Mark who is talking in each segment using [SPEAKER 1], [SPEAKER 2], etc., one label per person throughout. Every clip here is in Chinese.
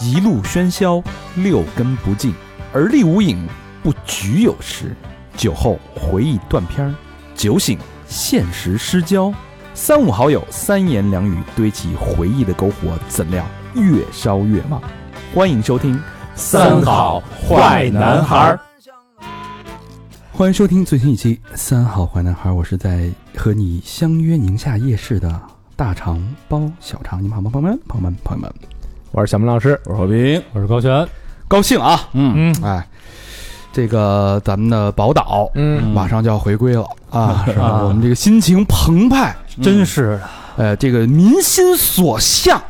[SPEAKER 1] 一路喧嚣，六根不净，而立无影，不局有时。酒后回忆断片儿，酒醒现实失焦。三五好友，三言两语堆起回忆的篝火，怎料越烧越旺。欢迎收听《
[SPEAKER 2] 儿。
[SPEAKER 3] 欢迎收听最新一期《三好坏男孩》，我是在和你相约宁夏夜市的大肠包小肠。你们好吗，朋友们？朋友们，朋友们，
[SPEAKER 2] 我是小明老师，
[SPEAKER 1] 我是和平，
[SPEAKER 2] 我是高璇。
[SPEAKER 3] 高兴啊！
[SPEAKER 1] 嗯
[SPEAKER 2] 嗯
[SPEAKER 3] 哎，这个咱们的宝岛
[SPEAKER 2] 嗯
[SPEAKER 3] 马上就要回归了啊，是吧？我们这个心情澎湃，
[SPEAKER 2] 真是的，
[SPEAKER 3] 呃，这个民心所向，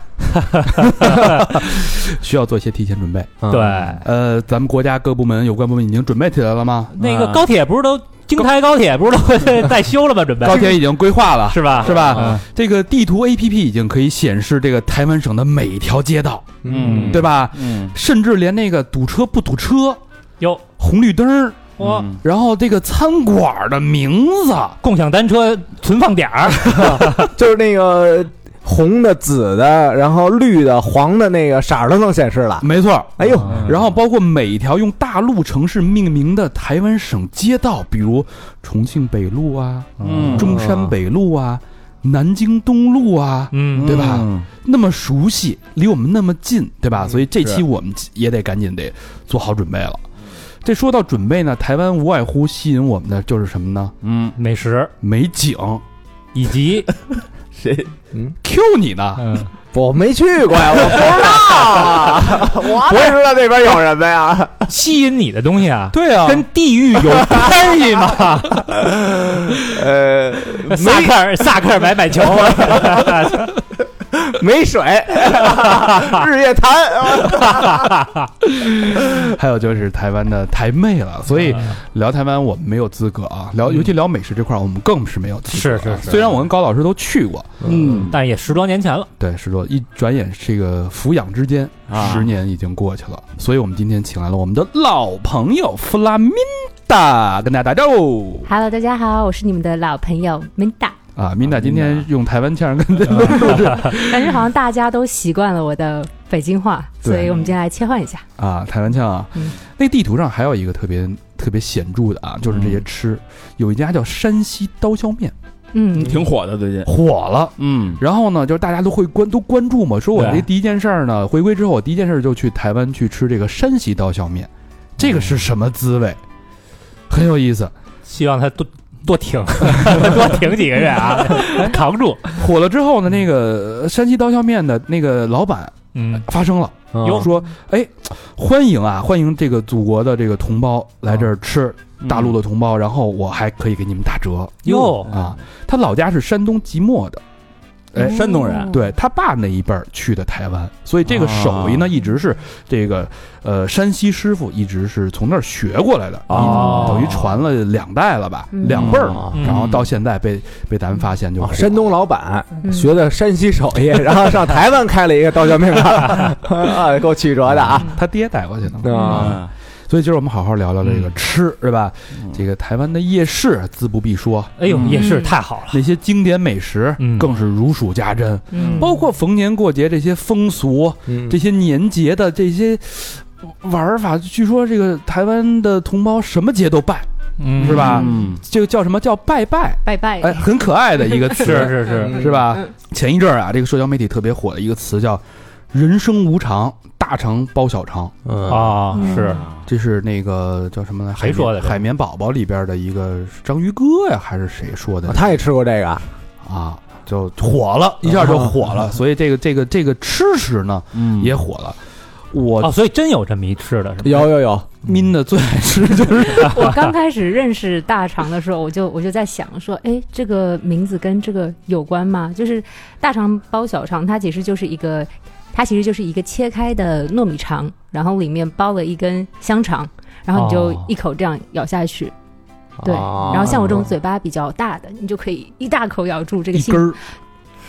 [SPEAKER 3] 需要做一些提前准备。
[SPEAKER 2] 对，
[SPEAKER 3] 呃，咱们国家各部门有关部门已经准备起来了吗？
[SPEAKER 2] 那个高铁不是都京台高铁不是都 在修了吗？准备
[SPEAKER 3] 高铁已经规划了，
[SPEAKER 2] 是吧？
[SPEAKER 3] 是吧？
[SPEAKER 2] 嗯
[SPEAKER 3] 这个地图 APP 已经可以显示这个台湾省的每一条街道，
[SPEAKER 1] 嗯
[SPEAKER 3] 对吧？
[SPEAKER 1] 嗯，
[SPEAKER 3] 甚至连那个堵车不堵车、
[SPEAKER 2] 哟，
[SPEAKER 3] 红绿灯儿，
[SPEAKER 2] 我
[SPEAKER 1] 嗯
[SPEAKER 3] 然后这个餐馆的名字，
[SPEAKER 2] 共享单车存放点儿，
[SPEAKER 4] 就是那个红的、紫的，然后绿的、黄的那个色儿都能显示了。
[SPEAKER 3] 没错。
[SPEAKER 4] 哎呦，
[SPEAKER 3] 啊然后包括每一条用大陆城市命名的台湾省街道，比如重庆北路啊、
[SPEAKER 1] 嗯
[SPEAKER 3] 中山北路啊、南京东路啊，
[SPEAKER 2] 嗯
[SPEAKER 3] 对吧
[SPEAKER 1] 嗯
[SPEAKER 3] 那么熟悉，离我们那么近，对吧？
[SPEAKER 4] 嗯
[SPEAKER 3] 所以这期
[SPEAKER 4] 是
[SPEAKER 3] 我们也得赶紧得做好准备了。这说到准备呢，台湾无外乎吸引我们的就是什么呢？
[SPEAKER 1] 嗯，
[SPEAKER 2] 美食
[SPEAKER 3] 美景
[SPEAKER 2] 以及
[SPEAKER 1] 谁？
[SPEAKER 3] ，Q 你呢？
[SPEAKER 2] 嗯，
[SPEAKER 4] 我没去过呀，我不知道啊， 我哪知道那边有什么呀？
[SPEAKER 2] 吸引你的东西啊，
[SPEAKER 3] 对啊，
[SPEAKER 2] 跟地域有关系吗？
[SPEAKER 4] 呃，
[SPEAKER 2] 萨克尔萨克尔买买球，
[SPEAKER 4] 没 水，日月潭，
[SPEAKER 3] 还有就是台湾的台妹了。所以聊台湾我们没有资格啊，聊
[SPEAKER 2] 嗯
[SPEAKER 3] 尤其聊美食这块儿，我们更是没有资格啊。
[SPEAKER 2] 是是是
[SPEAKER 3] 虽然我跟高老师都去过，
[SPEAKER 1] 嗯
[SPEAKER 2] 但也十多年前了，
[SPEAKER 3] 对，是说一转眼这个俯仰之间，
[SPEAKER 1] 啊
[SPEAKER 3] 十年已经过去了。所以我们今天请来了我们的老朋友弗拉明达，跟大家打招呼。
[SPEAKER 5] Hello，大家好，我是你们的老朋友 Minda。
[SPEAKER 3] 啊，米娜今
[SPEAKER 1] 米
[SPEAKER 3] 天
[SPEAKER 1] 娜
[SPEAKER 3] 用台湾腔儿跟这录制
[SPEAKER 5] 感觉好像大家都习惯了我的北京话，
[SPEAKER 3] 对
[SPEAKER 5] 所以我们今天来切换一下。
[SPEAKER 3] 啊，台湾腔啊
[SPEAKER 5] 嗯。
[SPEAKER 3] 那地图上还有一个特别特别显著的啊，就是这些吃，有一家叫山西刀削面
[SPEAKER 5] 嗯，
[SPEAKER 1] 挺火的最近。
[SPEAKER 3] 火了。
[SPEAKER 1] 嗯
[SPEAKER 3] 然后呢，就是大家都会关都关注嘛，说我
[SPEAKER 2] 对
[SPEAKER 3] 这第一件事儿呢，回归之后，我第一件事儿就去台湾去吃这个山西刀削面，这
[SPEAKER 2] 嗯
[SPEAKER 3] 个是什么滋味？很有意思，
[SPEAKER 2] 希望他多多挺 多挺几个月啊，扛住，
[SPEAKER 3] 火了之后呢，那个呃山西刀削面的那个老板
[SPEAKER 2] 嗯，
[SPEAKER 3] 发声了，
[SPEAKER 2] 哟
[SPEAKER 3] 说：“哎，欢迎啊，欢迎这个祖国的这个同胞来这儿吃
[SPEAKER 2] 嗯
[SPEAKER 3] 大陆的同胞，然后我还可以给你们打折
[SPEAKER 2] 哟
[SPEAKER 3] 啊。”他老家是山东即墨的，
[SPEAKER 4] 嗯
[SPEAKER 3] 哎
[SPEAKER 5] 哦
[SPEAKER 1] 山东人，
[SPEAKER 3] 对他爸那一辈儿去的台湾，所以这个手艺呢，
[SPEAKER 1] 啊
[SPEAKER 3] 一直是这个呃山西师傅一直是从那儿学过来的，
[SPEAKER 1] 哦
[SPEAKER 3] 等于传了两代了吧，
[SPEAKER 5] 嗯
[SPEAKER 3] 两辈儿，
[SPEAKER 2] 嗯
[SPEAKER 3] 然后到现在被被咱们发现就火了、
[SPEAKER 4] 哦山东老板
[SPEAKER 5] 嗯
[SPEAKER 4] 学的山西手艺，然后上台湾开了一个刀削面 馆，啊，够曲折的啊。
[SPEAKER 3] 嗯他爹带过去的嘛。
[SPEAKER 4] 啊，
[SPEAKER 1] 啊，
[SPEAKER 3] 所以今儿我们好好聊聊这个
[SPEAKER 2] 嗯
[SPEAKER 3] 吃，对吧
[SPEAKER 1] 嗯？
[SPEAKER 3] 这个台湾的夜市自不必说，
[SPEAKER 2] 哎呦，
[SPEAKER 1] 嗯
[SPEAKER 2] 也是太好了，
[SPEAKER 3] 那些经典美食
[SPEAKER 2] 嗯
[SPEAKER 3] 更是如数家珍，
[SPEAKER 5] 嗯
[SPEAKER 3] 包括逢年过节这些风俗、
[SPEAKER 4] 嗯
[SPEAKER 3] 这些年节的这些呃玩法。据说这个台湾的同胞什么节都拜，
[SPEAKER 2] 嗯
[SPEAKER 3] 是吧
[SPEAKER 1] 嗯
[SPEAKER 3] 这个叫什么叫拜拜？
[SPEAKER 5] 拜拜。
[SPEAKER 3] 哎，很可爱的一个词，
[SPEAKER 2] 是是是，
[SPEAKER 4] 嗯
[SPEAKER 3] 是吧？
[SPEAKER 5] 嗯
[SPEAKER 3] 前一阵儿啊，这个社交媒体特别火的一个词叫“人生无常，大肠包小肠”。
[SPEAKER 2] 啊，
[SPEAKER 5] 嗯
[SPEAKER 2] 是
[SPEAKER 3] 这是那个叫什么呢？海
[SPEAKER 2] 谁
[SPEAKER 3] 绵
[SPEAKER 2] 说的这
[SPEAKER 3] 海绵宝宝里边的一个章鱼哥呀，还是谁说的？
[SPEAKER 4] 哦他也吃过这个，
[SPEAKER 3] 啊，就火了，一下就
[SPEAKER 2] 啊
[SPEAKER 3] 火了。所以这个这个这个吃食呢
[SPEAKER 1] 嗯
[SPEAKER 3] 也火了。我
[SPEAKER 2] 哦，所以真有这么一吃的，是吧？
[SPEAKER 4] 有有有，
[SPEAKER 3] 抿的最爱吃就是
[SPEAKER 5] 我刚开始认识大肠的时候，我就我就在想说，哎，这个名字跟这个有关吗？就是大肠包小肠，它其实就是一个，它其实就是一个切开的糯米肠，然后里面包了一根香肠，然后你就
[SPEAKER 2] 哦
[SPEAKER 5] 一口这样咬下去。对，
[SPEAKER 4] 啊
[SPEAKER 5] 然后像我这种嘴巴比较大的，你就可以一大口咬住这个
[SPEAKER 3] 一
[SPEAKER 5] 杏
[SPEAKER 3] 根， 儿。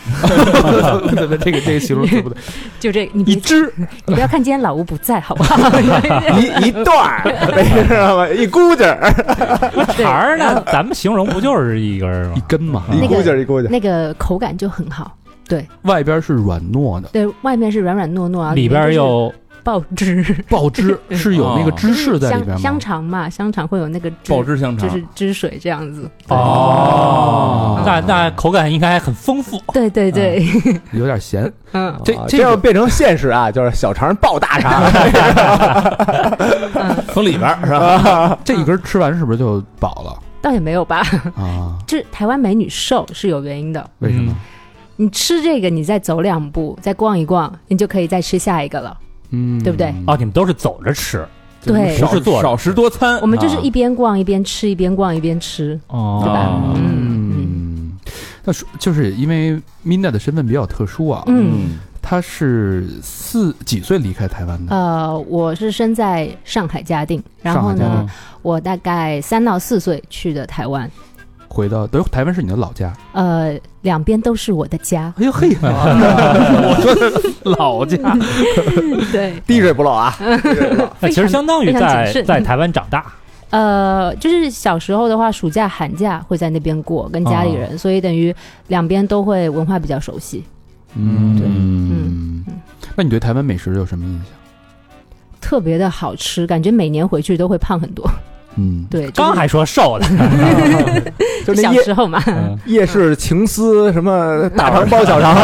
[SPEAKER 3] 这个这个形容词不对，
[SPEAKER 5] 就这，你
[SPEAKER 3] 一
[SPEAKER 5] 别
[SPEAKER 3] 只
[SPEAKER 2] 啊
[SPEAKER 5] 你不要看今天老吴不在，好不好？
[SPEAKER 4] 一一段 儿，你知道吗？一箍劲儿，哎
[SPEAKER 5] 对
[SPEAKER 2] 肠儿呢，咱们形容不就是一根儿吗
[SPEAKER 3] 一？ 根嘛，
[SPEAKER 4] 一
[SPEAKER 5] 那个
[SPEAKER 4] 箍劲儿，一箍劲儿。
[SPEAKER 5] 那个口感就很好，
[SPEAKER 3] 外边是软糯的，
[SPEAKER 5] 对，外面是软软糯糯啊，
[SPEAKER 2] 里边
[SPEAKER 5] 就是
[SPEAKER 2] 又
[SPEAKER 5] 爆汁，
[SPEAKER 3] 爆 汁是有那个芝士在里边
[SPEAKER 5] 香香
[SPEAKER 3] 吗？
[SPEAKER 5] 肠嘛，香肠会有那个汁
[SPEAKER 6] 哦爆，汁香肠
[SPEAKER 5] 就，是汁水这样子。
[SPEAKER 2] 哦，那那口感应该很丰富。
[SPEAKER 5] 对对对，
[SPEAKER 3] 有点咸，
[SPEAKER 5] 嗯
[SPEAKER 3] 这
[SPEAKER 4] 啊
[SPEAKER 3] 这
[SPEAKER 4] 这
[SPEAKER 3] 个
[SPEAKER 4] 要变成现实啊，就是小肠爆大肠，
[SPEAKER 5] 嗯，
[SPEAKER 6] 从里边儿是吧？
[SPEAKER 5] 啊
[SPEAKER 3] 这一根吃完是不是就饱了
[SPEAKER 5] 倒也没有吧。
[SPEAKER 3] 啊？
[SPEAKER 5] 这台湾美女瘦是有原因的，
[SPEAKER 3] 为什么？
[SPEAKER 5] 你吃这个，你再走两步，再逛一逛，你就可以再吃下一个了。
[SPEAKER 3] 嗯，
[SPEAKER 5] 对不对
[SPEAKER 6] 啊
[SPEAKER 2] 哦，你们都是走着吃，
[SPEAKER 5] 对
[SPEAKER 2] 不是坐着
[SPEAKER 6] 少食多餐，
[SPEAKER 5] 我们就是
[SPEAKER 6] 啊
[SPEAKER 5] 一边逛一边吃，一边逛一边吃，对吧
[SPEAKER 6] 哦？
[SPEAKER 5] 嗯
[SPEAKER 3] 嗯，那说就是因为 Mina 的身份比较特殊啊，
[SPEAKER 5] 嗯，
[SPEAKER 3] 她是四几岁离开台湾的？
[SPEAKER 5] 呃，我是生在上海嘉定，然
[SPEAKER 3] 上
[SPEAKER 5] 后
[SPEAKER 3] 海嘉
[SPEAKER 5] 呢
[SPEAKER 3] 定，
[SPEAKER 5] 我大概三到四岁去的台湾，
[SPEAKER 3] 回到等于台湾是你的老家，，
[SPEAKER 5] 呃，两边都是我的家
[SPEAKER 3] 哎呦嘿，
[SPEAKER 2] 老家，
[SPEAKER 5] 对，
[SPEAKER 4] 滴水不漏啊。
[SPEAKER 2] 那其实相当于
[SPEAKER 5] 非常谨
[SPEAKER 2] 在
[SPEAKER 5] 慎
[SPEAKER 2] 在台湾长 大，
[SPEAKER 5] 呃，就是小时候的话，暑假、寒假会在那边过，跟家里人，所以等于两边都会文化比较熟悉。
[SPEAKER 3] 嗯
[SPEAKER 2] 对
[SPEAKER 3] 嗯，那你对台湾美食有什么印象？
[SPEAKER 5] 特别的好吃，感觉每年回去都会胖很多。
[SPEAKER 3] 嗯，
[SPEAKER 5] 对，就是
[SPEAKER 2] 刚还说瘦的，
[SPEAKER 4] 就那
[SPEAKER 5] 小嗯
[SPEAKER 4] 夜
[SPEAKER 5] 时候嘛，
[SPEAKER 4] 夜市情思什么大肠包小肠，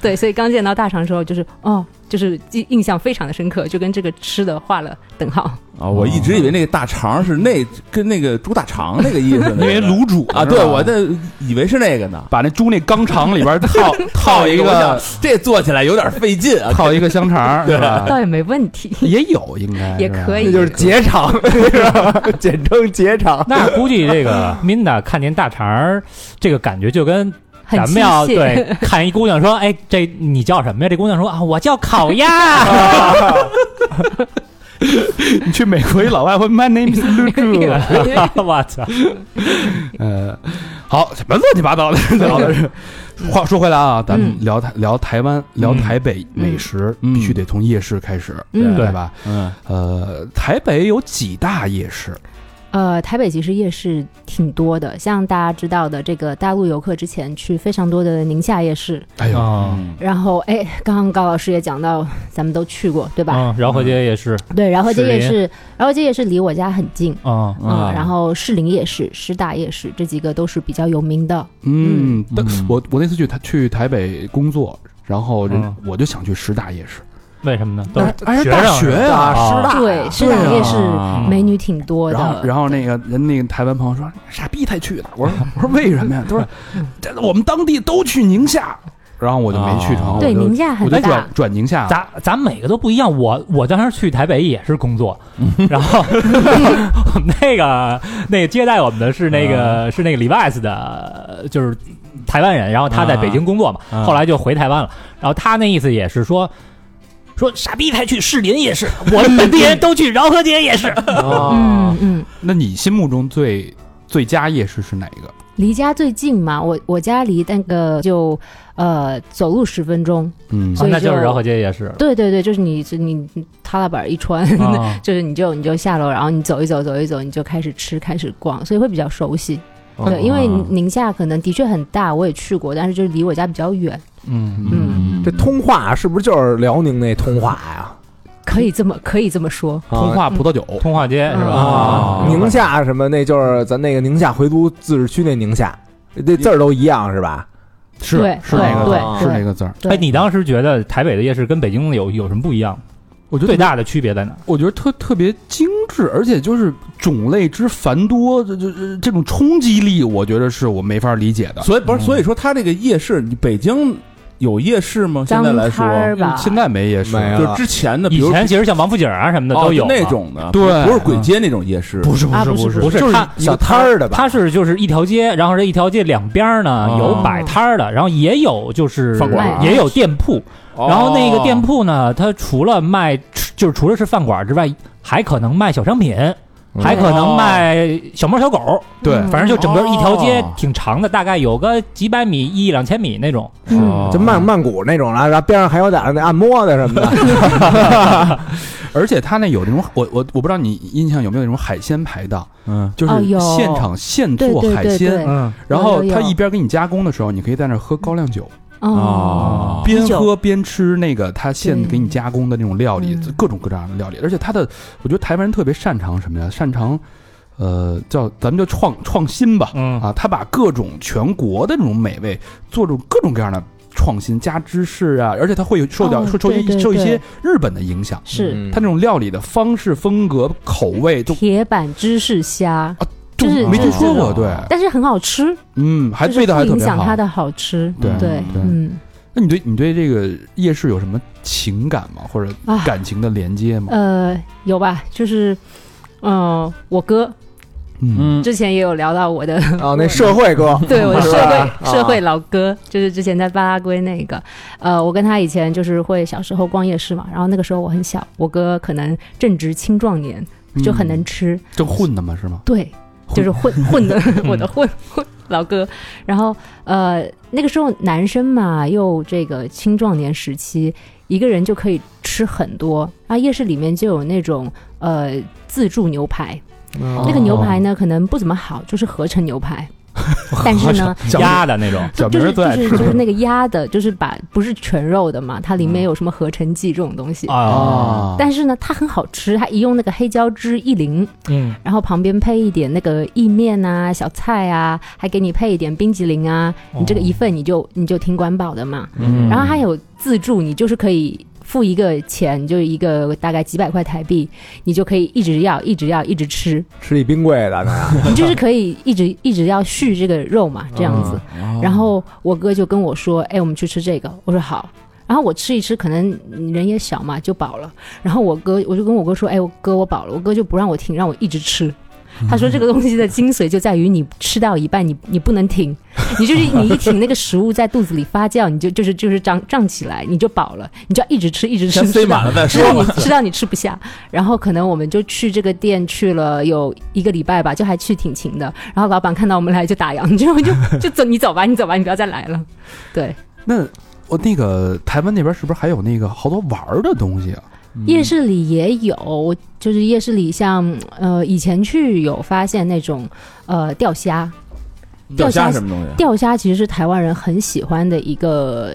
[SPEAKER 5] 对，所以刚见到大肠之后，就是哦，就是印印象非常的深刻，就跟这个吃的画了等号。
[SPEAKER 6] 啊， 我一直以为那个大肠是那跟那个猪大肠那个意 思
[SPEAKER 1] 因
[SPEAKER 6] 呢，
[SPEAKER 1] 为卤煮
[SPEAKER 6] 啊，对我这以为是那个呢。
[SPEAKER 1] 把那猪那肛肠里 边套套一
[SPEAKER 6] 我
[SPEAKER 1] 个
[SPEAKER 6] 想这做起来有点费劲啊，
[SPEAKER 3] 泡一个香肠 是吧？
[SPEAKER 5] 倒也没问题，
[SPEAKER 3] 也有应该
[SPEAKER 5] 也
[SPEAKER 3] 是吧
[SPEAKER 5] 可
[SPEAKER 4] 那
[SPEAKER 5] 以
[SPEAKER 4] 就是结肠， 是吧简称结肠。
[SPEAKER 2] 那估计这个 Minna 看见大肠儿，这个感觉就跟咱
[SPEAKER 5] 很
[SPEAKER 2] 们
[SPEAKER 5] 亲
[SPEAKER 2] 要
[SPEAKER 5] 切。
[SPEAKER 2] 对看一姑娘说，哎，这你叫什么呀？这姑娘说啊，我叫烤鸭。
[SPEAKER 1] 你去美国一老外会 My name is Lu
[SPEAKER 3] 嗯
[SPEAKER 1] Zhu，
[SPEAKER 2] 我操！
[SPEAKER 3] 呃，好，什么乱七八糟的聊的是。话说回来啊，咱们
[SPEAKER 5] 嗯
[SPEAKER 3] 聊台聊台湾，聊
[SPEAKER 2] 嗯
[SPEAKER 3] 台北美食，
[SPEAKER 6] 嗯
[SPEAKER 3] 必须得从夜市开始，
[SPEAKER 5] 嗯
[SPEAKER 3] 对吧？
[SPEAKER 6] 嗯，
[SPEAKER 3] 呃，台北有几大夜市？
[SPEAKER 5] 呃，台北其实夜市挺多的，像大家知道的这个大陆游客之前去非常多的宁夏夜市，
[SPEAKER 3] 哎呦，
[SPEAKER 2] 嗯
[SPEAKER 5] 然后哎，刚刚高老师也讲到，咱们都去过对吧？
[SPEAKER 2] 嗯，饶河街也是，
[SPEAKER 5] 对，饶河街夜
[SPEAKER 2] 士
[SPEAKER 5] 市，饶河街夜市离我家很近。
[SPEAKER 2] 嗯
[SPEAKER 5] 嗯，然后士林夜市、师大夜市这几个都是比较有名的。
[SPEAKER 3] 嗯，但
[SPEAKER 6] 嗯
[SPEAKER 3] 我我那次去台去台北工作，然后人、
[SPEAKER 2] 嗯
[SPEAKER 3] 我就想去师大夜市，
[SPEAKER 2] 为什么呢？都是
[SPEAKER 3] 哎哎
[SPEAKER 2] 学
[SPEAKER 3] 大
[SPEAKER 2] 生
[SPEAKER 3] 学
[SPEAKER 2] 是吧
[SPEAKER 3] 呀
[SPEAKER 2] 啊
[SPEAKER 4] 师大呀
[SPEAKER 5] 对，师大
[SPEAKER 3] 对啊
[SPEAKER 5] 夜市美女挺多
[SPEAKER 3] 然后
[SPEAKER 5] 的。
[SPEAKER 3] 然后那个人那个台湾朋友说傻逼才去的，我说我说为什么呀？他说这我们当地都去宁夏，然后我就没去成，我
[SPEAKER 5] 啊对，
[SPEAKER 3] 就
[SPEAKER 5] 宁夏
[SPEAKER 3] 我
[SPEAKER 5] 很
[SPEAKER 3] 就
[SPEAKER 5] 大
[SPEAKER 3] 转，转宁夏了，
[SPEAKER 2] 咱咱每个都不一样，我我当时去台北也是工 作，然后我们那个那个接待我们的是那个是那个 Levi's 的，就是台湾人，然后他在北京工作嘛，
[SPEAKER 6] 啊
[SPEAKER 2] 后来就回台湾了，然后他那意思也是说。说傻逼才去士林夜市，我们 本地人都去饶河街夜市。
[SPEAKER 3] 啊
[SPEAKER 5] 嗯嗯，
[SPEAKER 3] 那你心目中最最佳夜市是哪一个？
[SPEAKER 5] 离家最近嘛，我我家离那个就呃走路十分钟。
[SPEAKER 3] 嗯
[SPEAKER 5] 所以
[SPEAKER 2] 啊那就是
[SPEAKER 5] 就
[SPEAKER 2] 饶河街夜市。
[SPEAKER 5] 对对对，就是你你你踏拉板一穿，
[SPEAKER 2] 啊
[SPEAKER 5] 就是你就你就下楼，然后你走一走走一走，你就开始吃开始逛，所以会比较熟悉。
[SPEAKER 3] 哦
[SPEAKER 5] 对，因为
[SPEAKER 3] 嗯
[SPEAKER 5] 宁夏可能的确很大，我也去过，但是就是离我家比较远。
[SPEAKER 2] 嗯，
[SPEAKER 5] 嗯，
[SPEAKER 4] 这通化是不是就是辽宁那通化呀？
[SPEAKER 5] 可以这么可以这么说。
[SPEAKER 3] 通化葡萄酒，
[SPEAKER 2] 通化街是吧？
[SPEAKER 4] 啊，宁夏什么那就是咱那个宁夏回族自治区那宁夏，那字儿都一样是吧？
[SPEAKER 3] 是
[SPEAKER 5] 对
[SPEAKER 3] 是那个字
[SPEAKER 5] 对
[SPEAKER 3] 儿
[SPEAKER 5] 对
[SPEAKER 3] 是那个字儿。
[SPEAKER 5] 对
[SPEAKER 2] 哎，你当时觉得台北的夜市跟北京的有有什么不一样？
[SPEAKER 3] 我觉
[SPEAKER 2] 最
[SPEAKER 3] 得
[SPEAKER 2] 大的区别在哪？
[SPEAKER 3] 我觉得特特别精致，而且就是种类之繁多，这这这这种冲击力，我觉得是我没法理解的。
[SPEAKER 6] 所以不是，所以说他这个夜市，你北京有夜市吗？现
[SPEAKER 5] 脏
[SPEAKER 6] 在来说
[SPEAKER 5] 摊，儿吧，
[SPEAKER 3] 现在没夜市，
[SPEAKER 4] 没有
[SPEAKER 6] 就是之前的，比
[SPEAKER 2] 以
[SPEAKER 6] 如
[SPEAKER 2] 前其实像王府井啊什么的
[SPEAKER 6] 哦
[SPEAKER 2] 都有嗯
[SPEAKER 6] 就
[SPEAKER 2] 啊
[SPEAKER 6] 那种的，
[SPEAKER 3] 对
[SPEAKER 6] 不是鬼街那种夜市，
[SPEAKER 3] 不是不
[SPEAKER 5] 啊
[SPEAKER 3] 是
[SPEAKER 5] 不是
[SPEAKER 3] 是
[SPEAKER 2] 不是
[SPEAKER 3] 就是
[SPEAKER 2] 它
[SPEAKER 4] 小摊儿的吧？
[SPEAKER 2] 它是就是一条街，然后这一条街两边儿呢
[SPEAKER 6] 哦
[SPEAKER 2] 有摆摊儿的，然后也有就是
[SPEAKER 6] 饭
[SPEAKER 5] 馆儿
[SPEAKER 2] 也有店铺，
[SPEAKER 6] 哦
[SPEAKER 2] 然后那个店铺呢，它除了卖吃就是除了是饭馆之外，还可能卖小商品，还可能卖小猫小狗，
[SPEAKER 3] 对
[SPEAKER 5] 嗯
[SPEAKER 2] 反正就整个一条街
[SPEAKER 6] 哦
[SPEAKER 2] 挺长的，大概有个几百米一两千米那种。
[SPEAKER 5] 嗯
[SPEAKER 6] 哦
[SPEAKER 4] 就曼曼谷那种了，然后边上还有点那按摩的什么的。
[SPEAKER 3] 而且它那有那种，我我我不知道你印象有没有那种海鲜排档，
[SPEAKER 6] 嗯
[SPEAKER 3] 就是
[SPEAKER 5] 哦有
[SPEAKER 3] 现场现
[SPEAKER 5] 对
[SPEAKER 3] 做
[SPEAKER 5] 对
[SPEAKER 3] 海
[SPEAKER 5] 对
[SPEAKER 3] 鲜，
[SPEAKER 5] 对
[SPEAKER 2] 嗯，
[SPEAKER 3] 然后
[SPEAKER 5] 有有
[SPEAKER 3] 它
[SPEAKER 5] 有
[SPEAKER 3] 一边给你加工的时候，你可以在那儿喝高粱酒，
[SPEAKER 6] 嗯哦
[SPEAKER 3] 边
[SPEAKER 5] 嗯啤酒
[SPEAKER 3] 喝边吃那个他现
[SPEAKER 5] 对
[SPEAKER 3] 给你加工的那种料理，
[SPEAKER 5] 嗯
[SPEAKER 3] 各种各样的料理，而且他的，我觉得台湾人特别擅长什么呀？擅长，呃，叫咱们叫创创新吧，
[SPEAKER 2] 嗯
[SPEAKER 3] 啊，他把各种全国的这种美味做出各种各样的创新，加芝士啊，而且他会有受掉
[SPEAKER 5] 哦
[SPEAKER 3] 受受
[SPEAKER 5] 对
[SPEAKER 3] 一
[SPEAKER 5] 对
[SPEAKER 3] 受一
[SPEAKER 5] 对
[SPEAKER 3] 些日本的影响，
[SPEAKER 5] 是
[SPEAKER 4] 嗯
[SPEAKER 3] 他那种料理的方式、风格、口味都
[SPEAKER 5] 铁板芝士虾，
[SPEAKER 3] 就
[SPEAKER 5] 就是
[SPEAKER 3] 啊没听
[SPEAKER 5] 就是
[SPEAKER 3] 说
[SPEAKER 5] 这
[SPEAKER 3] 过，
[SPEAKER 5] 种
[SPEAKER 3] 对，
[SPEAKER 5] 但是很好吃，
[SPEAKER 3] 嗯，还
[SPEAKER 5] 就是
[SPEAKER 3] 味道还
[SPEAKER 5] 不
[SPEAKER 3] 特
[SPEAKER 5] 影
[SPEAKER 3] 别
[SPEAKER 5] 响
[SPEAKER 3] 好
[SPEAKER 5] 它。的好吃。
[SPEAKER 3] 对
[SPEAKER 5] 对，
[SPEAKER 3] 对
[SPEAKER 5] 嗯
[SPEAKER 3] 那你对你对这个夜市有什么情感吗？或者
[SPEAKER 5] 啊，
[SPEAKER 3] 感情的连接吗？
[SPEAKER 5] 呃，有吧，就是。嗯，我哥
[SPEAKER 3] 嗯，
[SPEAKER 6] 嗯，
[SPEAKER 5] 之前也有聊到 我的
[SPEAKER 4] 啊，那社会哥，
[SPEAKER 5] 对我的
[SPEAKER 4] 是
[SPEAKER 5] 社
[SPEAKER 4] 吧啊
[SPEAKER 5] 会社会老哥，就是之前在巴拉圭那个，呃，我跟他以前就是会小时候逛夜市嘛，然后那个时候我很小，我哥可能正值青壮年，嗯就很
[SPEAKER 4] 嗯
[SPEAKER 5] 能吃，
[SPEAKER 3] 嗯正混的嘛，是吗？
[SPEAKER 5] 对，就是 混混的，
[SPEAKER 3] 嗯
[SPEAKER 5] 我的混混老哥。然后呃，那个时候男生嘛，又这个青壮年时期，一个人就可以吃很多。啊，夜市里面就有那种呃自助牛排，
[SPEAKER 3] 哦
[SPEAKER 4] 啊
[SPEAKER 5] 那个牛排呢可能不怎么好，就是合成牛排， 但是呢。
[SPEAKER 3] 小
[SPEAKER 2] 压的那种，
[SPEAKER 3] 小
[SPEAKER 5] 就
[SPEAKER 3] 明
[SPEAKER 5] 是
[SPEAKER 3] 儿最
[SPEAKER 5] 就
[SPEAKER 3] 爱
[SPEAKER 5] 是
[SPEAKER 3] 吃
[SPEAKER 5] 就是那个鸭的，就是把不是全肉的嘛，它里
[SPEAKER 3] 嗯
[SPEAKER 5] 面有什么合成剂这种东
[SPEAKER 3] 哦
[SPEAKER 5] 西，
[SPEAKER 2] 啊，
[SPEAKER 5] 但是呢它很好吃，它一用那个黑椒汁一淋，
[SPEAKER 2] 嗯，
[SPEAKER 5] 然后旁边配一点那个意面啊、小菜啊，还给你配一点冰淇淋啊。你这个一份你就你就挺管饱的嘛。
[SPEAKER 6] 嗯
[SPEAKER 5] 然后还有自助，你就是可以付一个钱，就一个大概几百块台币，你就可以一直要、一直要、一直吃，
[SPEAKER 4] 吃一冰柜的呢，
[SPEAKER 5] 你就是可以一直一直要续这个肉嘛，这样子。然后我哥就跟我说：“哎，我们去吃这个。”我说好。然后我吃一吃，可能人也小嘛，就饱了。然后我哥，我就跟我哥说：“哎，我哥，我饱了。”我哥就不让我停，让我一直吃。他说：“这个东西的精髓就在于你吃到一半，你你不能停，你就是你一停，那个食物在肚子里发酵，你就就是就是胀胀起来，你就饱了，你就要一直吃，一直吃，
[SPEAKER 6] 先塞
[SPEAKER 5] 吃到
[SPEAKER 6] 满了再
[SPEAKER 5] 吃
[SPEAKER 6] 说
[SPEAKER 5] 到
[SPEAKER 6] 吧。
[SPEAKER 5] 你吃到你吃不下，然后可能我们就去这个店去了有一个礼拜吧，就还去挺勤的。然后老板看到我们来就打烊，就就就走，你走吧，你走吧，你不要再来了。对，
[SPEAKER 3] 那我那个台湾那边是不是还有那个好多玩儿的东西啊？
[SPEAKER 5] 夜市里也有，就是夜市里像呃以前去有发现那种呃钓虾，
[SPEAKER 6] 钓
[SPEAKER 5] 钓
[SPEAKER 6] 虾
[SPEAKER 5] 虾
[SPEAKER 6] 什么东西？
[SPEAKER 5] 钓虾其实是台湾人很喜欢的一个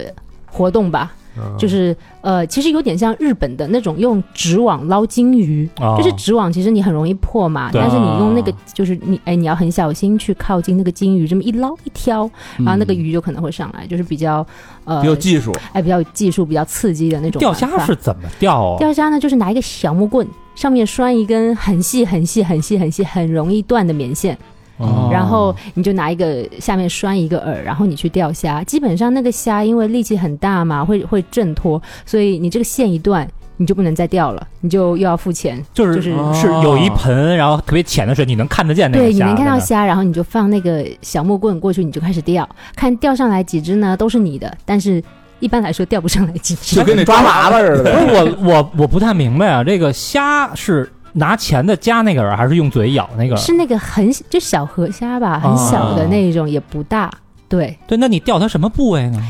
[SPEAKER 5] 活动吧，就是呃其实有点像日本的那种用纸网捞金鱼。
[SPEAKER 2] 啊
[SPEAKER 5] 就是纸网，其实你很容易破嘛，
[SPEAKER 2] 对哦
[SPEAKER 5] 但是你用那个，就是你哎，你要很小心去靠近那个金鱼，这么一捞一挑，然啊
[SPEAKER 3] 嗯
[SPEAKER 5] 后那个
[SPEAKER 2] 嗯
[SPEAKER 5] 鱼就可能会上来，就是比较呃
[SPEAKER 6] 有，技术，
[SPEAKER 5] 哎，比较有技术比较刺激的那种
[SPEAKER 2] 钓
[SPEAKER 5] 玩法。
[SPEAKER 2] 虾是怎么钓啊？
[SPEAKER 5] 钓虾呢，就是拿一个小木棍，上面拴一根很细很细很细很细很容易断的棉线，
[SPEAKER 3] 哦
[SPEAKER 5] 然后你就拿一个下面拴一个饵，然后你去钓虾。基本上那个虾因为力气很大嘛，会会挣脱，所以你这个线一断。你就不能再钓了，你就又要付钱，
[SPEAKER 2] 就是
[SPEAKER 5] 就是
[SPEAKER 2] 是有一盆，然后特别浅的水，你能看得见那个
[SPEAKER 5] 对，你
[SPEAKER 2] 虾
[SPEAKER 5] 能
[SPEAKER 2] 在那儿，
[SPEAKER 5] 看到虾，然后你就放那个小木棍过去，你就开始钓，看钓上来几只呢，都是你的，但是一般来说钓不上来几只。
[SPEAKER 6] 就跟那
[SPEAKER 4] 抓喇叭似
[SPEAKER 2] 不
[SPEAKER 4] 的。
[SPEAKER 2] 是我我我不太明白啊，这个虾是拿钳子夹那个饵，还是用嘴咬那个饵？
[SPEAKER 5] 是那个很就小河虾吧，很小的那种，也不大。对，
[SPEAKER 2] 对，那你钓它什么部位呢？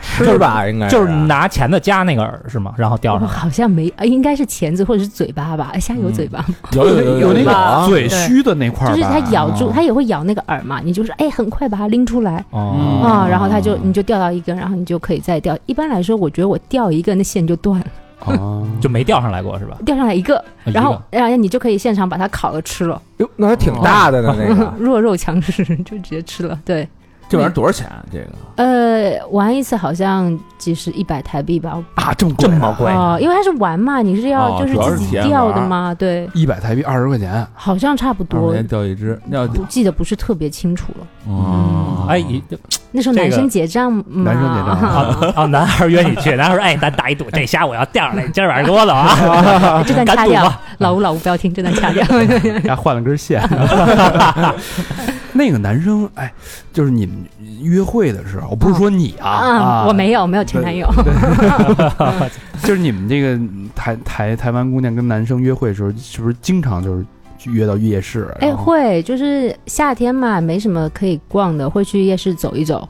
[SPEAKER 4] 是吧？应该
[SPEAKER 2] 就是拿钳子夹那个饵是吗？然后钓
[SPEAKER 5] 我
[SPEAKER 2] 上来。
[SPEAKER 5] 好像没，呃应该是钳子或者是嘴巴吧，虾有嘴巴吗，
[SPEAKER 2] 嗯
[SPEAKER 3] 有有
[SPEAKER 4] 有
[SPEAKER 3] 那
[SPEAKER 4] 有啊
[SPEAKER 3] 个嘴虚的那块儿吧，
[SPEAKER 5] 就是它咬住，
[SPEAKER 3] 哦
[SPEAKER 5] 它也会咬那个饵嘛，你就是哎，很快把它拎出来。
[SPEAKER 2] 哦
[SPEAKER 5] 啊、然后它就你就钓到一根，然后你就可以再钓。一般来说，我觉得我钓一个那线就断了，
[SPEAKER 3] 哦
[SPEAKER 2] 就没钓上来过是吧？
[SPEAKER 5] 钓上来一个，
[SPEAKER 2] 啊一
[SPEAKER 5] 然后
[SPEAKER 2] 个
[SPEAKER 5] 然后你就可以现场把它烤了吃了。
[SPEAKER 4] 哟，那还挺大的呢，那 个
[SPEAKER 5] 弱肉强食，就直接吃了。对，
[SPEAKER 6] 这玩意儿多少钱？这个
[SPEAKER 5] 呃，玩一次好像几十一百台币吧。
[SPEAKER 3] 啊，这么
[SPEAKER 2] 这
[SPEAKER 3] 贵
[SPEAKER 2] 么
[SPEAKER 3] 啊，
[SPEAKER 2] 贵，
[SPEAKER 5] 哦、因为它是玩嘛，你是要
[SPEAKER 6] 哦
[SPEAKER 5] 就是
[SPEAKER 6] 主要是
[SPEAKER 5] 自己
[SPEAKER 6] 体验
[SPEAKER 5] 钓
[SPEAKER 6] 玩
[SPEAKER 5] 的嘛，对，
[SPEAKER 3] 一百台币二十块钱，
[SPEAKER 5] 好像差不
[SPEAKER 6] 二十
[SPEAKER 5] 多
[SPEAKER 6] 块，钱钓一只，要
[SPEAKER 5] 不记得不是特别清楚了。
[SPEAKER 6] 哦
[SPEAKER 2] 哎，一
[SPEAKER 5] 那时候
[SPEAKER 2] 这
[SPEAKER 5] 男
[SPEAKER 2] 个
[SPEAKER 5] 生结账嘛，
[SPEAKER 3] 男生结账
[SPEAKER 2] 啊啊！男孩约你去，男孩说：“哎，咱打一赌，这虾我要钓上来，你今儿晚上给我走 啊
[SPEAKER 5] 哎这段！”掐
[SPEAKER 2] 敢赌
[SPEAKER 5] 掉
[SPEAKER 2] 吗？，
[SPEAKER 5] 老吴老吴不要听，这段掐掉。
[SPEAKER 3] 还换了根线。那个男生，哎，就是你们约会的时候，不是说你 啊，啊
[SPEAKER 5] 我没有没有前男友，
[SPEAKER 3] 就是你们这个台台台湾姑娘跟男生约会的时候，是不是经常就是去约到夜市？
[SPEAKER 5] 哎，
[SPEAKER 3] 然后
[SPEAKER 5] 会就是夏天嘛，没什么可以逛的，会去夜市走一走，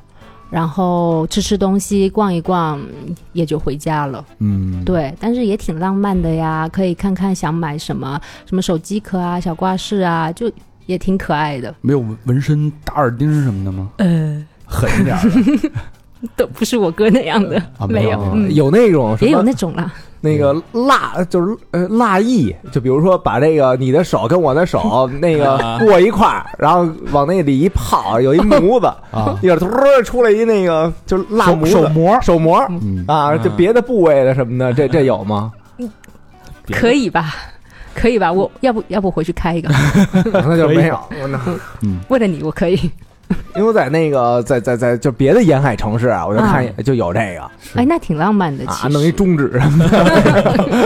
[SPEAKER 5] 然后吃吃东西，逛一逛，也就回家了。
[SPEAKER 3] 嗯，，
[SPEAKER 5] 对，但是也挺浪漫的呀，可以看看想买什么，什么手机壳啊、小挂饰啊，就也挺可爱的。
[SPEAKER 3] 没有纹纹身、打耳钉什么的吗？
[SPEAKER 5] 呃，
[SPEAKER 3] 狠一点儿的，
[SPEAKER 5] 都不是我哥那样的，
[SPEAKER 3] 啊没
[SPEAKER 5] 没
[SPEAKER 3] 有
[SPEAKER 5] 有，嗯，
[SPEAKER 4] 有那种什
[SPEAKER 5] 也有
[SPEAKER 4] 么
[SPEAKER 5] 那种啦，
[SPEAKER 4] 那个蜡，就是呃蜡意，就比如说把这个你的手跟我的手那个
[SPEAKER 6] 啊
[SPEAKER 4] 过一块儿，然后往那里一泡，有一模子，
[SPEAKER 3] 啊，
[SPEAKER 4] 一会儿突然出来一那个就是蜡模手膜手膜
[SPEAKER 3] 嗯，
[SPEAKER 4] 啊，
[SPEAKER 6] 嗯
[SPEAKER 4] 就别的部位的什么的，这这有吗？
[SPEAKER 6] 别的
[SPEAKER 5] 可以吧？可以吧？我要不要不回去开一个？
[SPEAKER 4] 那就没有， 我那
[SPEAKER 5] 为了你，我可以。
[SPEAKER 4] 因为我在那个在在在就别的沿海城市啊，我就看见就有这个
[SPEAKER 5] 哎，那挺浪漫的，其
[SPEAKER 4] 啊，
[SPEAKER 5] 实哦
[SPEAKER 4] 弄一中指什么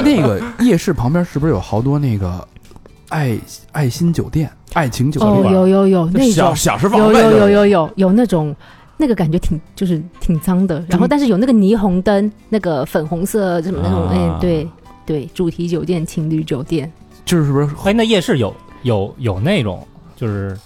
[SPEAKER 3] 那个夜市旁边是不是有好多那个爱爱心酒店、爱情酒
[SPEAKER 5] 哦，
[SPEAKER 3] 店？
[SPEAKER 5] 有有有那
[SPEAKER 6] 小
[SPEAKER 5] 种，
[SPEAKER 6] 小时候
[SPEAKER 5] 有有有有有有那种。那个感觉挺就是挺脏
[SPEAKER 2] 嗯
[SPEAKER 5] 的，然后但是有那个霓虹灯，那个粉红色什么那种，
[SPEAKER 6] 啊
[SPEAKER 5] 哎，对对，主题酒店、情侣酒店，
[SPEAKER 3] 就是不是
[SPEAKER 2] 哎，那夜市有有有那种就是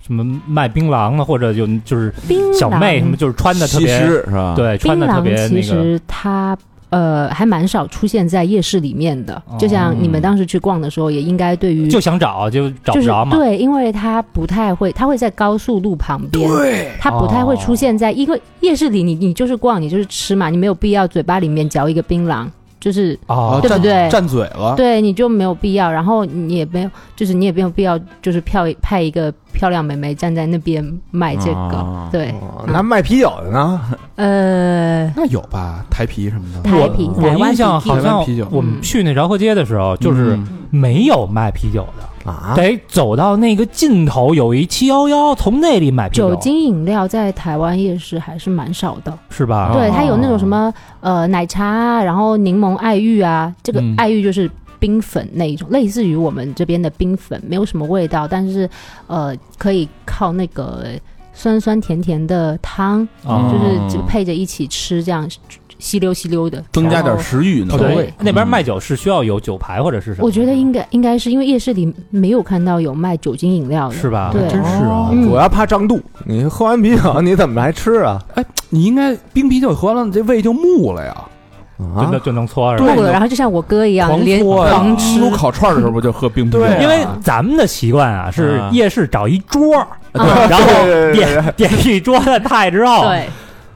[SPEAKER 2] 什么卖槟榔的，或者有就是
[SPEAKER 5] 槟榔
[SPEAKER 2] 嗯小妹什么，就是穿的特
[SPEAKER 6] 西
[SPEAKER 2] 别
[SPEAKER 6] 施是吧？，
[SPEAKER 2] 对，
[SPEAKER 5] 槟
[SPEAKER 2] 穿的特别
[SPEAKER 5] 榔其
[SPEAKER 2] 那个。
[SPEAKER 5] 实它呃还蛮少出现在夜市里面的，
[SPEAKER 2] 哦
[SPEAKER 5] 就像你们当时去逛的时候，也应该对于
[SPEAKER 2] 就想找就找
[SPEAKER 5] 就
[SPEAKER 2] 不
[SPEAKER 5] 是
[SPEAKER 2] 着嘛，啊
[SPEAKER 5] 对，因为它不太会，它会在高速路旁边，
[SPEAKER 3] 对
[SPEAKER 5] 它不太会出现在，因为夜市里你你就是逛，你就是吃嘛，你没有必要嘴巴里面嚼一个槟榔，就是
[SPEAKER 2] 哦，
[SPEAKER 5] 对不
[SPEAKER 2] 这
[SPEAKER 5] 对？
[SPEAKER 3] 占嘴
[SPEAKER 2] 啊
[SPEAKER 3] 了？
[SPEAKER 5] 对，你就没有必要，然后你也没有，就是你也没有必要，就是票派一个漂亮美眉站在那边卖这个，
[SPEAKER 6] 啊
[SPEAKER 5] 对，
[SPEAKER 2] 哦
[SPEAKER 4] 的，那卖啤酒的呢？
[SPEAKER 5] 呃，
[SPEAKER 3] 那有吧，台啤什么的。
[SPEAKER 5] 台啤，
[SPEAKER 2] 我
[SPEAKER 5] 台湾
[SPEAKER 2] 印象
[SPEAKER 5] 啤嗯
[SPEAKER 2] 好
[SPEAKER 3] 台湾
[SPEAKER 2] 像
[SPEAKER 3] 啤酒
[SPEAKER 2] 我们去那饶河街的时候，就是
[SPEAKER 3] 嗯
[SPEAKER 2] 没有卖啤酒的，
[SPEAKER 4] 啊，
[SPEAKER 2] 得走到那个尽头有一七幺幺，从那里买啤
[SPEAKER 5] 酒精饮料在台湾夜市还是蛮少的，
[SPEAKER 2] 是吧？
[SPEAKER 5] 对，它有那种什
[SPEAKER 2] 么
[SPEAKER 5] 么呃奶茶啊，然后柠檬爱玉啊，这个
[SPEAKER 2] 哦嗯
[SPEAKER 5] 爱玉就是冰粉那一种，类似于我们这边的冰粉，没有什么味道，但是呃可以靠那个酸酸甜甜的汤，
[SPEAKER 2] 啊，
[SPEAKER 5] 就是就配着一起吃，这样吸溜吸溜的，
[SPEAKER 6] 增加点
[SPEAKER 5] 然后
[SPEAKER 6] 食欲呢。
[SPEAKER 5] 对
[SPEAKER 2] 哦对，那边卖酒是需要有酒牌或者是什么？
[SPEAKER 5] 我觉得应该应该是因为夜市里没有看到有卖酒精饮料的，
[SPEAKER 2] 是吧？
[SPEAKER 5] 对，
[SPEAKER 3] 真是啊！
[SPEAKER 5] 嗯
[SPEAKER 4] 主要怕胀肚，你喝完啤酒你怎么还吃啊？
[SPEAKER 3] 你应该冰啤酒喝完了，你这胃就木了呀。
[SPEAKER 2] 真
[SPEAKER 4] 啊
[SPEAKER 2] 的，就能搓是吧？
[SPEAKER 5] 够了，然后就像我哥一样，
[SPEAKER 3] 狂
[SPEAKER 5] 连
[SPEAKER 3] 搓
[SPEAKER 2] 啊
[SPEAKER 3] 呀
[SPEAKER 5] 狂吃
[SPEAKER 6] 撸烤串的时候不就喝冰啤酒？
[SPEAKER 3] 对啊
[SPEAKER 2] 因为咱们的习惯啊，是
[SPEAKER 6] 啊
[SPEAKER 2] 夜市找一桌儿，
[SPEAKER 5] 啊
[SPEAKER 2] 然后
[SPEAKER 4] 对对对对
[SPEAKER 2] 点点一桌的菜之后，
[SPEAKER 5] 对，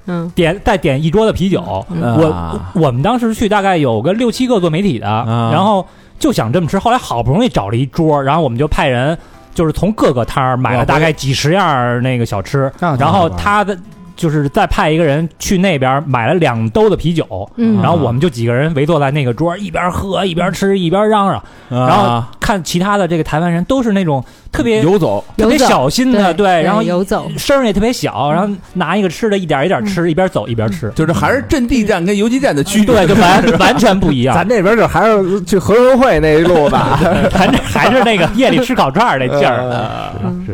[SPEAKER 5] 嗯。
[SPEAKER 2] 点再点一桌的啤酒。
[SPEAKER 5] 嗯
[SPEAKER 2] 我我们当时去大概有个六七个做媒体的，
[SPEAKER 6] 啊
[SPEAKER 2] 然后就想这么吃，后来好不容易找了一桌儿，然后我们就派人就是从各个摊儿买了大概几十样儿那个小吃，
[SPEAKER 3] 那
[SPEAKER 4] 啊
[SPEAKER 2] 然后他的。就是再派一个人去那边买了两兜的啤酒，
[SPEAKER 5] 嗯
[SPEAKER 2] 然后我们就几个人围坐在那个桌儿，一边喝一边吃一边嚷嚷，
[SPEAKER 3] 啊
[SPEAKER 6] 然
[SPEAKER 2] 然后看其他的这个台湾人都是那种特别
[SPEAKER 6] 游走，
[SPEAKER 2] 特别小心的，
[SPEAKER 5] 对，嗯
[SPEAKER 2] 然后
[SPEAKER 5] 游走，
[SPEAKER 2] 声儿也特别小，然后拿一个吃的，一点一点
[SPEAKER 5] 嗯
[SPEAKER 2] 吃，一边走一边吃，
[SPEAKER 6] 就是还是阵地战跟游击战的
[SPEAKER 3] 嗯
[SPEAKER 6] 区别。
[SPEAKER 2] 对，就 完完全不一样。
[SPEAKER 4] 咱这边就还是去合生汇那一路吧。
[SPEAKER 2] 咱这还是那个夜里吃烤串儿那 劲
[SPEAKER 3] 啊
[SPEAKER 2] 儿，
[SPEAKER 5] 嗯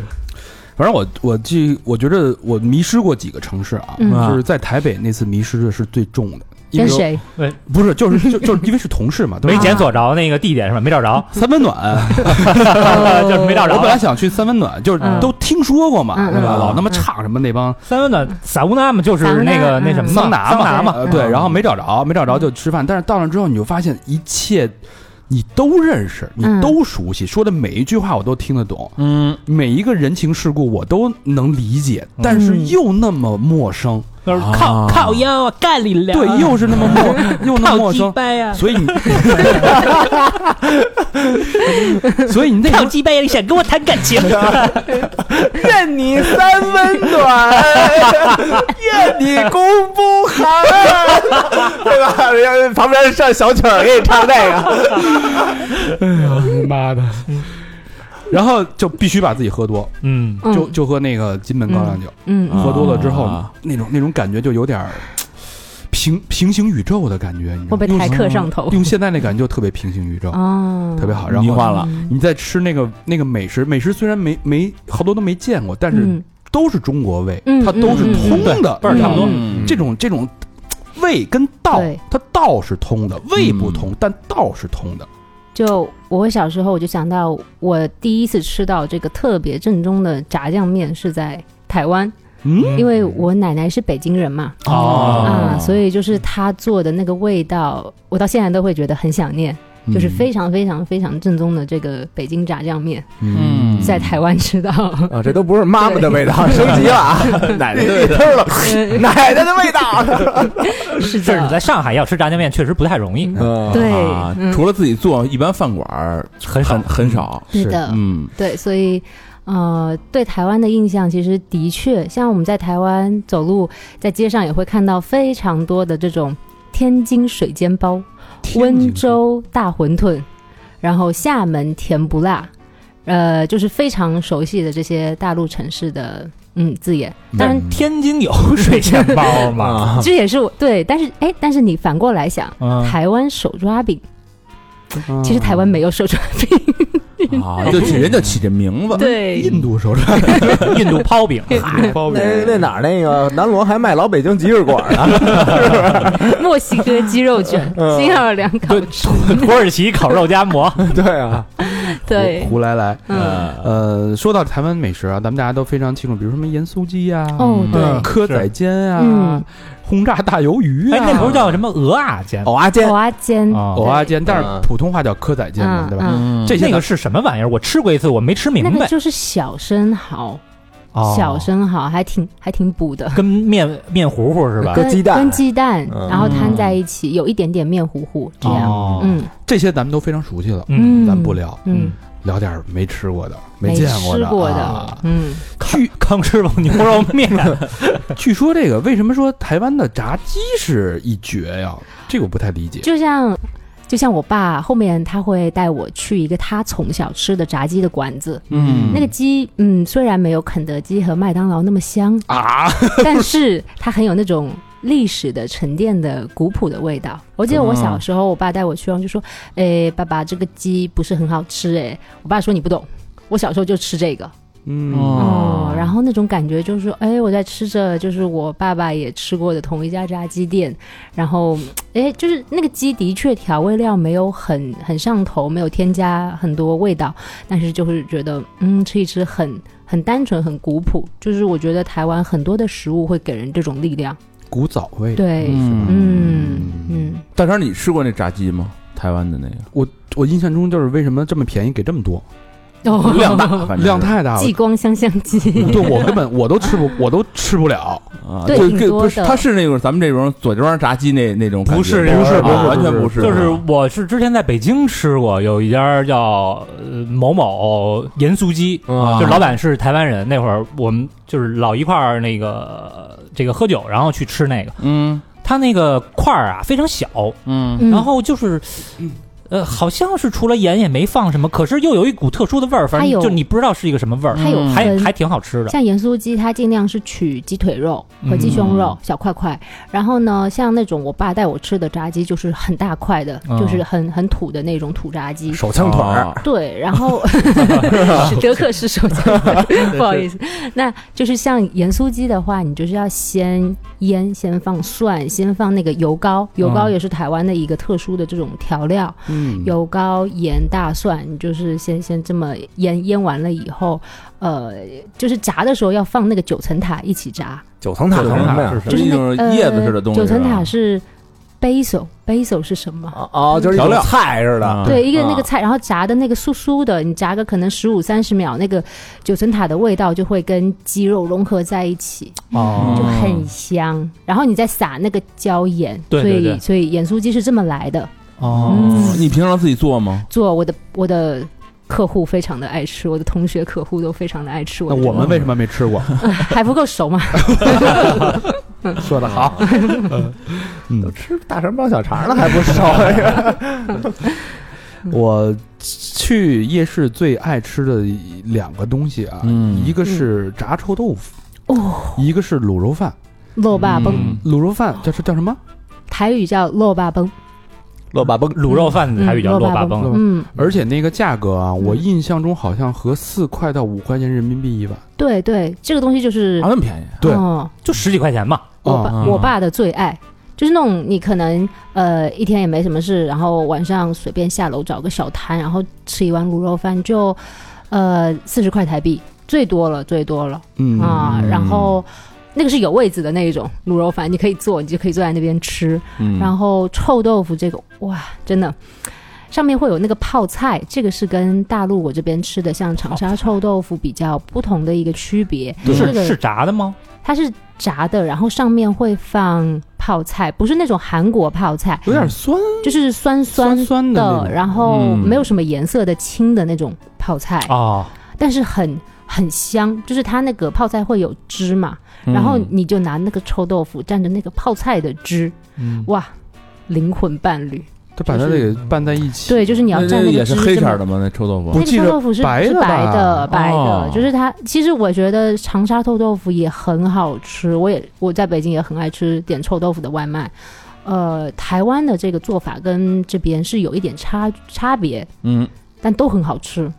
[SPEAKER 3] 反正我我记，我觉得我迷失过几个城市啊，
[SPEAKER 5] 嗯
[SPEAKER 3] 就是在台北那次迷失的是最重的，因
[SPEAKER 5] 跟
[SPEAKER 3] 为
[SPEAKER 5] 谁？
[SPEAKER 3] 不是就是 就就是因为是同事嘛，都是
[SPEAKER 2] 没检索着那个地点是吧？没找
[SPEAKER 5] 哦
[SPEAKER 2] 着，
[SPEAKER 3] 三温暖，
[SPEAKER 2] 就是没找
[SPEAKER 3] 我本来
[SPEAKER 2] 着。
[SPEAKER 3] 想去三温暖，就是
[SPEAKER 2] 嗯
[SPEAKER 3] 都听说过嘛，
[SPEAKER 5] 嗯
[SPEAKER 3] 对吧？
[SPEAKER 2] 嗯
[SPEAKER 3] 老他妈
[SPEAKER 5] 嗯
[SPEAKER 3] 唱什么那帮
[SPEAKER 2] 三温暖撒乌纳嘛，就是那个
[SPEAKER 5] 散乌纳
[SPEAKER 2] 那什么
[SPEAKER 5] 嗯
[SPEAKER 3] 桑拿
[SPEAKER 2] 桑拿嘛，
[SPEAKER 3] 呃对，
[SPEAKER 2] 嗯
[SPEAKER 3] 然后没找着，没找着就吃饭，但是到那之后你就发现一切。你都认识，你
[SPEAKER 5] 嗯
[SPEAKER 3] 都熟悉，说的每一句话我都听得懂，
[SPEAKER 6] 嗯，
[SPEAKER 3] 每一个人情世故我都能理解，
[SPEAKER 2] 嗯
[SPEAKER 3] 但是又那么陌生，
[SPEAKER 2] 就是
[SPEAKER 6] 啊
[SPEAKER 2] 靠靠腰啊，干你了，
[SPEAKER 3] 对，又是那么
[SPEAKER 2] 嗯
[SPEAKER 3] 陌，又那么
[SPEAKER 2] 靠
[SPEAKER 3] 陌
[SPEAKER 2] 鸡
[SPEAKER 3] 生，
[SPEAKER 2] 掰啊呀，
[SPEAKER 3] 所以你，所以你那
[SPEAKER 2] 靠鸡掰呀，你想跟我谈感情？
[SPEAKER 4] 愿你 三温暖，愿你功不寒， 对吧？人家旁边上小曲儿给你唱这个，
[SPEAKER 3] 妈的，然后就必须把自己喝多，
[SPEAKER 2] 嗯，
[SPEAKER 5] 嗯
[SPEAKER 3] 就就喝那个金门高粱酒，
[SPEAKER 5] 嗯
[SPEAKER 6] 嗯
[SPEAKER 3] 喝多了之后
[SPEAKER 6] 啊，
[SPEAKER 3] 那种那种感觉就有点儿平平行宇宙的感觉，你知道
[SPEAKER 5] 会
[SPEAKER 3] 吗
[SPEAKER 5] 被？台客上头
[SPEAKER 3] 用现在那感觉就特别平行宇宙，
[SPEAKER 5] 哦，
[SPEAKER 3] 特别好。然
[SPEAKER 6] 迷
[SPEAKER 3] 后
[SPEAKER 6] 幻了，
[SPEAKER 3] 你再吃那个那个美食，美食虽然没没好多都没见过，但是
[SPEAKER 5] 嗯
[SPEAKER 3] 都是中国味，
[SPEAKER 5] 嗯
[SPEAKER 3] 它都是
[SPEAKER 5] 嗯嗯
[SPEAKER 3] 通的，
[SPEAKER 2] 味儿差不多
[SPEAKER 6] 嗯
[SPEAKER 3] 这种这种味跟道
[SPEAKER 5] 对，
[SPEAKER 3] 它道是通的，味
[SPEAKER 6] 嗯
[SPEAKER 3] 不同，但道是通的。
[SPEAKER 5] 就我小时候，我就想到我第一次吃到这个特别正宗的炸酱面是在台湾，
[SPEAKER 3] 嗯，
[SPEAKER 5] 因为我奶奶是北京人嘛，啊
[SPEAKER 2] 哦
[SPEAKER 5] 嗯啊，所以就是她做的那个味道，我到现在都会觉得很想念。
[SPEAKER 3] 嗯
[SPEAKER 6] 嗯
[SPEAKER 5] 就是非常非常非常正宗的这个北京炸酱面，
[SPEAKER 6] 嗯
[SPEAKER 5] 在台湾吃到。
[SPEAKER 4] 啊，这都不是妈妈的味道，升级了 啊！奶奶的味 道，奶奶的味道。
[SPEAKER 5] 是
[SPEAKER 2] 甚至
[SPEAKER 5] 的，
[SPEAKER 2] 在上海要吃炸酱面确实不太容易，
[SPEAKER 4] 嗯
[SPEAKER 5] 对
[SPEAKER 6] 啊，
[SPEAKER 5] 嗯
[SPEAKER 6] 除了自己做，一般饭馆儿
[SPEAKER 2] 很少
[SPEAKER 6] 很很少。
[SPEAKER 5] 对的，
[SPEAKER 6] 嗯
[SPEAKER 5] 对，所以呃，对台湾的印象其实的确，像我们在台湾走路，在街上也会看到非常多的这种天津水煎包、温州大馄饨，然后厦门甜不辣，呃，就是非常熟悉的这些大陆城市的嗯字眼。当然，
[SPEAKER 2] 天津有水煎包 吗？
[SPEAKER 4] 啊，
[SPEAKER 5] 这也是我对，但是哎，但是你反过来想，
[SPEAKER 2] 嗯，
[SPEAKER 3] 啊
[SPEAKER 5] 台湾手抓饼，其实台湾没有手抓饼，
[SPEAKER 6] 啊，就起人就起这名字，
[SPEAKER 5] 对
[SPEAKER 3] 印度手抓
[SPEAKER 2] 嗯印度泡饼，啊
[SPEAKER 3] 包
[SPEAKER 4] 那那哪儿那个南锣还卖老北京集市馆 呢？
[SPEAKER 5] 墨西哥鸡肉卷、
[SPEAKER 4] 嗯
[SPEAKER 5] 新奥尔良烤翅，
[SPEAKER 2] 土耳其烤肉夹 馍，
[SPEAKER 4] 对啊，
[SPEAKER 5] 对，
[SPEAKER 3] 胡来来。
[SPEAKER 5] 嗯，
[SPEAKER 3] 呃，说到台湾美食啊，咱们大家都非常清楚，比如什么盐酥鸡呀、啊，
[SPEAKER 5] 哦，对，
[SPEAKER 3] 蚵仔煎啊
[SPEAKER 5] 嗯，
[SPEAKER 3] 轰炸大鱿鱼
[SPEAKER 2] 哎，
[SPEAKER 3] 啊，
[SPEAKER 2] 那不是叫什么鹅啊煎？
[SPEAKER 3] 哦
[SPEAKER 4] 藕阿煎
[SPEAKER 5] 蚵仔煎，
[SPEAKER 2] 哦
[SPEAKER 3] 藕啊
[SPEAKER 5] 对
[SPEAKER 6] 嗯
[SPEAKER 3] 煎，但是普通话叫蚵仔煎嘛，
[SPEAKER 5] 嗯
[SPEAKER 3] 对吧？
[SPEAKER 5] 嗯
[SPEAKER 3] 这些
[SPEAKER 2] 那个是什么玩意儿？我吃过一次，我没吃明
[SPEAKER 5] 那个
[SPEAKER 2] 白。
[SPEAKER 5] 就是小生蚝，
[SPEAKER 2] 哦啊
[SPEAKER 5] 小生蚝还挺还挺补的，
[SPEAKER 2] 跟面面糊糊是吧？
[SPEAKER 4] 跟鸡蛋
[SPEAKER 5] 跟鸡蛋，
[SPEAKER 4] 嗯
[SPEAKER 5] 然后摊在一起，有一点点面糊糊这样，
[SPEAKER 2] 哦，
[SPEAKER 5] 嗯
[SPEAKER 3] 这些咱们都非常熟悉了，
[SPEAKER 2] 嗯，
[SPEAKER 3] 咱不聊，
[SPEAKER 5] 嗯，
[SPEAKER 3] 聊点儿没吃过的、
[SPEAKER 5] 没
[SPEAKER 3] 见
[SPEAKER 5] 吃
[SPEAKER 3] 的。
[SPEAKER 5] 过
[SPEAKER 3] 啊
[SPEAKER 5] 的，嗯，
[SPEAKER 2] 据康师傅牛肉 面，
[SPEAKER 3] 据说这个为什么说台湾的炸鸡是一绝呀？这个我不太理解。
[SPEAKER 5] 就像。就像我爸后面他会带我去一个他从小吃的炸鸡的馆子，
[SPEAKER 6] 嗯
[SPEAKER 5] 那个鸡，嗯，虽然没有肯德基和麦当劳那么香啊，但是它很有那种历史的沉淀的古朴的味道。我记得我小时候，我爸带我去，然后就说：“哎，爸爸，这个鸡不是很好吃。”哎，我爸说：“你不懂，我小时候就吃这个。”
[SPEAKER 3] 嗯，
[SPEAKER 5] 哦，然后那种感觉就是，哎，我在吃着就是我爸爸也吃过的同一家炸鸡店，然后，哎，就是那个鸡的确调味料没有很很上头，没有添加很多味道，但是就是觉得，嗯，吃一吃很很单纯，很古朴，就是我觉得台湾很多的食物会给人这种力量，
[SPEAKER 3] 古早味。
[SPEAKER 5] 对，嗯嗯，
[SPEAKER 6] 大成，你吃过那炸鸡吗？台湾的那个
[SPEAKER 3] 我印象中就是为什么这么便宜给这么多，
[SPEAKER 5] 哦，
[SPEAKER 6] 量大，反正是
[SPEAKER 3] 量太大嗯了
[SPEAKER 5] 激。光香香鸡，
[SPEAKER 3] 对我根本我都吃不，我都吃不了。
[SPEAKER 6] 啊，
[SPEAKER 5] 对
[SPEAKER 6] 就
[SPEAKER 5] 挺
[SPEAKER 6] 跟
[SPEAKER 5] 多
[SPEAKER 6] 不是，
[SPEAKER 5] 的
[SPEAKER 6] 它是那种咱们这种左家庄炸鸡那那种感觉，
[SPEAKER 2] 不是
[SPEAKER 6] 啊
[SPEAKER 2] 不是不是
[SPEAKER 6] 完全
[SPEAKER 3] 不是
[SPEAKER 6] 不是，
[SPEAKER 2] 就是我是之前在北京吃过，有一家叫呃某某盐酥鸡，
[SPEAKER 4] 啊
[SPEAKER 2] 就老板是台湾人。那会儿我们就是老一块儿那个这个喝酒，然后去吃那个，
[SPEAKER 6] 嗯
[SPEAKER 2] 他那个块儿啊非常小，
[SPEAKER 6] 嗯
[SPEAKER 5] 嗯
[SPEAKER 2] 然后就是。呃，好像是除了盐也没放什么，可是又有一股特殊的味儿，反
[SPEAKER 5] 它
[SPEAKER 2] 正
[SPEAKER 5] 有
[SPEAKER 2] 就你不知道是一个什么味儿，
[SPEAKER 5] 它有
[SPEAKER 2] 还
[SPEAKER 5] 分
[SPEAKER 2] 还挺好吃的。
[SPEAKER 5] 像盐酥鸡，它尽量是取鸡腿肉和
[SPEAKER 2] 嗯
[SPEAKER 5] 鸡胸肉、小块块。然后呢，像那种我爸带我吃的炸鸡，就是很大块的，
[SPEAKER 2] 嗯
[SPEAKER 5] 就是很很土的那种土炸鸡。
[SPEAKER 4] 手枪腿儿，
[SPEAKER 6] 啊
[SPEAKER 5] 对，然后 是德克士手枪，不好意思，那就是像盐酥鸡的话，你就是要先腌，先放蒜，先放那个油膏，油膏
[SPEAKER 2] 嗯
[SPEAKER 5] 也是台湾的一个特殊的这种调料，
[SPEAKER 3] 嗯，
[SPEAKER 5] 油膏、盐、大蒜，你就是先先这么腌腌完了以后，呃，就是炸的时候要放那个九层塔一起炸，
[SPEAKER 4] 九层塔
[SPEAKER 6] 九
[SPEAKER 4] 是
[SPEAKER 6] 层
[SPEAKER 4] 什么
[SPEAKER 2] 嗯
[SPEAKER 6] 塔
[SPEAKER 4] 呀？
[SPEAKER 6] 是
[SPEAKER 5] 就是
[SPEAKER 6] 一
[SPEAKER 5] 那
[SPEAKER 6] 种叶子似的东西，
[SPEAKER 5] 呃九层塔
[SPEAKER 6] 是啊
[SPEAKER 5] 是 basil basil 是什么？
[SPEAKER 4] 哦哦，就是一
[SPEAKER 6] 调
[SPEAKER 4] 种
[SPEAKER 6] 料
[SPEAKER 4] 菜似
[SPEAKER 6] 吧
[SPEAKER 4] 的。
[SPEAKER 5] 对，一个那
[SPEAKER 4] 啊
[SPEAKER 5] 个菜，然后炸的那个酥酥的，你炸个可能十五三十秒，那个九层塔的味道就会跟鸡肉融合在一起，
[SPEAKER 6] 啊
[SPEAKER 2] 哦
[SPEAKER 5] 就很香。然后你再撒那个椒盐，
[SPEAKER 2] 对对
[SPEAKER 5] 所
[SPEAKER 2] 对
[SPEAKER 5] 以所以盐酥鸡是这么来的。嗯
[SPEAKER 2] 哦
[SPEAKER 6] 哦你平常自己做吗？
[SPEAKER 5] 做我的我的客户非常的爱吃，我的同学客户都非常的爱吃我
[SPEAKER 3] 那
[SPEAKER 5] 的这
[SPEAKER 3] 我
[SPEAKER 5] 个。
[SPEAKER 3] 们为什么没吃过？
[SPEAKER 5] 还不够熟吗？
[SPEAKER 4] 说的好，
[SPEAKER 3] 嗯
[SPEAKER 4] 都吃大肠包小肠了还不少 呀？
[SPEAKER 3] 我去夜市最爱吃的两个东西啊，
[SPEAKER 6] 嗯
[SPEAKER 3] 一个是炸臭豆腐，
[SPEAKER 5] 哦，
[SPEAKER 3] 一个是卤肉饭。
[SPEAKER 5] 肉霸崩，
[SPEAKER 6] 嗯
[SPEAKER 3] 卤肉饭叫是叫什么？
[SPEAKER 5] 台语叫肉霸崩，
[SPEAKER 4] 落把崩，
[SPEAKER 2] 卤肉饭台语叫
[SPEAKER 5] 嗯
[SPEAKER 2] 肉霸
[SPEAKER 5] 肉霸
[SPEAKER 2] 崩，
[SPEAKER 5] 嗯，
[SPEAKER 3] 而且那个价格啊，我印象中好像合四块到五块钱人民币一碗。
[SPEAKER 5] 对对，这个东西就是
[SPEAKER 6] 啊，那么便宜
[SPEAKER 3] 对
[SPEAKER 5] 哦
[SPEAKER 2] 就十几块钱嘛。
[SPEAKER 5] 我
[SPEAKER 3] 啊，
[SPEAKER 5] 爸我爸的最爱，就是那种你可能呃一天也没什么事，然后晚上随便下楼找个小摊，然后吃一碗卤肉饭就呃四十块台币最多了最多了
[SPEAKER 3] 嗯
[SPEAKER 5] 啊，然后。那个是有位子的那一种卤肉饭，你可以坐，你就可以坐在那边吃。
[SPEAKER 6] 嗯
[SPEAKER 5] 然后臭豆腐这个，哇，真的，上面会有那个泡菜，这个是跟大陆我这边吃的像长沙臭豆腐比较不同的一个区别。这
[SPEAKER 2] 是
[SPEAKER 5] 个
[SPEAKER 2] 是炸的吗？
[SPEAKER 5] 它是炸的，然后上面会放泡菜，不是那种韩国泡菜，
[SPEAKER 6] 有
[SPEAKER 3] 嗯
[SPEAKER 6] 点酸
[SPEAKER 5] 就是酸酸
[SPEAKER 6] 酸酸的那
[SPEAKER 5] 的，
[SPEAKER 6] 种
[SPEAKER 5] 然后
[SPEAKER 6] 嗯
[SPEAKER 5] 没有什么颜色的青的那种泡菜，
[SPEAKER 2] 哦，
[SPEAKER 5] 但是很很香，就是它那个泡菜会有汁嘛，
[SPEAKER 6] 嗯
[SPEAKER 5] 然后你就拿那个臭豆腐蘸着那个泡菜的汁，
[SPEAKER 2] 嗯，
[SPEAKER 5] 哇，灵魂伴侣。
[SPEAKER 3] 他把它这
[SPEAKER 5] 就是
[SPEAKER 3] 给拌在一起。
[SPEAKER 5] 对，就是你要蘸
[SPEAKER 6] 那
[SPEAKER 5] 个
[SPEAKER 6] 也是
[SPEAKER 5] 汁
[SPEAKER 6] 黑
[SPEAKER 5] 这
[SPEAKER 6] 色
[SPEAKER 5] 么
[SPEAKER 6] 儿的吗？那臭豆腐
[SPEAKER 5] 那个臭豆腐是
[SPEAKER 3] 白
[SPEAKER 5] 是
[SPEAKER 3] 的
[SPEAKER 5] 白
[SPEAKER 3] 吧
[SPEAKER 5] 的，白
[SPEAKER 6] 哦
[SPEAKER 5] 的，就是它。其实我觉得长沙臭豆腐也很好吃，我也我在北京也很爱吃点臭豆腐的外卖。呃，台湾的这个做法跟这边是有一点差差别，
[SPEAKER 6] 嗯，
[SPEAKER 5] 但都很好吃。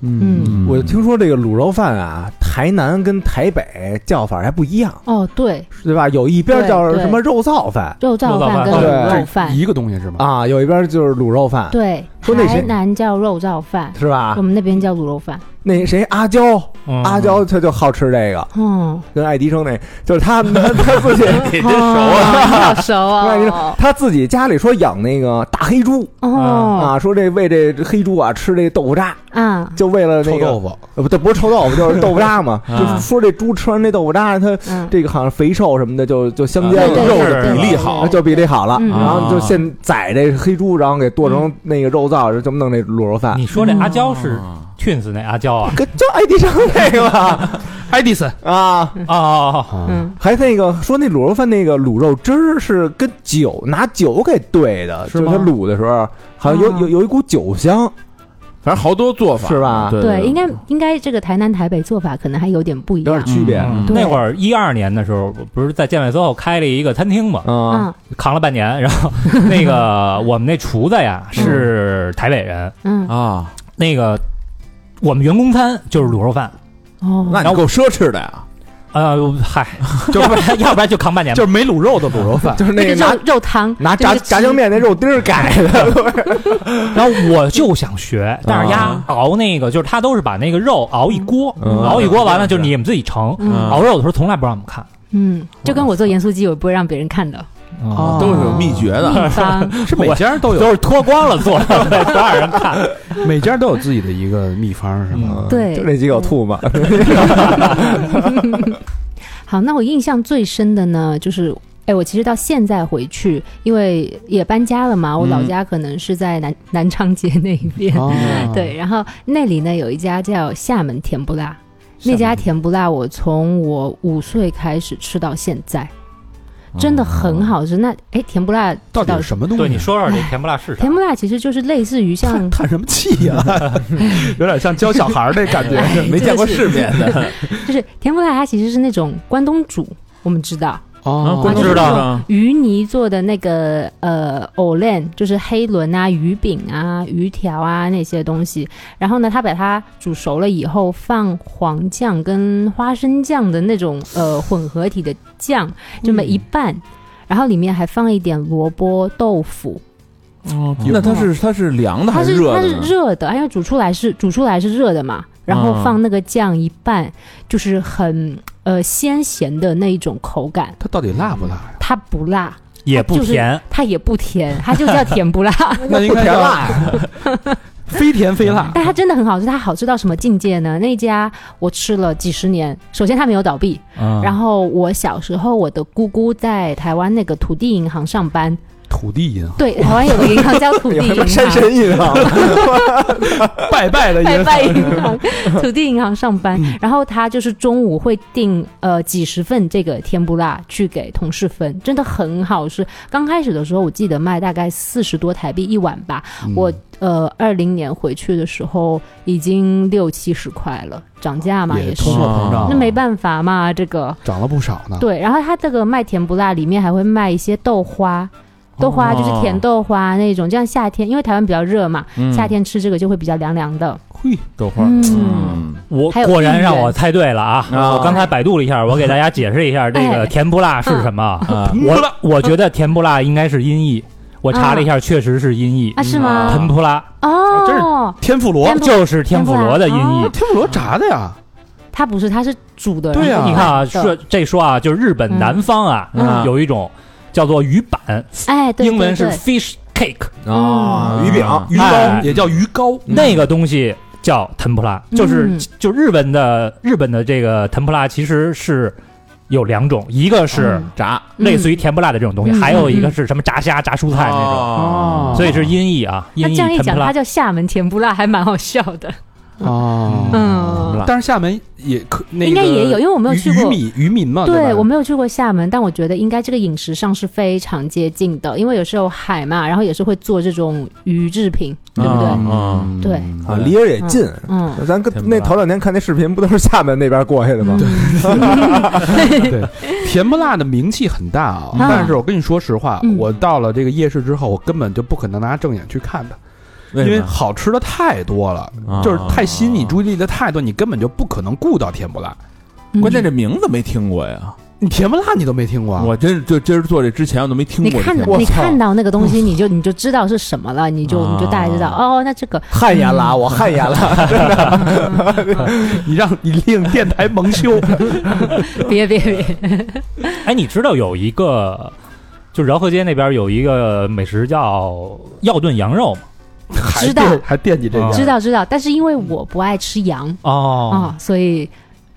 [SPEAKER 3] 嗯，
[SPEAKER 4] 我听说这个卤肉饭啊，台南跟台北叫法还不一样，
[SPEAKER 5] 哦，对，
[SPEAKER 4] 对吧？有一边叫
[SPEAKER 5] 对对
[SPEAKER 4] 什么肉燥饭
[SPEAKER 5] 肉燥
[SPEAKER 2] 肉燥
[SPEAKER 5] 饭
[SPEAKER 2] 饭
[SPEAKER 5] 跟
[SPEAKER 4] 对
[SPEAKER 5] 卤肉饭，
[SPEAKER 3] 一个东西是吗？
[SPEAKER 4] 啊，有一边就是卤肉饭，
[SPEAKER 5] 对，
[SPEAKER 4] 说那啊
[SPEAKER 5] 台
[SPEAKER 4] 谁
[SPEAKER 5] 南叫肉燥饭，
[SPEAKER 4] 是吧
[SPEAKER 5] 我？们那边叫卤肉饭。
[SPEAKER 4] 那谁阿娇，
[SPEAKER 2] 嗯
[SPEAKER 4] 阿娇她就好吃这个，
[SPEAKER 5] 嗯，
[SPEAKER 4] 跟爱迪生那，就是他他 自己，
[SPEAKER 5] 你真熟啊，你好熟
[SPEAKER 4] 跟爱迪生
[SPEAKER 5] 哦。
[SPEAKER 4] 他自己家里说养那个大黑猪
[SPEAKER 5] 哦，
[SPEAKER 4] 啊，说这喂这黑猪啊吃这豆腐渣，
[SPEAKER 5] 啊，
[SPEAKER 4] 就为了那
[SPEAKER 3] 臭
[SPEAKER 4] 个
[SPEAKER 3] 豆腐，嗯
[SPEAKER 4] 呃不对，不是臭豆腐，就是豆腐 渣嘛。
[SPEAKER 6] 啊
[SPEAKER 4] 就是说这猪吃完这豆腐渣，它
[SPEAKER 5] 嗯，
[SPEAKER 4] 这个好像肥瘦什么的就就相间
[SPEAKER 5] 对
[SPEAKER 6] 啊
[SPEAKER 5] 对
[SPEAKER 4] 了，
[SPEAKER 6] 肉
[SPEAKER 5] 对
[SPEAKER 6] 的
[SPEAKER 5] 对
[SPEAKER 6] 比例
[SPEAKER 5] 对
[SPEAKER 6] 好
[SPEAKER 5] 对
[SPEAKER 4] 就比例好了。啊嗯
[SPEAKER 5] 嗯
[SPEAKER 4] 然后就现宰这黑猪，然后给剁成那个肉燥，这么弄这卤肉饭，
[SPEAKER 2] 你说这阿娇是
[SPEAKER 6] 啊
[SPEAKER 2] Twins 那阿娇啊？
[SPEAKER 4] 跟就爱迪生那 个吧
[SPEAKER 3] 爱迪生
[SPEAKER 4] 啊，
[SPEAKER 2] 哦哦，哦
[SPEAKER 5] 嗯，
[SPEAKER 4] 还那个说那卤肉饭那个卤肉汁儿是跟酒拿酒给兑的，
[SPEAKER 3] 是
[SPEAKER 4] 就是
[SPEAKER 3] 吗
[SPEAKER 4] 它卤的时候好像有
[SPEAKER 5] 啊
[SPEAKER 4] 有有一股酒香，
[SPEAKER 6] 反正好多做法
[SPEAKER 4] 是吧
[SPEAKER 6] 对
[SPEAKER 5] 对，应该应该这个台南台北做法可能还有点不一
[SPEAKER 4] 有点
[SPEAKER 5] 样。
[SPEAKER 4] 区别。
[SPEAKER 6] 嗯
[SPEAKER 5] 对
[SPEAKER 2] 那会儿一二年的时候，不是在建外 SOHO 开了一个餐 厅嘛，
[SPEAKER 4] 啊，
[SPEAKER 5] 嗯
[SPEAKER 2] 扛了半年。然后那个我们那厨子呀是台北人，
[SPEAKER 5] 嗯
[SPEAKER 6] 啊，
[SPEAKER 2] 那个我们员工餐就是卤肉饭。
[SPEAKER 5] 哦，
[SPEAKER 6] 那你够奢侈的呀！
[SPEAKER 2] 呃，嗨，要不然要不然就扛半年吧
[SPEAKER 3] 就。是没卤肉的卤肉饭
[SPEAKER 4] 就是
[SPEAKER 5] 那
[SPEAKER 4] 那
[SPEAKER 5] 个
[SPEAKER 4] 个拿
[SPEAKER 5] 肉肉汤
[SPEAKER 4] 拿炸炸酱，面那肉丁儿改的，
[SPEAKER 2] 然后我就想学，但是丫熬那个就是他都是把那个肉熬一锅，
[SPEAKER 4] 嗯
[SPEAKER 2] 熬一锅完了就是你们自己盛。
[SPEAKER 5] 就是嗯
[SPEAKER 2] 熬肉的时候从来不让我们看，
[SPEAKER 5] 嗯，就跟我做盐酥鸡，我不会让别人看 的。啊
[SPEAKER 2] 哦
[SPEAKER 6] 都是有秘诀的，
[SPEAKER 5] 秘方，
[SPEAKER 3] 是每家都有，
[SPEAKER 2] 都是脱光了做的，不让人看。
[SPEAKER 3] 每家都有自己的一个秘方，是吗？
[SPEAKER 5] 对
[SPEAKER 4] 就那几口吐沫。
[SPEAKER 5] 好，那我印象最深的呢，就是，哎，我其实到现在回去，因为也搬家了嘛，我老家可能是在南、南昌街那一边，
[SPEAKER 3] 哦，
[SPEAKER 5] 对，然后那里呢有一家叫厦门甜不辣，那家甜不辣我从我五岁开始吃到现在，
[SPEAKER 6] 嗯
[SPEAKER 5] 真的很好吃。那哎，甜不辣
[SPEAKER 3] 到底
[SPEAKER 5] 到
[SPEAKER 3] 是什么东西？
[SPEAKER 2] 对，你说说这甜不辣是啥
[SPEAKER 5] 嗯甜？不辣其实就是类似于像
[SPEAKER 3] 叹叹什么气呀？有点像 教小孩儿那感觉，
[SPEAKER 6] 没见过世面的，
[SPEAKER 5] 就是甜不辣，它其实是那种关东煮，我们知道
[SPEAKER 3] 哦，
[SPEAKER 2] 我知道
[SPEAKER 6] 啊
[SPEAKER 5] 鱼泥做的那个呃藕链，就是黑轮啊、鱼饼啊、鱼条啊那些东西。然后呢，它把它煮熟了以后，放黄酱跟花生酱的那种呃混合体的酱，这么一拌，然后里面还放一点萝卜、豆腐。
[SPEAKER 6] 哦那它是它是凉的
[SPEAKER 5] 它
[SPEAKER 6] 还
[SPEAKER 5] 是
[SPEAKER 6] 热
[SPEAKER 5] 它
[SPEAKER 6] 的
[SPEAKER 5] 是
[SPEAKER 6] 呢？
[SPEAKER 5] 热的，因为煮出来是煮出来是热的嘛，然后
[SPEAKER 6] 嗯
[SPEAKER 5] 放那个酱一拌，就是很呃鲜咸的那一种口感。
[SPEAKER 3] 它到底辣不辣呀？
[SPEAKER 5] 它不辣，
[SPEAKER 2] 也不甜，
[SPEAKER 5] 它也不甜，它就叫甜不辣。
[SPEAKER 3] 那应
[SPEAKER 4] 不
[SPEAKER 3] 该
[SPEAKER 4] 甜
[SPEAKER 3] 叫
[SPEAKER 4] 辣呀，
[SPEAKER 3] 非甜非辣。
[SPEAKER 5] 但它真的很好吃，它好吃到什么境界呢？那家我吃了几十年，首先它没有倒闭，
[SPEAKER 6] 啊
[SPEAKER 4] 嗯
[SPEAKER 5] 然后我小时候我的姑姑在台湾那个土地银行上班，
[SPEAKER 3] 土地银行，
[SPEAKER 5] 对，台湾有个银行叫土 地
[SPEAKER 4] 有
[SPEAKER 5] 银
[SPEAKER 4] 什么
[SPEAKER 5] 行，
[SPEAKER 4] 山神银行？
[SPEAKER 3] 拜拜 的
[SPEAKER 5] 拜
[SPEAKER 3] 银
[SPEAKER 5] 拜
[SPEAKER 3] 行，
[SPEAKER 5] 银行、土地银行上班，
[SPEAKER 4] 嗯
[SPEAKER 5] 然后他就是中午会订呃几十份这个甜不辣去给同事分，真的很好吃。刚开始的时候，我记得卖大概四十多台币一碗吧，
[SPEAKER 3] 嗯
[SPEAKER 5] 我呃二零年回去的时候已经六七十块了，涨价嘛
[SPEAKER 3] 也啊
[SPEAKER 5] 也是
[SPEAKER 3] 通，货膨胀，
[SPEAKER 5] 那没办法嘛，这个
[SPEAKER 3] 涨了不少呢。
[SPEAKER 5] 对。然后他这个卖甜不辣里面还会卖一些豆花。豆花就是甜豆花那种，这样夏天因为台湾比较热嘛，
[SPEAKER 6] 嗯
[SPEAKER 5] 夏天吃这个就会比较凉凉的。
[SPEAKER 3] 嘿，
[SPEAKER 6] 豆花，
[SPEAKER 5] 嗯，
[SPEAKER 2] 我
[SPEAKER 5] 还有
[SPEAKER 2] 果然
[SPEAKER 5] 芋圆
[SPEAKER 2] 让我猜对了啊！
[SPEAKER 6] 啊
[SPEAKER 2] 我刚才百度了一下，我给大家解释一下这个
[SPEAKER 5] 嗯哎
[SPEAKER 2] 甜不辣是什么。
[SPEAKER 6] 啊
[SPEAKER 2] 我我觉得甜不辣应该是音译，我查了一下，确实是音译
[SPEAKER 5] 啊，。是吗？
[SPEAKER 2] 甜不辣
[SPEAKER 5] 哦，
[SPEAKER 3] 真是天妇罗
[SPEAKER 5] 天，妇
[SPEAKER 2] 就是天妇罗的音译
[SPEAKER 5] 哦。
[SPEAKER 3] 天妇罗炸的呀，
[SPEAKER 5] 它不是，它是煮的。
[SPEAKER 3] 对啊
[SPEAKER 5] 然后
[SPEAKER 2] 你看啊，
[SPEAKER 5] 是
[SPEAKER 2] 说这说啊，就是日本南方啊
[SPEAKER 5] 嗯，
[SPEAKER 2] 有一种叫做鱼板，
[SPEAKER 5] 哎，对
[SPEAKER 2] 英文是
[SPEAKER 5] 对对
[SPEAKER 2] fish cake，
[SPEAKER 4] 啊，鱼饼、
[SPEAKER 3] 嗯
[SPEAKER 4] 鱼
[SPEAKER 2] 哎
[SPEAKER 4] 糕
[SPEAKER 1] 也叫鱼糕，
[SPEAKER 2] 那个东西叫藤普拉，就是
[SPEAKER 5] 嗯
[SPEAKER 2] 就日本的日本的这个藤普拉其实是有两种，一个是
[SPEAKER 5] 嗯
[SPEAKER 6] 炸
[SPEAKER 2] 类似于甜不辣的这种东西，
[SPEAKER 5] 嗯
[SPEAKER 2] 还有一个是什么炸虾、炸蔬菜那种，
[SPEAKER 4] 哦
[SPEAKER 2] 所以是音译啊，
[SPEAKER 5] 他
[SPEAKER 2] 音译
[SPEAKER 5] 这样一
[SPEAKER 2] 藤
[SPEAKER 5] 讲，
[SPEAKER 2] 普
[SPEAKER 5] 他
[SPEAKER 2] 拉。
[SPEAKER 5] 叫厦门甜不辣，还蛮好笑的。
[SPEAKER 3] 哦，
[SPEAKER 5] 嗯，
[SPEAKER 3] 但是厦门也可那个
[SPEAKER 5] 应该也有，因为我没有
[SPEAKER 3] 渔
[SPEAKER 5] 去
[SPEAKER 3] 渔
[SPEAKER 5] 过。
[SPEAKER 3] 民渔民嘛，
[SPEAKER 5] 对
[SPEAKER 3] 哦吧
[SPEAKER 5] 我没有去过厦门，但我觉得应该这个饮食上是非常接近的，因为有时候海嘛，然后也是会做这种鱼制品，对不对？
[SPEAKER 6] 啊，
[SPEAKER 5] 对
[SPEAKER 4] 啊，离着也近。
[SPEAKER 5] 嗯，
[SPEAKER 4] 咱跟那头两天看那视频，不都是厦门那边过去的吗？
[SPEAKER 3] 甜不辣的名气很大啊，
[SPEAKER 5] 嗯
[SPEAKER 3] 但是我跟你说实话，
[SPEAKER 5] 嗯
[SPEAKER 3] 我到了这个夜市之后，我根本就不可能拿正眼去看的，因为啊好吃的太多了，
[SPEAKER 2] 啊
[SPEAKER 3] 就是太吸引你注意力的太多，你根本就不可能顾到甜不辣。
[SPEAKER 5] 嗯
[SPEAKER 6] 关键 这名字没听过呀，
[SPEAKER 3] 你甜不辣你都没听过啊，
[SPEAKER 6] 我真是就今儿做这之前我都没听
[SPEAKER 5] 你
[SPEAKER 6] 过这
[SPEAKER 5] 看
[SPEAKER 6] 节
[SPEAKER 5] 到
[SPEAKER 6] 目。
[SPEAKER 5] 你看到那个东西，你就你就知道是什么了，你就你就大概知道哦，那这个
[SPEAKER 4] 汗颜了啊，我汗颜了。
[SPEAKER 3] 你让你令电台蒙 羞。
[SPEAKER 5] 别别别，
[SPEAKER 2] 哎，你知道有一个，就饶河街那边有一个美食叫药炖羊肉吗？
[SPEAKER 3] 还
[SPEAKER 5] 知道
[SPEAKER 3] 惦还惦记这
[SPEAKER 2] 啊
[SPEAKER 3] 家，
[SPEAKER 5] 知道知道，但是因为我不爱吃羊
[SPEAKER 2] 哦
[SPEAKER 5] 啊，所以。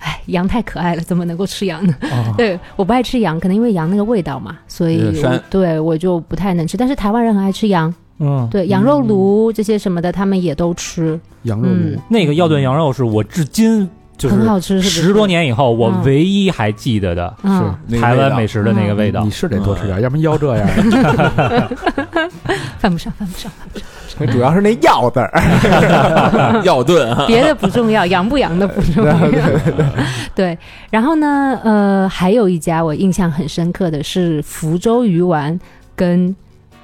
[SPEAKER 5] 哎，羊太可爱了，怎么能够吃羊呢？
[SPEAKER 2] 哦
[SPEAKER 5] 对，我不爱吃羊，可能因为羊那个味道嘛，所
[SPEAKER 6] 有
[SPEAKER 5] 以
[SPEAKER 6] 点
[SPEAKER 5] 我
[SPEAKER 6] 膻
[SPEAKER 5] 对我就不太能吃。但是台湾人很爱吃羊，
[SPEAKER 2] 嗯，
[SPEAKER 5] 对羊肉炉这些什么的，他们也都吃，
[SPEAKER 3] 羊肉炉
[SPEAKER 5] 嗯，
[SPEAKER 2] 那个药炖羊肉是我至今就是
[SPEAKER 5] 很好吃，是不是
[SPEAKER 2] 十多，年以后我
[SPEAKER 5] 嗯
[SPEAKER 2] 唯一还记得的
[SPEAKER 5] 嗯，
[SPEAKER 6] 那个
[SPEAKER 2] 台
[SPEAKER 6] 味
[SPEAKER 2] 湾
[SPEAKER 6] 道
[SPEAKER 2] 美食的那个味道嗯
[SPEAKER 3] 你。是得多吃点，要不然腰这样。
[SPEAKER 5] 犯不上，犯不上， 犯不上
[SPEAKER 4] 主要是那药字儿，
[SPEAKER 6] 药炖啊，
[SPEAKER 5] 别的不重 要，羊不羊的不重要。 对，然后呢，呃，还有一家我印象很深刻的是福州鱼丸跟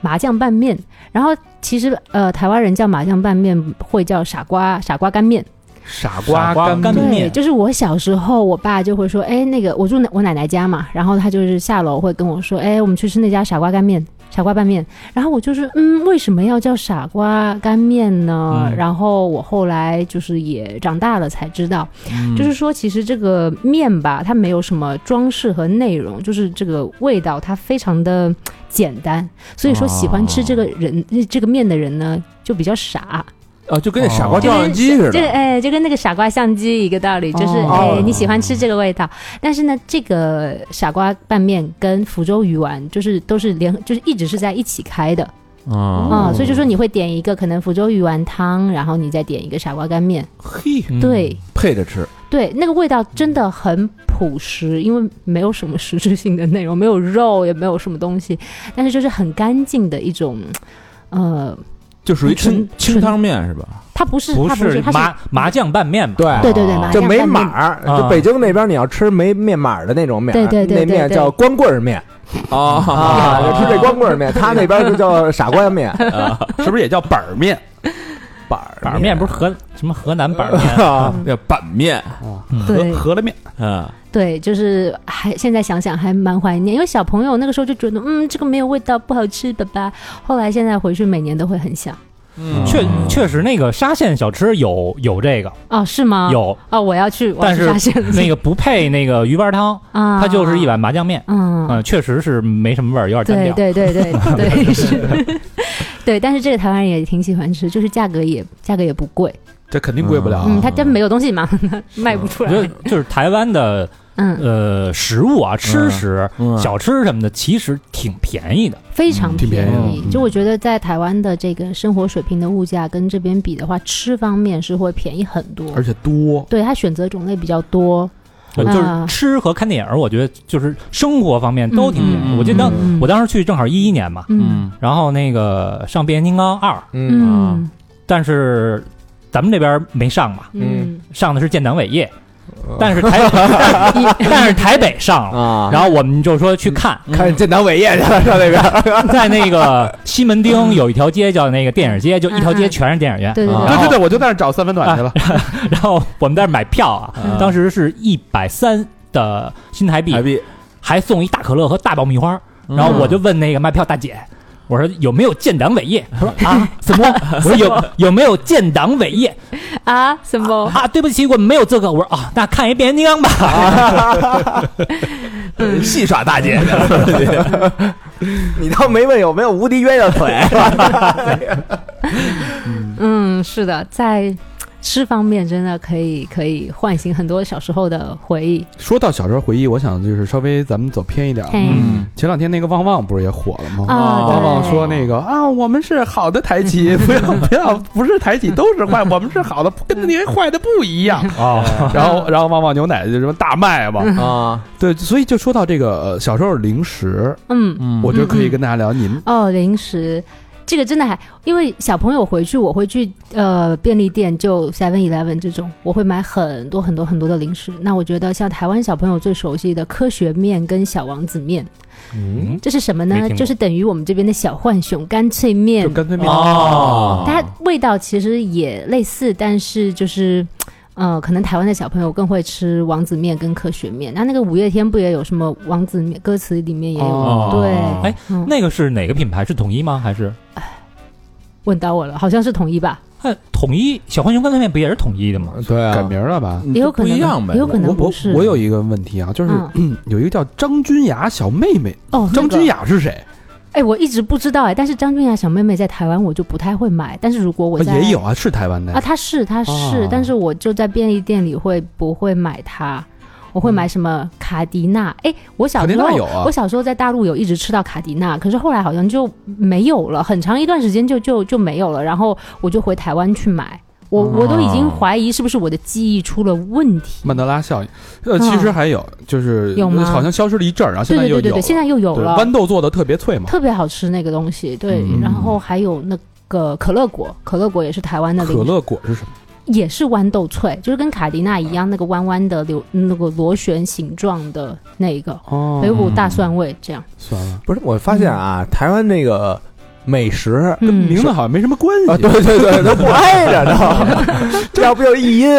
[SPEAKER 5] 麻酱拌面。然后其实呃，台湾人叫麻酱拌面会叫傻瓜傻瓜干面。
[SPEAKER 3] 傻
[SPEAKER 2] 瓜
[SPEAKER 3] 瓜
[SPEAKER 2] 干
[SPEAKER 3] 干
[SPEAKER 2] 面
[SPEAKER 5] 对，就是我小时候，我爸就会说，哎，那个我住我奶奶家嘛，然后他就是下楼会跟我说，哎，我们去吃那家傻瓜干面。傻瓜拌面，然后我就是，嗯，为什么要叫傻瓜干面呢？
[SPEAKER 2] 嗯
[SPEAKER 5] 然后我后来就是也长大了才知道，
[SPEAKER 2] 嗯
[SPEAKER 5] 就是说其实这个面吧，它没有什么装饰和内容，就是这个味道它非常的简单，所以说喜欢
[SPEAKER 2] 哦
[SPEAKER 5] 吃这个人、这个面的人呢就比较傻，
[SPEAKER 6] 啊就跟那傻瓜
[SPEAKER 5] 就
[SPEAKER 6] 照相
[SPEAKER 5] 跟
[SPEAKER 6] 机似
[SPEAKER 5] 就
[SPEAKER 6] 的，
[SPEAKER 5] 哎，就跟那个傻瓜相机一个道理，就是、
[SPEAKER 4] 哦
[SPEAKER 5] 哎，你喜欢吃这个味道，但是呢，这个傻瓜拌面跟福州鱼丸就是都是联，就是一直是在一起开的啊、
[SPEAKER 6] 啊
[SPEAKER 5] 所以就说你会点一个可能福州鱼丸汤，然后你再点一个傻瓜干面，
[SPEAKER 3] 嘿，
[SPEAKER 2] 嗯
[SPEAKER 5] 对。
[SPEAKER 6] 配着吃，
[SPEAKER 5] 对，那个味道真的很朴实，因为没有什么实质性的内容，没有肉，也没有什么东西，但是就是很干净的一种，呃，
[SPEAKER 6] 就属于清
[SPEAKER 5] 纯
[SPEAKER 6] 清汤面是吧？
[SPEAKER 5] 它不是，
[SPEAKER 2] 不
[SPEAKER 5] 它嗯不
[SPEAKER 2] 是
[SPEAKER 5] 是，它
[SPEAKER 2] 麻麻酱拌面嘛？嗯
[SPEAKER 4] 对
[SPEAKER 5] 对对对，麻
[SPEAKER 4] 就
[SPEAKER 5] 酱
[SPEAKER 4] 没
[SPEAKER 5] 拌
[SPEAKER 4] 码
[SPEAKER 5] 面
[SPEAKER 4] 儿。
[SPEAKER 2] 啊
[SPEAKER 4] 就北京那边你要吃没面码儿的那种面儿，
[SPEAKER 5] 对对对
[SPEAKER 4] 那
[SPEAKER 5] 对
[SPEAKER 4] 面
[SPEAKER 5] 对
[SPEAKER 4] 叫光棍儿面啊，就吃这光棍儿面。他那边就叫傻瓜面，
[SPEAKER 3] 是不是也叫板儿面？板儿
[SPEAKER 2] 板儿面不是河什么河南板儿 面？嗯
[SPEAKER 4] 啊，
[SPEAKER 6] 那板面
[SPEAKER 5] 对
[SPEAKER 3] 合合了面，
[SPEAKER 6] 啊，
[SPEAKER 5] 对，就是还现在想想还蛮怀念，因为小朋友那个时候就觉得，嗯，这个没有味道，不好吃，爸爸。后来现在回去每年都会很想。
[SPEAKER 2] 确确实，那个沙县小吃有有这个
[SPEAKER 5] 哦，是吗？
[SPEAKER 2] 有，
[SPEAKER 5] 哦，我要去，我要
[SPEAKER 2] 但
[SPEAKER 5] 去
[SPEAKER 2] 是
[SPEAKER 5] 发现了
[SPEAKER 2] 那个不配那个鱼丸汤，
[SPEAKER 5] 啊，
[SPEAKER 2] 它就是一碗麻酱面。
[SPEAKER 5] 嗯
[SPEAKER 2] 嗯，确实是没什么味儿，有点单
[SPEAKER 5] 对
[SPEAKER 2] 调。
[SPEAKER 5] 对对对 对是，对，但是这个台湾人也挺喜欢吃，就是价格也价格也不贵，
[SPEAKER 3] 这肯定贵不了啊。
[SPEAKER 5] 嗯，他真没有东西嘛， 卖不出
[SPEAKER 2] 我觉得
[SPEAKER 5] 来，
[SPEAKER 2] 就是台湾的
[SPEAKER 5] 嗯，
[SPEAKER 2] 呃食物啊，吃食、
[SPEAKER 6] 嗯
[SPEAKER 2] 小吃什么的，其实挺便宜的。
[SPEAKER 5] 非常
[SPEAKER 3] 挺便
[SPEAKER 5] 便
[SPEAKER 3] 宜的
[SPEAKER 2] 嗯
[SPEAKER 5] 宜。就我觉得在台湾的这个生活水平的物价跟这边比的话，吃方面是会便宜很多，
[SPEAKER 3] 而且多，
[SPEAKER 5] 对它选择种类比较多，
[SPEAKER 2] 就
[SPEAKER 5] 啊
[SPEAKER 2] 是吃和看电影，我觉得就是生活方面都挺便宜。
[SPEAKER 6] 嗯
[SPEAKER 2] 我记得当、
[SPEAKER 5] 嗯嗯
[SPEAKER 2] 我当时去正好一一年嘛，
[SPEAKER 5] 嗯
[SPEAKER 2] 然后那个上《变形金刚二》，
[SPEAKER 4] 嗯
[SPEAKER 5] 嗯
[SPEAKER 2] 但是咱们这边没上嘛，
[SPEAKER 5] 嗯，
[SPEAKER 2] 上的是建党伟业，但是台但但是台北上了，
[SPEAKER 4] 啊，
[SPEAKER 2] 嗯然后我们就说去看，
[SPEAKER 4] 看建党伟业去了，上那边
[SPEAKER 2] 在那个西门町有一条街叫那个电影街，就一条街全是电影院，
[SPEAKER 5] 对对
[SPEAKER 4] 啊
[SPEAKER 5] 对
[SPEAKER 3] 对对对，我就在那儿找三分暖去了。
[SPEAKER 2] 哎然后我们在那儿买票啊，
[SPEAKER 5] 嗯
[SPEAKER 2] 当时是一百三的新台币
[SPEAKER 6] 台，币，
[SPEAKER 2] 还送一大可乐和大爆米花，然后我就问那个卖票大姐。我说有没有建党伟业？她说啊什么？我说有有没有建党伟业？
[SPEAKER 5] 啊什么？
[SPEAKER 2] 啊，对不起，我们没有这个。我说啊，那看一变 形金刚吧。
[SPEAKER 5] 嗯
[SPEAKER 6] 戏耍大姐，
[SPEAKER 4] 你倒没问有没有无敌鸳鸯腿，
[SPEAKER 5] 嗯，是的，在吃方面真的可以可以唤醒很多小时候的回忆。
[SPEAKER 3] 说到小时候回忆，我想就是稍微咱们走偏一点儿。
[SPEAKER 5] 嘿
[SPEAKER 2] 嗯，
[SPEAKER 3] 前两天那个旺旺不是也火了吗？
[SPEAKER 5] 啊，
[SPEAKER 3] 旺旺
[SPEAKER 5] 对
[SPEAKER 3] 哦说那个啊，我们是好的台企， 不要不要，不是台企都是坏，我们是好的，跟那些坏的不一样。
[SPEAKER 2] 哦，
[SPEAKER 3] 然后然后旺旺牛奶就什么大卖
[SPEAKER 5] 嗯
[SPEAKER 3] 嘛，
[SPEAKER 4] 啊，
[SPEAKER 3] 对，所以就说到这个呃小时候零食，
[SPEAKER 5] 嗯，
[SPEAKER 2] 嗯
[SPEAKER 3] 我觉得可以跟大家聊您
[SPEAKER 5] 哦，零食。这个真的还，因为小朋友回去，我会去呃便利店，就 Seven Eleven 这种，我会买很多很多很多的零食。那我觉得像台湾小朋友最熟悉的科学面跟小王子面，
[SPEAKER 2] 嗯
[SPEAKER 5] 这是什么
[SPEAKER 2] 没
[SPEAKER 5] 呢
[SPEAKER 2] 听？过
[SPEAKER 5] 就是等于我们这边的小浣熊干脆面
[SPEAKER 3] 就，干脆面
[SPEAKER 5] 嗯
[SPEAKER 3] 啊
[SPEAKER 2] 哦
[SPEAKER 5] 它味道其实也类似，但是就是。呃，可能台湾的小朋友更会吃王子面跟科学面，那那个五月天不也有什么王子面？歌词里面也有，
[SPEAKER 3] 哦
[SPEAKER 5] 对，
[SPEAKER 2] 哎，
[SPEAKER 5] 嗯，
[SPEAKER 2] 那个是哪个品牌？是统一吗？还是？
[SPEAKER 5] 问到我了，好像是统一吧，
[SPEAKER 2] 哎，统一小浣熊干脆面不也是统一的吗？
[SPEAKER 6] 对
[SPEAKER 4] 啊
[SPEAKER 3] 改名儿了吧？
[SPEAKER 5] 也有可能
[SPEAKER 6] 不一样呗
[SPEAKER 5] 也有可能
[SPEAKER 3] 我
[SPEAKER 5] 哦不
[SPEAKER 3] 我
[SPEAKER 5] 是。
[SPEAKER 3] 我有一个问题啊，就是
[SPEAKER 5] 嗯
[SPEAKER 3] 有一个叫张君雅小妹妹，
[SPEAKER 5] 哦，
[SPEAKER 3] 张君
[SPEAKER 5] 雅，
[SPEAKER 3] 雅是谁？
[SPEAKER 5] 哎，我一直不知道哎，但是张君雅小妹妹在台湾我就不太会买，但是如果我在
[SPEAKER 3] 也有啊，是台湾的
[SPEAKER 5] 啊，她是她是，
[SPEAKER 3] 哦
[SPEAKER 5] 但是我就在便利店里会不会买它？我会
[SPEAKER 3] 嗯
[SPEAKER 5] 买什么卡迪娜？哎，我小
[SPEAKER 3] 肯定
[SPEAKER 5] 时候
[SPEAKER 3] 那有啊
[SPEAKER 5] 我。小时候在大陆有一直吃到卡迪娜，可是后来好像就没有了，很长一段时间就就就没有了。然后我就回台湾去买，我
[SPEAKER 3] 哦
[SPEAKER 5] 我都已经怀疑是不是我的记忆出了问题。
[SPEAKER 3] 曼德拉效应，呃，其实还有，就是
[SPEAKER 5] 嗯有吗
[SPEAKER 3] 好像消失了一阵儿，啊然后现
[SPEAKER 5] 对
[SPEAKER 3] 在
[SPEAKER 5] 对
[SPEAKER 3] 又
[SPEAKER 5] 对
[SPEAKER 3] 有
[SPEAKER 5] 对
[SPEAKER 3] 了
[SPEAKER 5] 对，现在又有
[SPEAKER 3] 对
[SPEAKER 5] 了，
[SPEAKER 3] 豌豆做的特别脆嘛，
[SPEAKER 5] 特别好吃那个东西。对，
[SPEAKER 3] 嗯
[SPEAKER 5] 然后还有那个可乐果，可乐果也是台湾的零
[SPEAKER 3] 可
[SPEAKER 5] 食，
[SPEAKER 3] 乐果是什么？
[SPEAKER 5] 也是豌豆脆，就是跟卡迪娜一样，那个弯弯的流那个螺旋形状的那一个
[SPEAKER 3] 哦
[SPEAKER 5] 有一股大蒜味，这样。
[SPEAKER 3] 算了，
[SPEAKER 4] 不是，我发现啊，台湾那个美食
[SPEAKER 3] 跟
[SPEAKER 5] 嗯
[SPEAKER 3] 名字好像没什么关系。
[SPEAKER 4] 啊，对对对，都不挨着都，要不就译音，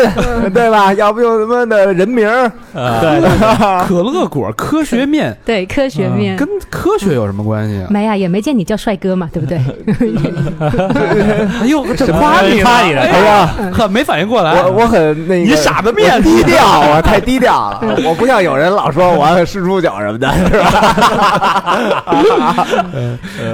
[SPEAKER 4] 对吧？要不就他妈的人名儿，
[SPEAKER 2] 对，
[SPEAKER 3] 啊可乐果科学面
[SPEAKER 5] 对，科学面。
[SPEAKER 3] 嗯
[SPEAKER 5] 嗯
[SPEAKER 3] 跟科学有什么关系啊？
[SPEAKER 5] 没呀、也没见你叫帅哥嘛，对不对？
[SPEAKER 3] 哎呦，这
[SPEAKER 2] 夸你呢夸你呢
[SPEAKER 3] 哎
[SPEAKER 4] 哎
[SPEAKER 3] 呀，
[SPEAKER 4] 呀，
[SPEAKER 3] 很 没反应过来。
[SPEAKER 4] 我我很那个，
[SPEAKER 3] 你傻子面
[SPEAKER 4] 我低调啊，太低调了，我不像有人老说我是猪脚什么的，是吧？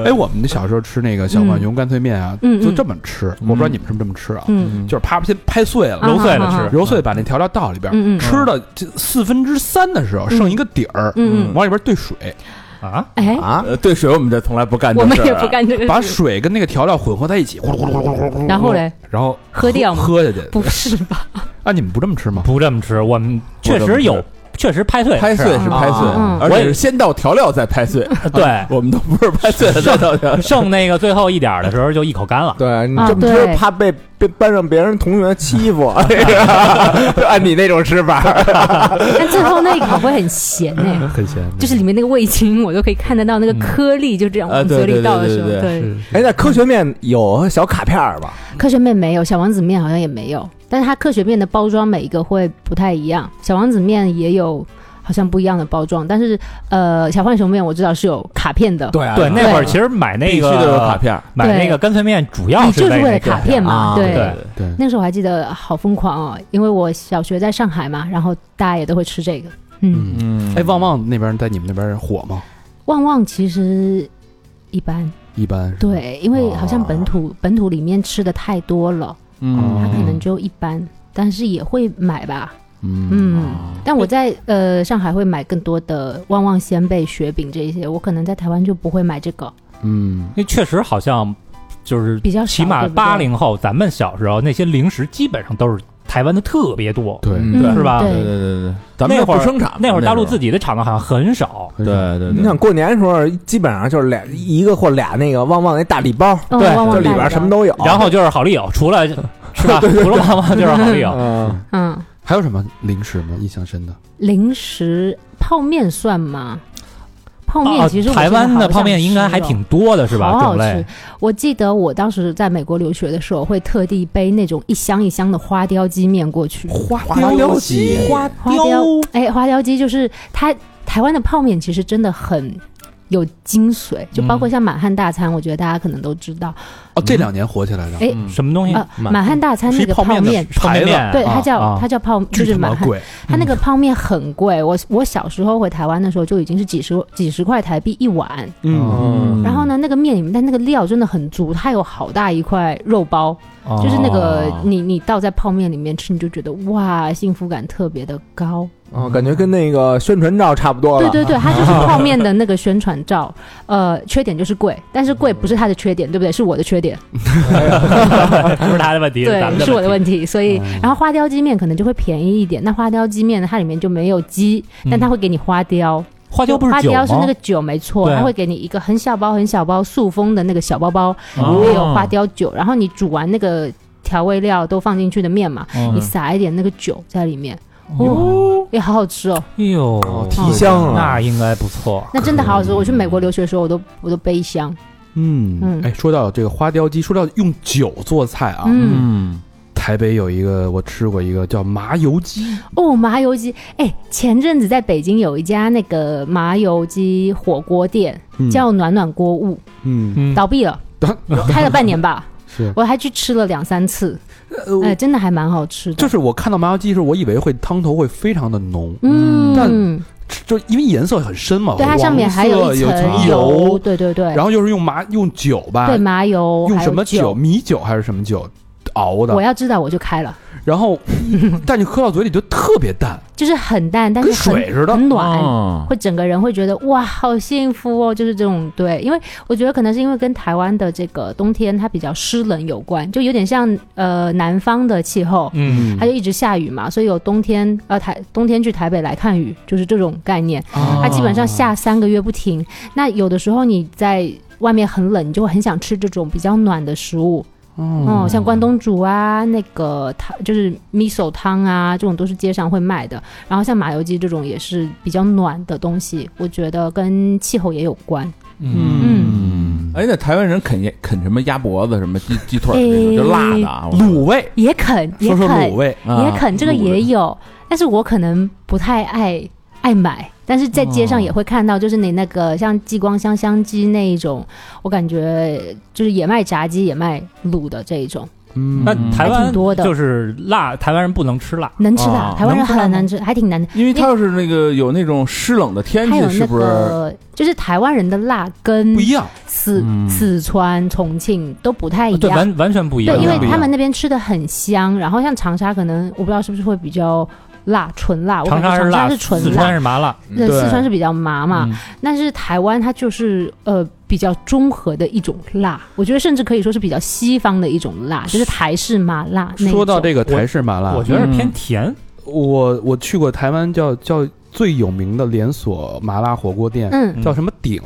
[SPEAKER 3] 哎，我们小时候吃那个小浣熊干脆面啊，
[SPEAKER 5] 嗯嗯
[SPEAKER 3] 就这么吃。我不知道你们是不是这么吃啊，
[SPEAKER 5] 嗯，
[SPEAKER 3] 就是啪先拍碎了，
[SPEAKER 2] 揉碎了
[SPEAKER 5] 啊啊啊啊
[SPEAKER 2] 吃，
[SPEAKER 3] 揉碎把那调料倒里边，
[SPEAKER 5] 嗯嗯
[SPEAKER 3] 吃到这四分之三的时候
[SPEAKER 5] 嗯
[SPEAKER 3] 剩一个底儿，
[SPEAKER 5] 嗯嗯
[SPEAKER 3] 往里边兑水，
[SPEAKER 2] 啊，
[SPEAKER 5] 哎，
[SPEAKER 4] 啊，
[SPEAKER 6] 呃，兑水我们这从来不干这
[SPEAKER 5] 我
[SPEAKER 6] 事
[SPEAKER 5] 们
[SPEAKER 6] 儿
[SPEAKER 5] 也
[SPEAKER 6] 啊，
[SPEAKER 5] 不干这个事。
[SPEAKER 3] 把水跟那个调料混合在一起，呼噜呼噜呼噜呼噜呼噜呼噜
[SPEAKER 5] 然后嘞，
[SPEAKER 3] 然后
[SPEAKER 5] 喝掉吗
[SPEAKER 3] 喝下去。
[SPEAKER 5] 不是吧？
[SPEAKER 3] 啊，你们不这么吃吗？
[SPEAKER 2] 不这么吃，我们确实有，
[SPEAKER 5] 嗯
[SPEAKER 2] 确实拍碎
[SPEAKER 6] 拍碎
[SPEAKER 2] 是
[SPEAKER 6] 是拍碎
[SPEAKER 5] 啊，
[SPEAKER 6] 而
[SPEAKER 2] 我
[SPEAKER 6] 且
[SPEAKER 2] 也
[SPEAKER 6] 是先倒调料再拍碎，
[SPEAKER 2] 对，
[SPEAKER 6] 我们都不是拍碎了再倒调料。
[SPEAKER 2] 剩那个最后一点儿的时候就一口干了。
[SPEAKER 4] 对你
[SPEAKER 5] 啊
[SPEAKER 4] 这么吃
[SPEAKER 5] 对
[SPEAKER 4] 怕被被班上别人同学欺负，就按你那种吃法，
[SPEAKER 5] 但最后那一口会很咸哎、
[SPEAKER 3] 很咸，
[SPEAKER 5] 就是里面那个味精，我都可以看得到那个颗粒，就这样
[SPEAKER 6] 啊
[SPEAKER 5] 往
[SPEAKER 6] 对
[SPEAKER 5] 嘴里倒的时候。
[SPEAKER 6] 对对对
[SPEAKER 5] 对，
[SPEAKER 4] 哎，那科学面有小卡片儿吧？
[SPEAKER 5] 科学面没有，小王子面好像也没有，但是它科学面的包装每一个会不太一样，小王子面也有好像不一样的包装，但是呃，小浣熊面我知道是有卡片的，
[SPEAKER 4] 对啊
[SPEAKER 2] 对，那会儿其实买那
[SPEAKER 6] 必须
[SPEAKER 2] 个
[SPEAKER 6] 得有卡，片儿，
[SPEAKER 2] 买那个干脆面主要
[SPEAKER 5] 你就是
[SPEAKER 2] 为
[SPEAKER 5] 为
[SPEAKER 2] 了
[SPEAKER 5] 了卡片嘛，
[SPEAKER 4] 啊
[SPEAKER 5] 对。
[SPEAKER 2] 对
[SPEAKER 3] 对，
[SPEAKER 5] 那时候我还记得好疯狂哦，因为我小学在上海嘛，然后大家也都会吃这个。嗯，
[SPEAKER 3] 嗯。
[SPEAKER 6] 嗯
[SPEAKER 3] 哎，旺旺那边在你们那边火吗？
[SPEAKER 5] 旺旺其实一般，
[SPEAKER 3] 一般是吧，
[SPEAKER 5] 对，因为好像本土、本土里面吃的太多了，它
[SPEAKER 6] 哦
[SPEAKER 3] 嗯
[SPEAKER 5] 可能就一般，但是也会买吧。
[SPEAKER 3] 嗯，
[SPEAKER 5] 嗯，但我在呃上海会买更多的旺旺鲜贝、雪饼这一些，我可能在台湾就不会买这个，
[SPEAKER 3] 嗯，
[SPEAKER 2] 那确实好像就是
[SPEAKER 5] 比较少
[SPEAKER 2] 起码
[SPEAKER 5] 对不对
[SPEAKER 2] 八零后，咱们小时候那些零食基本上都是台湾的特别多，
[SPEAKER 3] 对，
[SPEAKER 6] 嗯
[SPEAKER 5] 嗯
[SPEAKER 2] 是吧
[SPEAKER 6] 对
[SPEAKER 5] 对，
[SPEAKER 6] 对对对，咱们
[SPEAKER 2] 那
[SPEAKER 6] 那
[SPEAKER 2] 会儿
[SPEAKER 6] 不生产嘛，
[SPEAKER 2] 那会儿大陆自
[SPEAKER 6] 己
[SPEAKER 2] 己的厂子好像很少，
[SPEAKER 3] 很
[SPEAKER 6] 对
[SPEAKER 3] 少
[SPEAKER 6] 对对，
[SPEAKER 4] 你想过年的时候，基本上就是俩一个或俩那个旺旺那大礼包，
[SPEAKER 5] 哦
[SPEAKER 2] 对
[SPEAKER 4] 就
[SPEAKER 5] 旺旺
[SPEAKER 4] 里
[SPEAKER 5] 大
[SPEAKER 4] 边
[SPEAKER 5] 礼
[SPEAKER 4] 什么
[SPEAKER 5] 包
[SPEAKER 4] 都有。
[SPEAKER 2] 然后就是好丽友，除了是吧？除了旺旺就是好丽友，
[SPEAKER 4] 嗯，
[SPEAKER 5] 嗯，
[SPEAKER 3] 还有什么零食吗？印象深的？
[SPEAKER 5] 零食泡面算吗？泡面
[SPEAKER 2] 啊
[SPEAKER 5] 其实、
[SPEAKER 2] 台湾的泡面应该还挺。多的是吧？
[SPEAKER 5] 好好
[SPEAKER 2] 种
[SPEAKER 5] 吃
[SPEAKER 2] 类，！
[SPEAKER 5] 我记得我当时在美国留学的时候，会特地背那种一箱一箱的花雕鸡面过去。
[SPEAKER 3] 花
[SPEAKER 4] 雕鸡
[SPEAKER 3] 花
[SPEAKER 5] 花雕，哎，花雕鸡就是它台湾的泡面，其实真的很有精髓，就
[SPEAKER 2] 嗯
[SPEAKER 5] 包括像满汉大餐，我觉得大家可能都知道，
[SPEAKER 3] 哦，这两年火起来的，
[SPEAKER 5] 哎
[SPEAKER 2] 什么嗯东西？
[SPEAKER 5] 呃，
[SPEAKER 2] 满
[SPEAKER 5] 满汉大餐
[SPEAKER 6] 是
[SPEAKER 5] 那
[SPEAKER 6] 一
[SPEAKER 5] 个
[SPEAKER 6] 泡
[SPEAKER 5] 泡
[SPEAKER 6] 面的
[SPEAKER 5] 面，
[SPEAKER 2] 泡
[SPEAKER 6] 牌子，
[SPEAKER 2] 面，
[SPEAKER 5] 对，它
[SPEAKER 2] 啊
[SPEAKER 5] 叫它叫泡，就
[SPEAKER 3] 巨
[SPEAKER 5] 是
[SPEAKER 3] 他妈
[SPEAKER 5] 满汉，
[SPEAKER 3] 贵，
[SPEAKER 5] 它
[SPEAKER 2] 嗯
[SPEAKER 5] 那个泡面很贵。我我小时候回台湾的时候就已经是几十几十块台币一碗，
[SPEAKER 2] 嗯
[SPEAKER 5] 然后呢，那个面里面，但那个料真的很足，它有好大一块肉包，
[SPEAKER 2] 哦
[SPEAKER 5] 就是那个你你倒在泡面里面吃，你就觉得哇，幸福感特别的高。
[SPEAKER 4] 哦，感觉跟那个宣传照差不多了。
[SPEAKER 5] 对对对，它就是泡面的那个宣传照。呃，缺点就是贵，但是贵不是它的缺点，对不对？是我的缺点，
[SPEAKER 2] 不是他的问题，
[SPEAKER 5] 对
[SPEAKER 2] 咱们，
[SPEAKER 5] 是我的
[SPEAKER 2] 题。嗯
[SPEAKER 5] 问题。所
[SPEAKER 3] 嗯
[SPEAKER 5] 以，然后花雕鸡面可能就会便宜一点。那花雕鸡面呢，它里面就没有鸡，但它会给你花雕。
[SPEAKER 2] 嗯花椒不是
[SPEAKER 5] 花
[SPEAKER 2] 酒
[SPEAKER 5] 雕是
[SPEAKER 2] 吗啊
[SPEAKER 5] 那个酒，没错，
[SPEAKER 2] 对
[SPEAKER 5] 它会给你一个很小包、很小包塑封的那个小包包，里
[SPEAKER 2] 哦
[SPEAKER 5] 面有花雕酒。然后你煮完那个调味料都放进去的面嘛，
[SPEAKER 2] 嗯
[SPEAKER 5] 你撒一点那个酒在里面，哦，也好好吃哦，
[SPEAKER 2] 哎呦，
[SPEAKER 4] 提香啊，
[SPEAKER 2] 那应该不错。
[SPEAKER 5] 那真的好好吃。我去美国留学的时候，我都我都背一箱，
[SPEAKER 3] 嗯，
[SPEAKER 5] 嗯
[SPEAKER 3] 哎，说到这个花雕鸡，说到用酒做菜啊，
[SPEAKER 5] 嗯，
[SPEAKER 1] 嗯，
[SPEAKER 3] 台北有一个我吃过一个叫麻油鸡，
[SPEAKER 5] 哦，麻油鸡，哎，前阵子在北京有一家那个麻油鸡火锅店
[SPEAKER 3] 嗯
[SPEAKER 5] 叫暖暖锅物，
[SPEAKER 3] 嗯，
[SPEAKER 2] 嗯，
[SPEAKER 5] 倒闭了，开了半年吧，
[SPEAKER 3] 是，
[SPEAKER 5] 我还去吃了两三次，
[SPEAKER 3] 呃
[SPEAKER 5] 哎，真的还蛮好吃的
[SPEAKER 3] 就，是我看到麻油鸡的时候，我以为会汤头会非常的浓，
[SPEAKER 5] 嗯。
[SPEAKER 3] 就因为颜色很深嘛，
[SPEAKER 5] 对，它
[SPEAKER 3] 黄
[SPEAKER 5] 上面还有
[SPEAKER 3] 色
[SPEAKER 5] 一
[SPEAKER 3] 有
[SPEAKER 5] 层
[SPEAKER 3] 油，
[SPEAKER 5] 对对对，
[SPEAKER 3] 然后又是用麻用酒吧，
[SPEAKER 5] 对麻油，
[SPEAKER 3] 用
[SPEAKER 5] 还有
[SPEAKER 3] 什么
[SPEAKER 5] 酒？
[SPEAKER 3] 米酒还是什么酒熬的
[SPEAKER 5] 我，要知道我就开了，
[SPEAKER 3] 然后但你喝到嘴里就特别淡，
[SPEAKER 5] 就是很淡，但是
[SPEAKER 3] 跟
[SPEAKER 5] 很
[SPEAKER 3] 水似的。哦
[SPEAKER 5] 很暖。
[SPEAKER 1] 嗯
[SPEAKER 5] 会整个人会觉得哇，好幸福哦，就是这种对，因为我觉得可能是因为跟台湾的这个冬天它比较湿冷有关，就有点像呃南方的气候，
[SPEAKER 2] 嗯，
[SPEAKER 5] 它就一直下雨嘛，所以有冬天呃台冬天去台北来看雨，就是这种概念。它
[SPEAKER 3] 哦
[SPEAKER 2] 它
[SPEAKER 5] 基本上下三个月不停。那有的时候你在外面很冷，你就会很想吃这种比较暖的食物。哦、像关东煮啊，那个汤就是 miso 汤啊，这种都是街上会卖的。然后像麻油鸡这种也是比较暖的东西，我觉得跟气候也有关。
[SPEAKER 1] 嗯，
[SPEAKER 6] 哎，那台湾人啃鸭啃什么鸭脖子、什么鸡鸡腿儿这种，就
[SPEAKER 5] 哎
[SPEAKER 6] 辣的啊，我
[SPEAKER 3] 卤味，
[SPEAKER 5] 也啃，也
[SPEAKER 3] 说说
[SPEAKER 5] 啃
[SPEAKER 3] 卤，味，
[SPEAKER 6] 啊
[SPEAKER 5] 也啃，这个也有，但是我可能不太爱爱买，但是在街上也会看到，就是你那个像激光香香鸡那一种，我感觉就是也卖炸鸡，也卖卤的这一种，
[SPEAKER 3] 嗯，
[SPEAKER 2] 那台
[SPEAKER 5] 还
[SPEAKER 2] 湾
[SPEAKER 5] 挺多的
[SPEAKER 2] 就是辣，台湾人不能吃辣。
[SPEAKER 5] 能吃辣，
[SPEAKER 6] 哦
[SPEAKER 5] 台湾人
[SPEAKER 2] 能吃辣
[SPEAKER 5] 很
[SPEAKER 2] 吗
[SPEAKER 5] 难吃，还挺难的。
[SPEAKER 6] 因为它要是那个有那种湿冷的天
[SPEAKER 5] 还有
[SPEAKER 6] 气，
[SPEAKER 5] 那
[SPEAKER 6] 是不是？
[SPEAKER 5] 个，就是台湾人的辣跟
[SPEAKER 3] 不一样，
[SPEAKER 5] 四
[SPEAKER 1] 嗯
[SPEAKER 5] 四川、重庆都不太一
[SPEAKER 2] 哦对，
[SPEAKER 5] 样。
[SPEAKER 2] 完完全不一样。
[SPEAKER 5] 哎对，因为
[SPEAKER 3] 不一样
[SPEAKER 5] 他们那边吃的很香，然后像长沙可能我不知道是不是会比较辣，纯辣。我
[SPEAKER 2] 长
[SPEAKER 5] 感觉
[SPEAKER 2] 沙
[SPEAKER 5] 长
[SPEAKER 2] 辣，
[SPEAKER 5] 是纯
[SPEAKER 2] 四川是麻辣
[SPEAKER 5] 对，
[SPEAKER 3] 对
[SPEAKER 5] 四川是比较麻嘛，
[SPEAKER 2] 嗯
[SPEAKER 5] 但是台湾它就是呃比较中和的一种辣，我觉得甚至可以说是比较西方的一种辣，就是台式麻辣那一种。
[SPEAKER 3] 说到这个台式麻辣，
[SPEAKER 2] 我觉得是偏
[SPEAKER 5] 嗯
[SPEAKER 2] 甜。
[SPEAKER 3] 我我去过台湾叫叫最有名的连锁麻辣火锅店，
[SPEAKER 5] 嗯，
[SPEAKER 3] 叫什么鼎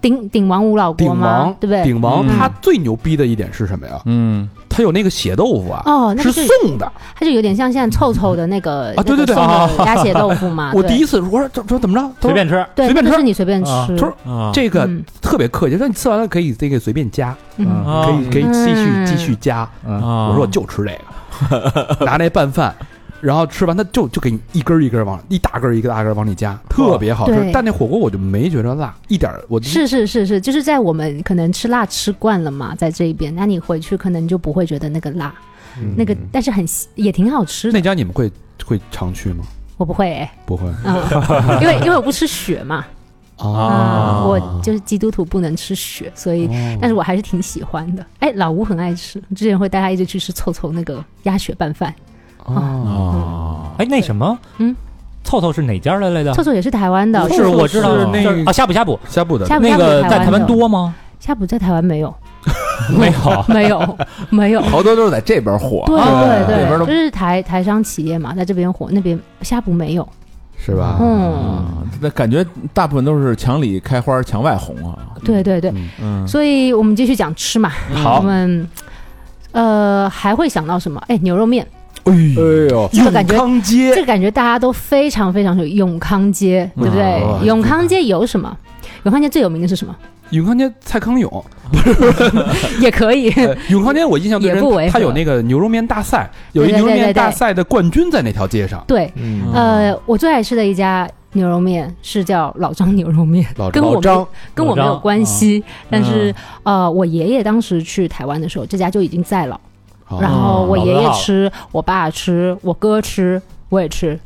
[SPEAKER 5] 鼎鼎王五老
[SPEAKER 3] 鼎
[SPEAKER 5] 锅
[SPEAKER 3] 王
[SPEAKER 5] 吗？，对不对？
[SPEAKER 3] 鼎王
[SPEAKER 2] 嗯
[SPEAKER 3] 它最牛逼的一点是什么呀？
[SPEAKER 1] 嗯，
[SPEAKER 3] 它有那个血豆腐啊，
[SPEAKER 5] 哦，那
[SPEAKER 3] 是
[SPEAKER 5] 个就
[SPEAKER 3] 送的。
[SPEAKER 5] 它就有点像现在臭臭的那个
[SPEAKER 3] 啊对对对。
[SPEAKER 5] 那个送的鸭血豆腐嘛
[SPEAKER 3] 我第
[SPEAKER 5] 一
[SPEAKER 3] 一次我说这这怎么着？他
[SPEAKER 2] 随
[SPEAKER 3] 说
[SPEAKER 2] 便吃，
[SPEAKER 5] 对，
[SPEAKER 3] 随便
[SPEAKER 5] 那个
[SPEAKER 3] 吃
[SPEAKER 5] 是你随便
[SPEAKER 2] 啊
[SPEAKER 5] 吃
[SPEAKER 3] 他。说
[SPEAKER 2] 这
[SPEAKER 3] 这个
[SPEAKER 5] 嗯
[SPEAKER 3] 特别客气，说你吃完了可以这个随便加，
[SPEAKER 5] 嗯
[SPEAKER 2] 啊
[SPEAKER 3] 可以可以继续
[SPEAKER 5] 嗯
[SPEAKER 3] 继续加。
[SPEAKER 2] 啊
[SPEAKER 3] 我说我就吃这个， 拿那拌饭。然后吃完，他就就给你一根儿一根儿往一大根儿一个大根儿往里加，特别好吃
[SPEAKER 5] 对。
[SPEAKER 3] 但那火锅我就没觉得辣，一点儿我
[SPEAKER 5] 是是是是，就是在我们可能吃辣吃惯了嘛，在这边，那你回去可能就不会觉得那个辣，那个但是很也挺好吃的。
[SPEAKER 3] 嗯那家你们会会常去吗？
[SPEAKER 5] 我不会、哎
[SPEAKER 3] 不会
[SPEAKER 5] 嗯，因为因为我不吃血嘛，啊，我就是基督徒不能吃血，所以，
[SPEAKER 2] 哦
[SPEAKER 5] 但是我还是挺喜欢的。哎，老吴很爱吃，之前会带他一直去吃臭臭那个鸭血拌饭，
[SPEAKER 2] 哦
[SPEAKER 6] 啊
[SPEAKER 2] 哎，那什么，
[SPEAKER 5] 嗯，
[SPEAKER 2] 凑凑是哪家来来的
[SPEAKER 5] 臭？啊臭也是台湾的，
[SPEAKER 2] 是我知道
[SPEAKER 3] 是那
[SPEAKER 2] 就是啊，呷哺呷哺，
[SPEAKER 3] 呷哺的
[SPEAKER 5] 呷哺
[SPEAKER 2] 那个在台湾
[SPEAKER 5] 湾的，
[SPEAKER 2] 多吗？
[SPEAKER 5] 呷哺在台湾没有，，
[SPEAKER 2] 没有哦
[SPEAKER 5] 没有，没有。
[SPEAKER 6] 好多都是在这边火，
[SPEAKER 5] 对
[SPEAKER 6] 那
[SPEAKER 5] 对
[SPEAKER 6] 边
[SPEAKER 5] 对，
[SPEAKER 6] 都
[SPEAKER 5] 就是台台商企业嘛，在这边火，那边呷哺没有。
[SPEAKER 3] 是
[SPEAKER 2] 哦
[SPEAKER 3] 吧？
[SPEAKER 5] 嗯，
[SPEAKER 6] 那感觉大部分都是墙里开花墙外红啊。
[SPEAKER 5] 对对对，
[SPEAKER 1] 嗯
[SPEAKER 5] 所以我们继续讲吃嘛。我们呃还会想到什么？哎，牛肉面，
[SPEAKER 6] 哎呦，
[SPEAKER 5] 这个感觉
[SPEAKER 3] 康
[SPEAKER 5] 这
[SPEAKER 3] 街
[SPEAKER 5] 个感觉大家都非常非常有永康街，对不对？
[SPEAKER 3] 哦
[SPEAKER 5] 永康街有什么？永康街最有名的是什么？
[SPEAKER 3] 永康街蔡康 永，
[SPEAKER 5] 也可以，
[SPEAKER 3] 呃永康街我印象最
[SPEAKER 5] 也不违
[SPEAKER 3] 深，
[SPEAKER 5] 和
[SPEAKER 3] 他有那个牛肉面大赛，有一
[SPEAKER 5] 对对
[SPEAKER 3] 牛肉面
[SPEAKER 5] 对对
[SPEAKER 3] 大赛的冠军在那条街上。嗯
[SPEAKER 5] 对，呃，我最爱吃的一家牛肉面是叫老张牛肉面，
[SPEAKER 3] 哦
[SPEAKER 4] 老
[SPEAKER 5] 跟我
[SPEAKER 4] 老
[SPEAKER 5] 们
[SPEAKER 4] 张
[SPEAKER 5] 跟我没
[SPEAKER 2] 老
[SPEAKER 5] 有
[SPEAKER 2] 张
[SPEAKER 5] 关系。但是
[SPEAKER 2] 嗯、
[SPEAKER 5] 呃，我爷爷当时去台湾的时候，这家就已经在了。
[SPEAKER 4] 哦
[SPEAKER 5] 然后我
[SPEAKER 2] 老字
[SPEAKER 5] 爷爷
[SPEAKER 2] 号
[SPEAKER 5] 吃，我爸吃，我哥吃，我也吃。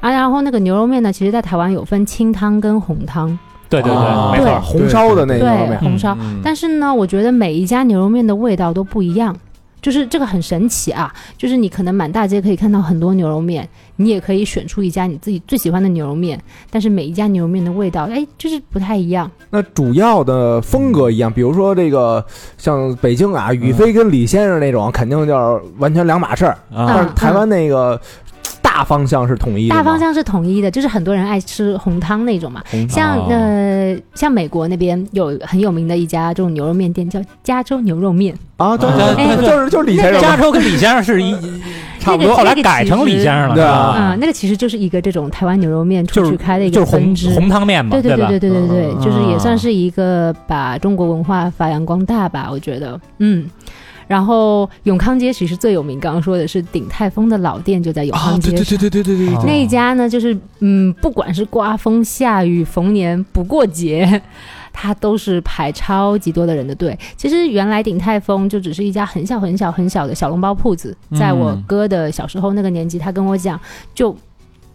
[SPEAKER 5] 啊，然后那个牛肉面呢，其实在台湾有分清汤跟红汤，
[SPEAKER 2] 对对对，
[SPEAKER 4] 啊
[SPEAKER 2] 没错儿，
[SPEAKER 4] 红烧的那
[SPEAKER 5] 对
[SPEAKER 4] 个牛肉面，
[SPEAKER 5] 红烧。
[SPEAKER 4] 嗯
[SPEAKER 5] 但是呢，我觉得每一家牛肉面的味道都不一样，就是这个很神奇啊！就是你可能满大街可以看到很多牛肉面，你也可以选出一家你自己最喜欢的牛肉面，但是每一家牛肉面的味道，哎，就是不太一样。
[SPEAKER 4] 那主要的风格一样，比如说这个像北京啊，宇飞跟李先生那种，肯定就是完全两码事儿。但是
[SPEAKER 5] 嗯
[SPEAKER 4] 啊台湾那个大方向是统一的嘛，啊
[SPEAKER 5] 大方向是统一的，就是很多人爱吃红汤那种嘛。像呃，像美国那边有很有名的一家这种牛肉面店，叫加州牛肉面。
[SPEAKER 4] 啊，对
[SPEAKER 2] 啊
[SPEAKER 4] 对对，
[SPEAKER 2] 对
[SPEAKER 4] 就是就是李先生
[SPEAKER 2] 加
[SPEAKER 4] 嘛，
[SPEAKER 2] 州跟李先生是一差不
[SPEAKER 5] 那
[SPEAKER 2] 多，哦
[SPEAKER 5] 个
[SPEAKER 2] 后来
[SPEAKER 5] 那个
[SPEAKER 2] 改成李先生了，
[SPEAKER 4] 其实
[SPEAKER 2] 是
[SPEAKER 5] 啊、
[SPEAKER 2] 吧？
[SPEAKER 5] 那个其实就是一个这种台湾牛肉面出
[SPEAKER 2] 就是
[SPEAKER 5] 去开的一
[SPEAKER 2] 就
[SPEAKER 5] 个
[SPEAKER 2] 是红
[SPEAKER 5] 分支。
[SPEAKER 2] 红汤面嘛，
[SPEAKER 5] 对对
[SPEAKER 2] 吧？
[SPEAKER 5] 对对对对
[SPEAKER 4] 嗯
[SPEAKER 5] 对，就是也算是一个把中国文化发扬光大吧，我觉得，嗯。然后永康街其实最有名，刚刚说的是鼎泰丰的老店就在永
[SPEAKER 6] 啊，
[SPEAKER 5] 康街
[SPEAKER 6] 对对
[SPEAKER 5] 上。
[SPEAKER 6] 对对对对对，
[SPEAKER 2] 哦
[SPEAKER 5] 那一家呢，就是嗯，不管是刮风下雨、逢年不过节，它都是排超级多的人的队。其实原来鼎泰丰就只是一家很小很小很小的小笼包铺子，在我
[SPEAKER 6] 嗯
[SPEAKER 5] 哥的小时候那个年纪，他跟我讲，就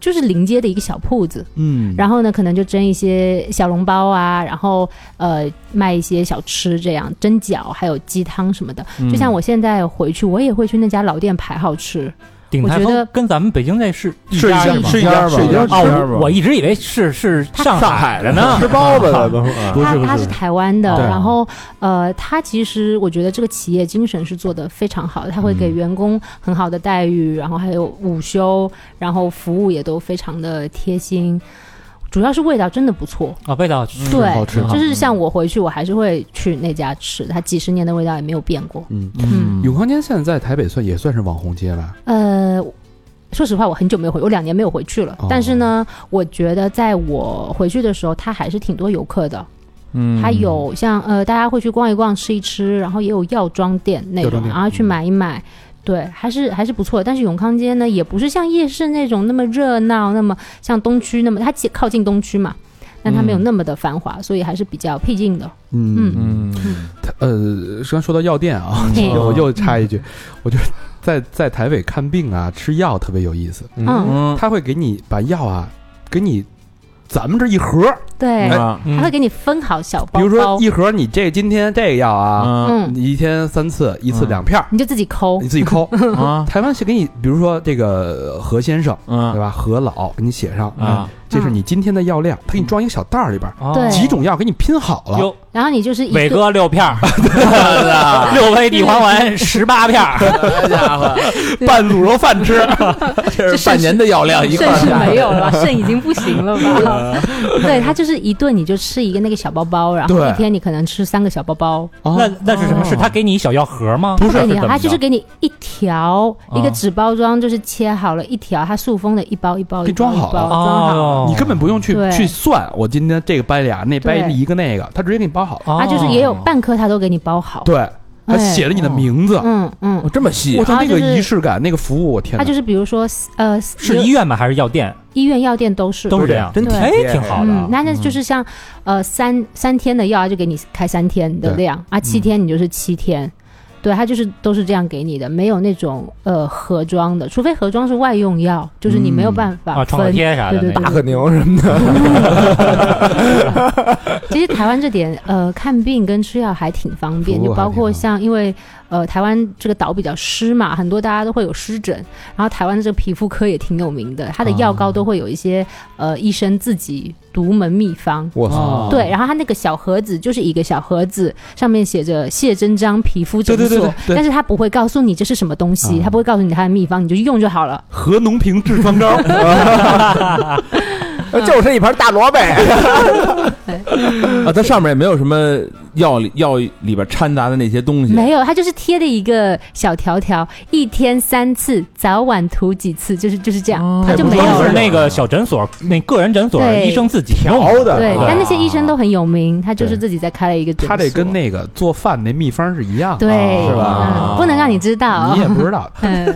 [SPEAKER 5] 就是临街的一个小铺子，
[SPEAKER 6] 嗯
[SPEAKER 5] 然后呢，可能就蒸一些小笼包啊，然后呃卖一些小吃，这样蒸饺还有鸡汤什么的。
[SPEAKER 6] 嗯
[SPEAKER 5] 就像我现在回去，我也会去那家老店排号吃。
[SPEAKER 2] 鼎
[SPEAKER 5] 我
[SPEAKER 2] 泰
[SPEAKER 5] 觉
[SPEAKER 2] 丰
[SPEAKER 5] 得
[SPEAKER 2] 跟咱们北京这是一
[SPEAKER 6] 是一
[SPEAKER 2] 家
[SPEAKER 6] 家
[SPEAKER 2] 是吗？
[SPEAKER 6] 是一家吧，
[SPEAKER 4] 是一家
[SPEAKER 2] 哦，
[SPEAKER 6] 是一
[SPEAKER 2] 我我一直以为是是上
[SPEAKER 6] 上
[SPEAKER 2] 海的呢，
[SPEAKER 4] 吃包 子的，不是啊
[SPEAKER 5] 它它是台湾的，
[SPEAKER 2] 哦
[SPEAKER 5] 然后呃，它其实我觉得这个企业精神是做得非常好的，它会给员工很好的待遇，然后还有午休，然后服务也都非常的呃贴心，主要是味道真的不错。
[SPEAKER 2] 啊，味道
[SPEAKER 5] 对，
[SPEAKER 6] 好吃
[SPEAKER 5] 就是像我回去，我还是会去那家吃，它几十年的味道也没有变过。
[SPEAKER 3] 嗯，
[SPEAKER 5] 嗯
[SPEAKER 3] 永康街现在在台北算也算是网红街吧？
[SPEAKER 5] 呃，说实话，我很久没有回，我两年没有回去了。
[SPEAKER 3] 哦
[SPEAKER 5] 但是呢，我觉得在我回去的时候，它还是挺多游客的。
[SPEAKER 6] 嗯
[SPEAKER 5] 它有像呃，大家会去逛一逛、吃一吃，然后也有药妆店那
[SPEAKER 3] 药妆
[SPEAKER 5] 种，
[SPEAKER 3] 店
[SPEAKER 5] 然后去买一买。对，还是还是不错的。但是永康街呢，也不是像夜市那种那么热闹，那么像东区那么，它近靠近东区嘛，但它没有
[SPEAKER 6] 嗯
[SPEAKER 5] 那么的繁华，所以还是比较僻静的。嗯
[SPEAKER 6] 嗯
[SPEAKER 3] 它呃，刚说到药店啊，
[SPEAKER 5] 嘿
[SPEAKER 3] 我 又插一句，我觉得在在台北看病啊，吃药特别有意思，
[SPEAKER 5] 嗯，
[SPEAKER 6] 嗯，
[SPEAKER 3] 他会给你把药啊，给你咱们这一盒，
[SPEAKER 5] 对，
[SPEAKER 6] 啊
[SPEAKER 5] 它
[SPEAKER 2] 嗯
[SPEAKER 5] 会给你分好小包
[SPEAKER 3] 哎比
[SPEAKER 5] 包，
[SPEAKER 3] 如说一盒你这今天这个药啊，
[SPEAKER 6] 啊
[SPEAKER 5] 嗯，
[SPEAKER 3] 你一天三次，一次
[SPEAKER 6] 嗯
[SPEAKER 3] 两片儿，
[SPEAKER 5] 你就自己抠
[SPEAKER 3] 你。自己抠。
[SPEAKER 5] 嗯
[SPEAKER 6] 啊
[SPEAKER 3] 台湾是给你，比如说这个呃何先生，对
[SPEAKER 6] 嗯
[SPEAKER 3] 吧？何老给你写上，嗯
[SPEAKER 6] 啊，
[SPEAKER 3] 这是你今天的药量，他给你装一个小袋儿里边儿，
[SPEAKER 2] 哦
[SPEAKER 5] 嗯对
[SPEAKER 3] 几种啊药给你拼好了。
[SPEAKER 2] 哟，
[SPEAKER 5] 然后你就是一
[SPEAKER 2] 伟
[SPEAKER 5] 个，
[SPEAKER 2] 哥六片儿， 六味地黄 丸十八片儿，
[SPEAKER 6] 家伙，拌卤肉 饭吃，这是半年的药量一块
[SPEAKER 5] 肾
[SPEAKER 6] 儿
[SPEAKER 5] 是
[SPEAKER 6] 下来
[SPEAKER 5] 没有了，肾已经不行了吧？对，它就是一顿你就吃一个那个小包包，然后
[SPEAKER 3] 对
[SPEAKER 5] 一天你可能吃三个小包包。
[SPEAKER 3] 哦
[SPEAKER 2] 那那是什么？是他给你一小药盒吗？不
[SPEAKER 5] 它给你，它
[SPEAKER 2] 他
[SPEAKER 5] 就是给你一条
[SPEAKER 2] 啊
[SPEAKER 5] 一个纸包装，就是切好了一条，它塑封的一包一包
[SPEAKER 3] 给
[SPEAKER 5] 一
[SPEAKER 3] 装
[SPEAKER 5] 包一
[SPEAKER 3] 好了
[SPEAKER 5] 包装好了。
[SPEAKER 2] 哦，
[SPEAKER 3] 你根本不用去
[SPEAKER 5] 对
[SPEAKER 3] 去算，我今天这个掰俩，那掰
[SPEAKER 5] 对
[SPEAKER 3] 一个那个，他直接给你包好了。
[SPEAKER 2] 哦
[SPEAKER 5] 它就是也有半颗，它都给你包好。
[SPEAKER 3] 对，他
[SPEAKER 5] 哎
[SPEAKER 3] 写了你的名字，
[SPEAKER 5] 嗯嗯
[SPEAKER 6] 哦，这么细
[SPEAKER 3] 我
[SPEAKER 6] 啊，
[SPEAKER 3] 操，那
[SPEAKER 5] 然后
[SPEAKER 3] 个
[SPEAKER 5] 就是
[SPEAKER 3] 仪式感，那个服务，我天
[SPEAKER 5] 它
[SPEAKER 3] 哪
[SPEAKER 5] 就！是比如说呃，
[SPEAKER 2] 是医院吗？还是药店？
[SPEAKER 5] 医院药店都是
[SPEAKER 2] 都是这样，
[SPEAKER 4] 真体
[SPEAKER 2] 哎，
[SPEAKER 4] 贴
[SPEAKER 2] 挺好的
[SPEAKER 5] 嗯
[SPEAKER 2] 啊。，
[SPEAKER 5] 那那就是像，呃，三三天的药就给你开三天的量啊，七天你就是七天，对，它就是都是这样给你的，没有那种呃盒装的，除非盒装是外用药，就是你没有办法
[SPEAKER 2] 啊，创可
[SPEAKER 5] 分。
[SPEAKER 2] 贴啥的
[SPEAKER 5] 对对
[SPEAKER 2] 那
[SPEAKER 5] 对
[SPEAKER 4] 大
[SPEAKER 2] 个。
[SPEAKER 4] 可宁什么的，
[SPEAKER 5] 其实台湾这点呃看病跟吃药还挺方便，
[SPEAKER 3] 服务
[SPEAKER 5] 就
[SPEAKER 3] 还
[SPEAKER 5] 包括
[SPEAKER 3] 挺好
[SPEAKER 5] 像因为呃台湾这个岛比较湿嘛，很多大家都会有湿疹，然后台湾的这个皮肤科也挺有名的，它的药膏都会有一些呃医生自己独门秘方。
[SPEAKER 4] 我
[SPEAKER 3] 哦
[SPEAKER 4] 操！
[SPEAKER 5] 对，然后它那个小盒子就是一个小盒子，上面写着谢真章皮肤诊
[SPEAKER 3] 对
[SPEAKER 5] 所，
[SPEAKER 3] 对对对对
[SPEAKER 5] 但是它不会告诉你这是什么东
[SPEAKER 3] 啊
[SPEAKER 5] 西，它不会告诉你它的秘方，你就用就好了。
[SPEAKER 3] 何农平痔疮 膏，
[SPEAKER 4] 就是一盘大萝卜，
[SPEAKER 5] 嗯
[SPEAKER 6] 啊，它上面也没有什么药里药里边掺杂的那些东西，
[SPEAKER 5] 没有，它就是贴的一个小条条，一天三次，早晚涂几次，就是就是这样，
[SPEAKER 3] 哦
[SPEAKER 5] 它就没有
[SPEAKER 2] 都是
[SPEAKER 5] 了。
[SPEAKER 2] 那个小诊所，那个人诊所，
[SPEAKER 5] 对
[SPEAKER 2] 医生自己用
[SPEAKER 4] 调的，
[SPEAKER 5] 对，
[SPEAKER 2] 对
[SPEAKER 5] 但那些医生都很有名，他就是
[SPEAKER 3] 哦对
[SPEAKER 5] 自己在开了一个诊所。
[SPEAKER 3] 他这跟那哦个做饭那秘方是一样的，
[SPEAKER 5] 对
[SPEAKER 3] 是吧哦
[SPEAKER 5] 嗯不能让你知道
[SPEAKER 3] 你也不知道。
[SPEAKER 5] 嗯，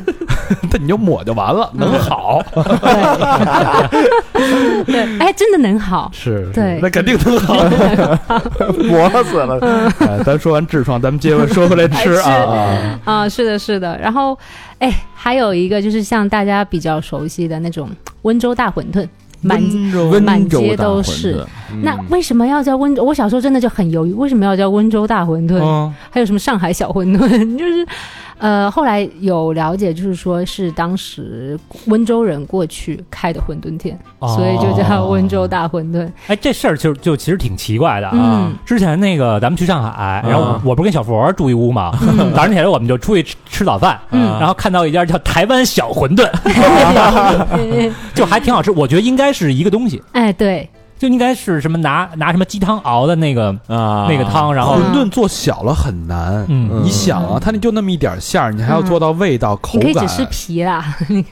[SPEAKER 1] 但你就抹就完了，能好？
[SPEAKER 5] 对 对，哎，真的能好，
[SPEAKER 1] 是
[SPEAKER 5] 对
[SPEAKER 1] 那肯定能 好。
[SPEAKER 4] 磨死
[SPEAKER 5] 嗯
[SPEAKER 4] 了。
[SPEAKER 1] 哎咱说完痔疮，咱们接着说回来吃啊啊，
[SPEAKER 5] 啊、是的，是的。然后，哎，还有一个就是像大家比较熟悉的那种温州大馄饨，满街满
[SPEAKER 6] 温州
[SPEAKER 5] 街
[SPEAKER 6] 大
[SPEAKER 5] 都
[SPEAKER 6] 馄
[SPEAKER 5] 是
[SPEAKER 6] 饨。嗯
[SPEAKER 4] 嗯
[SPEAKER 5] 那为什么要叫温州？我小时候真的就很犹豫，为什么要叫温州大馄
[SPEAKER 6] 哦
[SPEAKER 5] 饨？
[SPEAKER 1] 嗯
[SPEAKER 5] 还有什么上海小馄饨？就是，呃，后来有了解，就是说是当时温州人过去开的馄饨店，
[SPEAKER 6] 哦
[SPEAKER 5] 所以就叫温州大馄饨。
[SPEAKER 2] 哎，这事儿就就其实挺奇怪的啊。
[SPEAKER 5] 嗯
[SPEAKER 2] 之前那个咱们去上海，然后
[SPEAKER 6] 嗯
[SPEAKER 2] 我不是跟小佛住一屋嘛，早上起来我们就出去吃吃早饭，
[SPEAKER 5] 嗯
[SPEAKER 6] 啊
[SPEAKER 2] 然后看到一家叫台湾小馄饨，就还挺好吃。我觉得应该是一个东西，
[SPEAKER 5] 哎，对，
[SPEAKER 2] 就应该是什么拿拿什么鸡汤熬的那个
[SPEAKER 6] 啊，
[SPEAKER 2] 那个汤，然后
[SPEAKER 5] 嗯
[SPEAKER 1] 馄饨做小了很难。
[SPEAKER 2] 嗯
[SPEAKER 6] 嗯
[SPEAKER 1] 你想啊，它那就那么一点馅儿，你还要做到味道、口
[SPEAKER 5] 你可以
[SPEAKER 1] 感
[SPEAKER 5] 只，吃皮啦。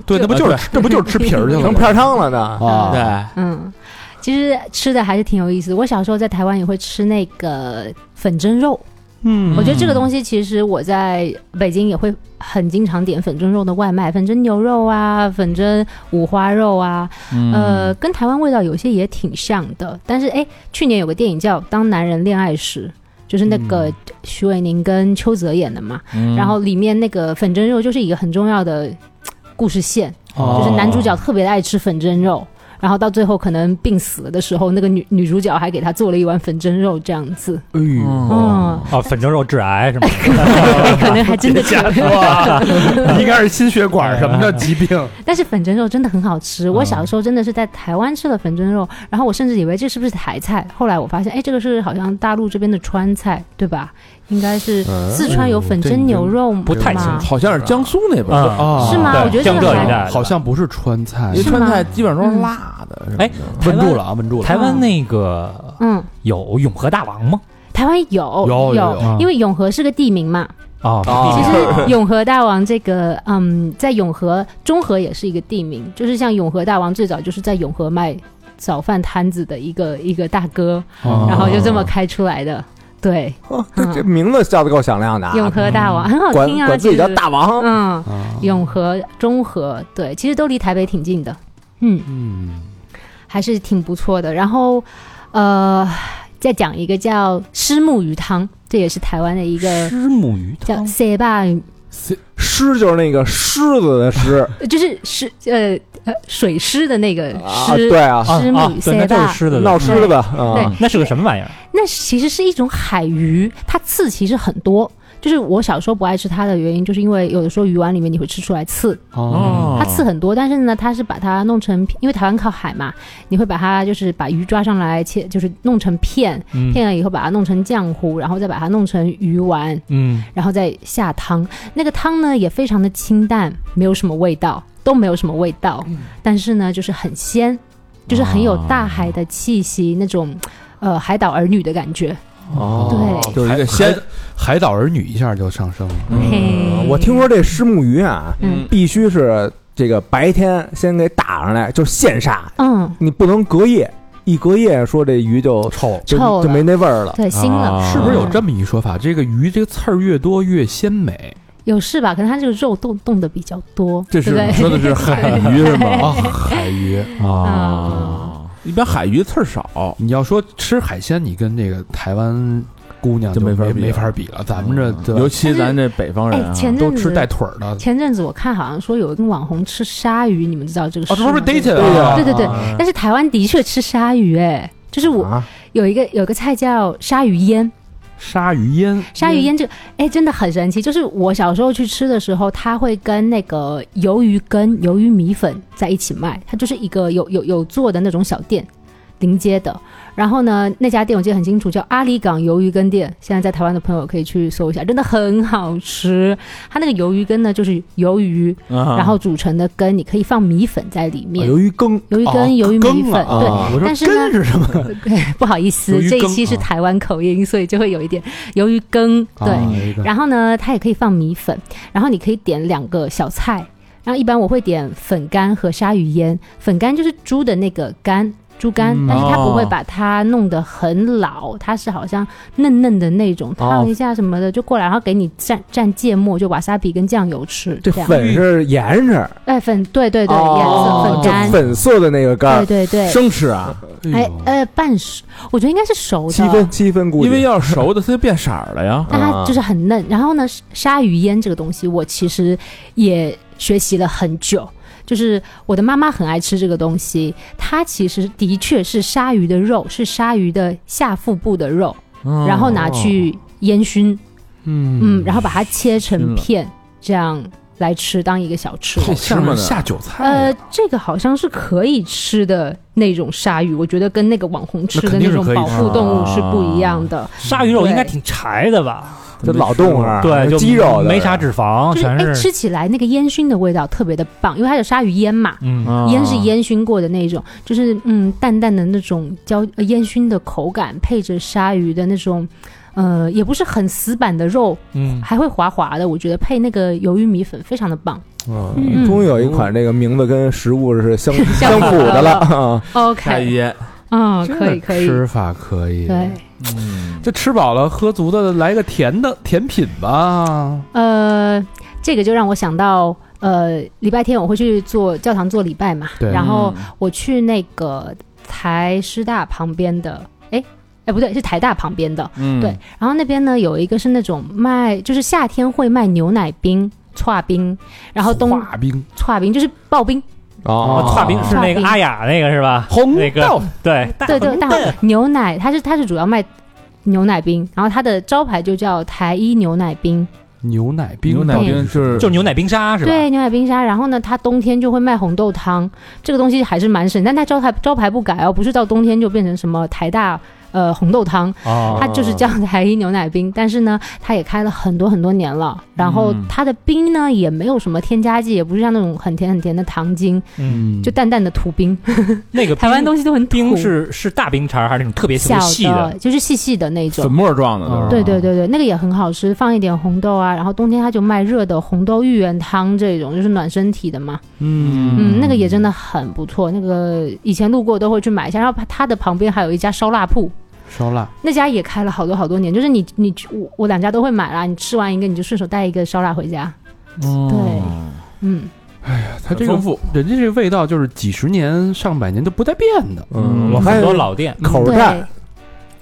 [SPEAKER 1] 对，那不就是
[SPEAKER 6] 呃
[SPEAKER 1] 吃那不就是吃皮儿去了
[SPEAKER 4] 成
[SPEAKER 1] 吗？
[SPEAKER 4] 片儿汤了呢，
[SPEAKER 1] 啊，
[SPEAKER 6] 对，
[SPEAKER 5] 嗯，其实吃的还是挺有意思的。我小时候在台湾也会吃那个粉蒸肉，
[SPEAKER 1] 嗯
[SPEAKER 5] 我觉得这个东西其实我在北京也会很经常点粉蒸肉的外卖，粉蒸牛肉啊，粉蒸五花肉啊，
[SPEAKER 2] 嗯
[SPEAKER 5] 呃，跟台湾味道有些也挺像的。但是哎，去年有个电影叫《当男人恋爱时》。就是那个徐伟宁跟邱泽演的嘛，然后里面那个粉蒸肉就是一个很重要的嘖故事线，
[SPEAKER 1] 哦
[SPEAKER 5] 就是男主角特别爱吃粉蒸肉，然后到最后可能病死了的时候，那个女女主角还给他做了一碗粉蒸肉这样子，
[SPEAKER 1] 哎呦，
[SPEAKER 5] 嗯，
[SPEAKER 2] 哦，粉蒸肉致癌是吗？
[SPEAKER 5] 哎可能还真的假
[SPEAKER 1] 应该是心血管什么的疾病。
[SPEAKER 5] 但是粉蒸肉真的很好吃，我小时候真的是在台湾吃了粉蒸肉，然后我甚至以为这是不是台菜，后来我发现，哎，这个是好像大陆这边的川菜，对吧？应该是四川有粉蒸牛肉吗？
[SPEAKER 2] 不太清
[SPEAKER 5] 嗯
[SPEAKER 2] 楚
[SPEAKER 6] 好像是江苏那边儿，
[SPEAKER 2] 嗯，
[SPEAKER 1] 啊
[SPEAKER 5] 哦是吗
[SPEAKER 2] 对
[SPEAKER 5] 我觉得这
[SPEAKER 2] 江
[SPEAKER 5] 个
[SPEAKER 2] 浙
[SPEAKER 5] 还
[SPEAKER 2] 一带的
[SPEAKER 1] 好像不是川菜
[SPEAKER 6] 因，为
[SPEAKER 5] 是
[SPEAKER 6] 川
[SPEAKER 5] 吗
[SPEAKER 6] 菜基本上都是
[SPEAKER 5] 嗯
[SPEAKER 6] 辣的什么的。
[SPEAKER 2] 哎台
[SPEAKER 1] 稳
[SPEAKER 2] 湾
[SPEAKER 1] 住了啊，稳住了。
[SPEAKER 2] 台湾那个
[SPEAKER 5] 嗯，
[SPEAKER 2] 有永和大王吗？
[SPEAKER 5] 台湾有
[SPEAKER 1] 有有
[SPEAKER 2] 有
[SPEAKER 5] 因为永和是个地名嘛，
[SPEAKER 2] 哦，
[SPEAKER 6] 哦
[SPEAKER 5] 其
[SPEAKER 2] 地名
[SPEAKER 5] 实 永和大王这个，嗯，在永和中和也是一个地名，就是像永和大王最早就是在永和卖早饭摊子的一个一个大哥，
[SPEAKER 1] 哦
[SPEAKER 5] 嗯然后就这么开出来的。对，
[SPEAKER 4] 哦这这名字叫的够响亮的啊，
[SPEAKER 5] 永和大王、 很好
[SPEAKER 4] 管
[SPEAKER 5] 嗯听啊，
[SPEAKER 4] 管自己
[SPEAKER 5] 其
[SPEAKER 4] 叫
[SPEAKER 5] 实
[SPEAKER 4] 大王，
[SPEAKER 5] 嗯，永和、中和，对，其实都离台北挺近的，嗯嗯，还是挺不错的。然后，呃，再讲一个叫虱目鱼汤，这也是台湾的一个
[SPEAKER 2] 虱目鱼
[SPEAKER 5] 叫
[SPEAKER 2] 汤，
[SPEAKER 5] 塞巴
[SPEAKER 4] 狮就是那个狮子的狮
[SPEAKER 5] 就是狮呃呃水狮的那个
[SPEAKER 4] 啊，
[SPEAKER 5] 狮，
[SPEAKER 4] 对啊，
[SPEAKER 5] 狮
[SPEAKER 2] 啊啊
[SPEAKER 5] 目
[SPEAKER 2] 对，那就是
[SPEAKER 5] 塞巴，
[SPEAKER 2] 狮子的
[SPEAKER 4] 闹狮子啊
[SPEAKER 5] 对，
[SPEAKER 2] 那是个什么玩意儿？
[SPEAKER 5] 那其实是一种海鱼，它刺其实很多。就是我小时候不爱吃它的原因，就是因为有的时候鱼丸里面你会吃出来刺，
[SPEAKER 1] 哦
[SPEAKER 4] 啊
[SPEAKER 5] 它刺很多，但是呢，它是把它弄成，因为台湾靠海嘛，你会把它就是把鱼抓上来切，就是弄成片，
[SPEAKER 2] 嗯
[SPEAKER 5] 片了以后把它弄成浆糊，然后再把它弄成鱼丸，
[SPEAKER 2] 嗯，
[SPEAKER 5] 然后再下汤。那个汤呢也非常的清淡，没有什么味道，都没有什么味道，但是呢就是很鲜，就是很有大海的气息，那种呃海岛儿女的感觉。
[SPEAKER 4] 哦
[SPEAKER 5] 对
[SPEAKER 6] 就是一
[SPEAKER 1] 海
[SPEAKER 6] 个鲜，嗯
[SPEAKER 1] 海岛儿女一下就上升了。
[SPEAKER 5] 嘿
[SPEAKER 4] 嗯我听说这狮目鱼啊，
[SPEAKER 5] 嗯
[SPEAKER 4] 必须是这个白天先给打上来，就是现杀，
[SPEAKER 5] 嗯
[SPEAKER 4] 你不能隔夜，一隔夜说这鱼就
[SPEAKER 1] 臭，
[SPEAKER 4] 就
[SPEAKER 5] 臭了
[SPEAKER 4] 就没那味儿了。
[SPEAKER 5] 对，腥了、
[SPEAKER 6] 啊
[SPEAKER 1] 是不是有
[SPEAKER 5] 嗯
[SPEAKER 1] 这么一说法？这个鱼这个刺儿越多越鲜美
[SPEAKER 5] 有事吧？可能它这个肉冻冻的比较多，
[SPEAKER 6] 这
[SPEAKER 5] 对不
[SPEAKER 6] 是
[SPEAKER 5] 对？
[SPEAKER 6] 说 的是海鱼是吗？
[SPEAKER 1] 啊
[SPEAKER 6] 啊，
[SPEAKER 1] 海鱼。
[SPEAKER 5] 啊
[SPEAKER 6] 一般海鱼刺儿 少，
[SPEAKER 1] 你要说吃海鲜，你跟这个台湾姑娘
[SPEAKER 6] 就
[SPEAKER 1] 没
[SPEAKER 6] 没法比
[SPEAKER 1] 没法比了。咱们这对吧
[SPEAKER 6] 尤其咱这北方人
[SPEAKER 5] 哎，
[SPEAKER 6] 啊，
[SPEAKER 5] 前
[SPEAKER 1] 都
[SPEAKER 5] 阵
[SPEAKER 1] 吃
[SPEAKER 5] 子
[SPEAKER 1] 带腿儿的，啊，
[SPEAKER 5] 前阵子我看好像说有一个网红吃鲨鱼，你们知道这个事
[SPEAKER 1] 这
[SPEAKER 5] 吗？
[SPEAKER 1] 不是 dated
[SPEAKER 4] 对
[SPEAKER 1] 啊？
[SPEAKER 4] 呀
[SPEAKER 5] 对对对
[SPEAKER 2] 啊
[SPEAKER 5] 但是台湾的确吃鲨鱼、哎，就是我
[SPEAKER 4] 啊，
[SPEAKER 5] 有一个有一个菜叫鲨鱼烟，
[SPEAKER 1] 鲨鱼烟，
[SPEAKER 5] 鲨鱼烟这个，哎，真的很神奇。就是我小时候去吃的时候，它会跟那个鱿鱼羹、鱿鱼米粉在一起卖，它就是一个有有有做的那种小店，临街的。然后呢，那家店我记得很清楚，叫阿里港鱿鱼羹店。现在在台湾的朋友可以去搜一下，真的很好吃。它那个鱿鱼羹呢，就是鱿鱼，
[SPEAKER 6] 然
[SPEAKER 1] 啊
[SPEAKER 5] 然后煮成的羹，你可以放米粉在里面。
[SPEAKER 4] 鱿鱼羹
[SPEAKER 5] 鱿鱼羹、
[SPEAKER 1] 哎哦
[SPEAKER 5] 鱿鱼米
[SPEAKER 1] 羹
[SPEAKER 5] 粉，
[SPEAKER 1] 啊
[SPEAKER 5] 对，
[SPEAKER 1] 啊我说
[SPEAKER 5] 但是呢
[SPEAKER 1] 根是什么？
[SPEAKER 5] 不好意
[SPEAKER 1] 鱿
[SPEAKER 5] 思，
[SPEAKER 1] 鱼
[SPEAKER 5] 这一
[SPEAKER 1] 羹
[SPEAKER 5] 期是
[SPEAKER 1] 啊
[SPEAKER 5] 台湾口音，所以就会有一点鱿鱼羹。对，
[SPEAKER 1] 啊有一个
[SPEAKER 5] 然后呢，它也可以放米粉，然后你可以点两个小菜，然后一般我会点粉干和鲨鱼烟。粉干就是猪的那个肝，猪肝，
[SPEAKER 2] 嗯
[SPEAKER 5] 但是它不会
[SPEAKER 6] 哦
[SPEAKER 5] 把它弄得很老，它是好像嫩嫩的那
[SPEAKER 4] 哦
[SPEAKER 5] 种，烫一下什么的就过来，然后给你蘸蘸芥末，就瓦萨比跟酱油吃，
[SPEAKER 4] 这
[SPEAKER 5] 这样。
[SPEAKER 4] 粉是颜色，
[SPEAKER 5] 哎，粉，对对对，
[SPEAKER 4] 哦
[SPEAKER 5] 颜色粉干
[SPEAKER 4] 就，粉色的那个干
[SPEAKER 5] 对
[SPEAKER 4] 儿，
[SPEAKER 5] 对对。
[SPEAKER 6] 生吃啊，
[SPEAKER 5] 哎呃，半熟，我觉得应该是熟的，
[SPEAKER 4] 七分七分估计，
[SPEAKER 6] 因为要是熟的它就变色儿了呀。
[SPEAKER 5] 但它就是很嫩。然后呢，鲨鱼烟这个东西，我其实也学习了很久。就是我的妈妈很爱吃这个东西，它其实的确是鲨鱼的肉，是鲨鱼的下腹部的肉，然后拿去烟熏，嗯，然后把它切成片，这样来吃当一个小吃。
[SPEAKER 6] 好吃吗
[SPEAKER 3] 像
[SPEAKER 6] 呢？
[SPEAKER 3] 下酒菜
[SPEAKER 5] 呃
[SPEAKER 3] 啊，，
[SPEAKER 5] 这个好像是可以吃的那种鲨鱼，我觉得跟那个网红吃的那种保护动物是不一样的。
[SPEAKER 2] 鲨鱼肉应该挺柴的吧？
[SPEAKER 4] 这老动物啊，
[SPEAKER 2] 对，就
[SPEAKER 4] 肌肉的
[SPEAKER 2] 没啥脂肪，
[SPEAKER 5] 就是
[SPEAKER 2] 哦全
[SPEAKER 5] 哎，
[SPEAKER 2] 是
[SPEAKER 5] 吃起来那个烟熏的味道特别的棒，因为它有鲨鱼烟嘛，
[SPEAKER 2] 嗯
[SPEAKER 6] 啊
[SPEAKER 5] 烟是烟熏过的那种，就是嗯淡淡的那种焦呃烟熏的口感，配着鲨鱼的那种。呃，也不是很死板的肉，
[SPEAKER 2] 嗯，
[SPEAKER 5] 还会滑滑的，我觉得配那个鱿鱼米粉非常的棒。
[SPEAKER 4] 嗯，
[SPEAKER 5] 嗯
[SPEAKER 4] 终于有一款这个名字跟食物是 相
[SPEAKER 5] 相
[SPEAKER 4] 相符的了
[SPEAKER 5] 符
[SPEAKER 4] 啊！
[SPEAKER 6] 鲨鱼
[SPEAKER 5] OK，
[SPEAKER 6] 烟，
[SPEAKER 5] 嗯，可以可以，
[SPEAKER 3] 吃法可以。
[SPEAKER 5] 对，
[SPEAKER 6] 嗯，
[SPEAKER 1] 这吃饱了，喝足的，来个甜的甜品吧。
[SPEAKER 5] 呃，这个就让我想到，呃，礼拜天我会去做教堂做礼拜嘛，
[SPEAKER 3] 对
[SPEAKER 5] 然后我去那个台师大旁边的，哎哎不对，是台大旁边的，
[SPEAKER 6] 嗯
[SPEAKER 5] 对，然后那边呢有一个是那种卖，就是夏天会卖牛奶冰、串冰，然后冬
[SPEAKER 3] 化冰
[SPEAKER 5] 串冰就是刨冰，
[SPEAKER 2] 哦，
[SPEAKER 4] 哦
[SPEAKER 2] 跨冰是那个阿雅那个是吧？
[SPEAKER 1] 啊红
[SPEAKER 2] 那个
[SPEAKER 1] 豆
[SPEAKER 2] 对
[SPEAKER 5] 嗯对对，大牛奶，它是它是主要卖牛奶冰，然后它的招牌就叫台一牛奶冰，
[SPEAKER 3] 牛奶冰，
[SPEAKER 6] 牛奶
[SPEAKER 3] 到底
[SPEAKER 5] 哎
[SPEAKER 6] 冰是
[SPEAKER 2] 就是牛奶冰沙是吧？
[SPEAKER 5] 对，牛奶冰沙。然后呢，它冬天就会卖红豆汤，这个东西还是蛮神。但它招牌招牌不改哦，不是到冬天就变成什么台大呃红豆汤，
[SPEAKER 2] 哦，
[SPEAKER 5] 它就是叫台一牛奶冰。但是呢，它也开了很多很多年了。然后
[SPEAKER 6] 嗯
[SPEAKER 5] 它的冰呢，也没有什么添加剂，也不是像那种很甜很甜的糖精，
[SPEAKER 2] 嗯，
[SPEAKER 5] 就淡淡的土冰。
[SPEAKER 2] 那个冰
[SPEAKER 5] 台湾东西都很土，
[SPEAKER 2] 嗯冰是是大冰碴儿还是那种特别特
[SPEAKER 5] 小
[SPEAKER 2] 别细
[SPEAKER 5] 的
[SPEAKER 2] 的？，
[SPEAKER 5] 就是细细的那
[SPEAKER 6] 粉
[SPEAKER 5] 种。
[SPEAKER 6] 末状的都是，
[SPEAKER 5] 对对对对，那个也很好吃，放一点红豆啊，然后冬天它就卖热的红豆芋圆汤这种，就是暖身体的嘛。嗯，那个也真的很不错。那个以前路过都会去买一下，然后它的旁边还有一家烧腊铺，
[SPEAKER 3] 烧腊，
[SPEAKER 5] 那家也开了好多好多年。就是你你我我两家都会买啦，你吃完一个你就顺手带一个烧腊回家。对，嗯，
[SPEAKER 3] 它这个
[SPEAKER 6] 丰富，
[SPEAKER 3] 人家这味道就是几十年、上百年都不带变的。
[SPEAKER 4] 嗯，我发
[SPEAKER 2] 很
[SPEAKER 4] 现
[SPEAKER 2] 多老店，
[SPEAKER 4] 口儿
[SPEAKER 5] 对，
[SPEAKER 4] 淡，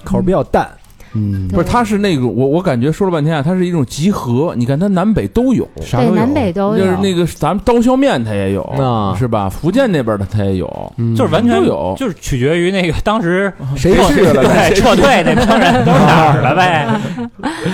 [SPEAKER 4] 口儿比较淡，
[SPEAKER 3] 嗯
[SPEAKER 5] 对
[SPEAKER 6] 不是，它是那个我我感觉说了半天啊，它是一种集合，你看它南北都有，
[SPEAKER 3] 啥
[SPEAKER 5] 对
[SPEAKER 3] 都有
[SPEAKER 5] 南北都
[SPEAKER 6] 就是
[SPEAKER 5] 有。
[SPEAKER 6] 那个咱们刀削面它也有
[SPEAKER 4] 啊
[SPEAKER 6] 是吧？福建那边的它也有，
[SPEAKER 3] 嗯
[SPEAKER 2] 哦就是完全
[SPEAKER 6] 都有
[SPEAKER 2] 就是取决于那个当时
[SPEAKER 4] 谁去哎了呢？
[SPEAKER 2] 对撤退那帮人都哪儿了呗？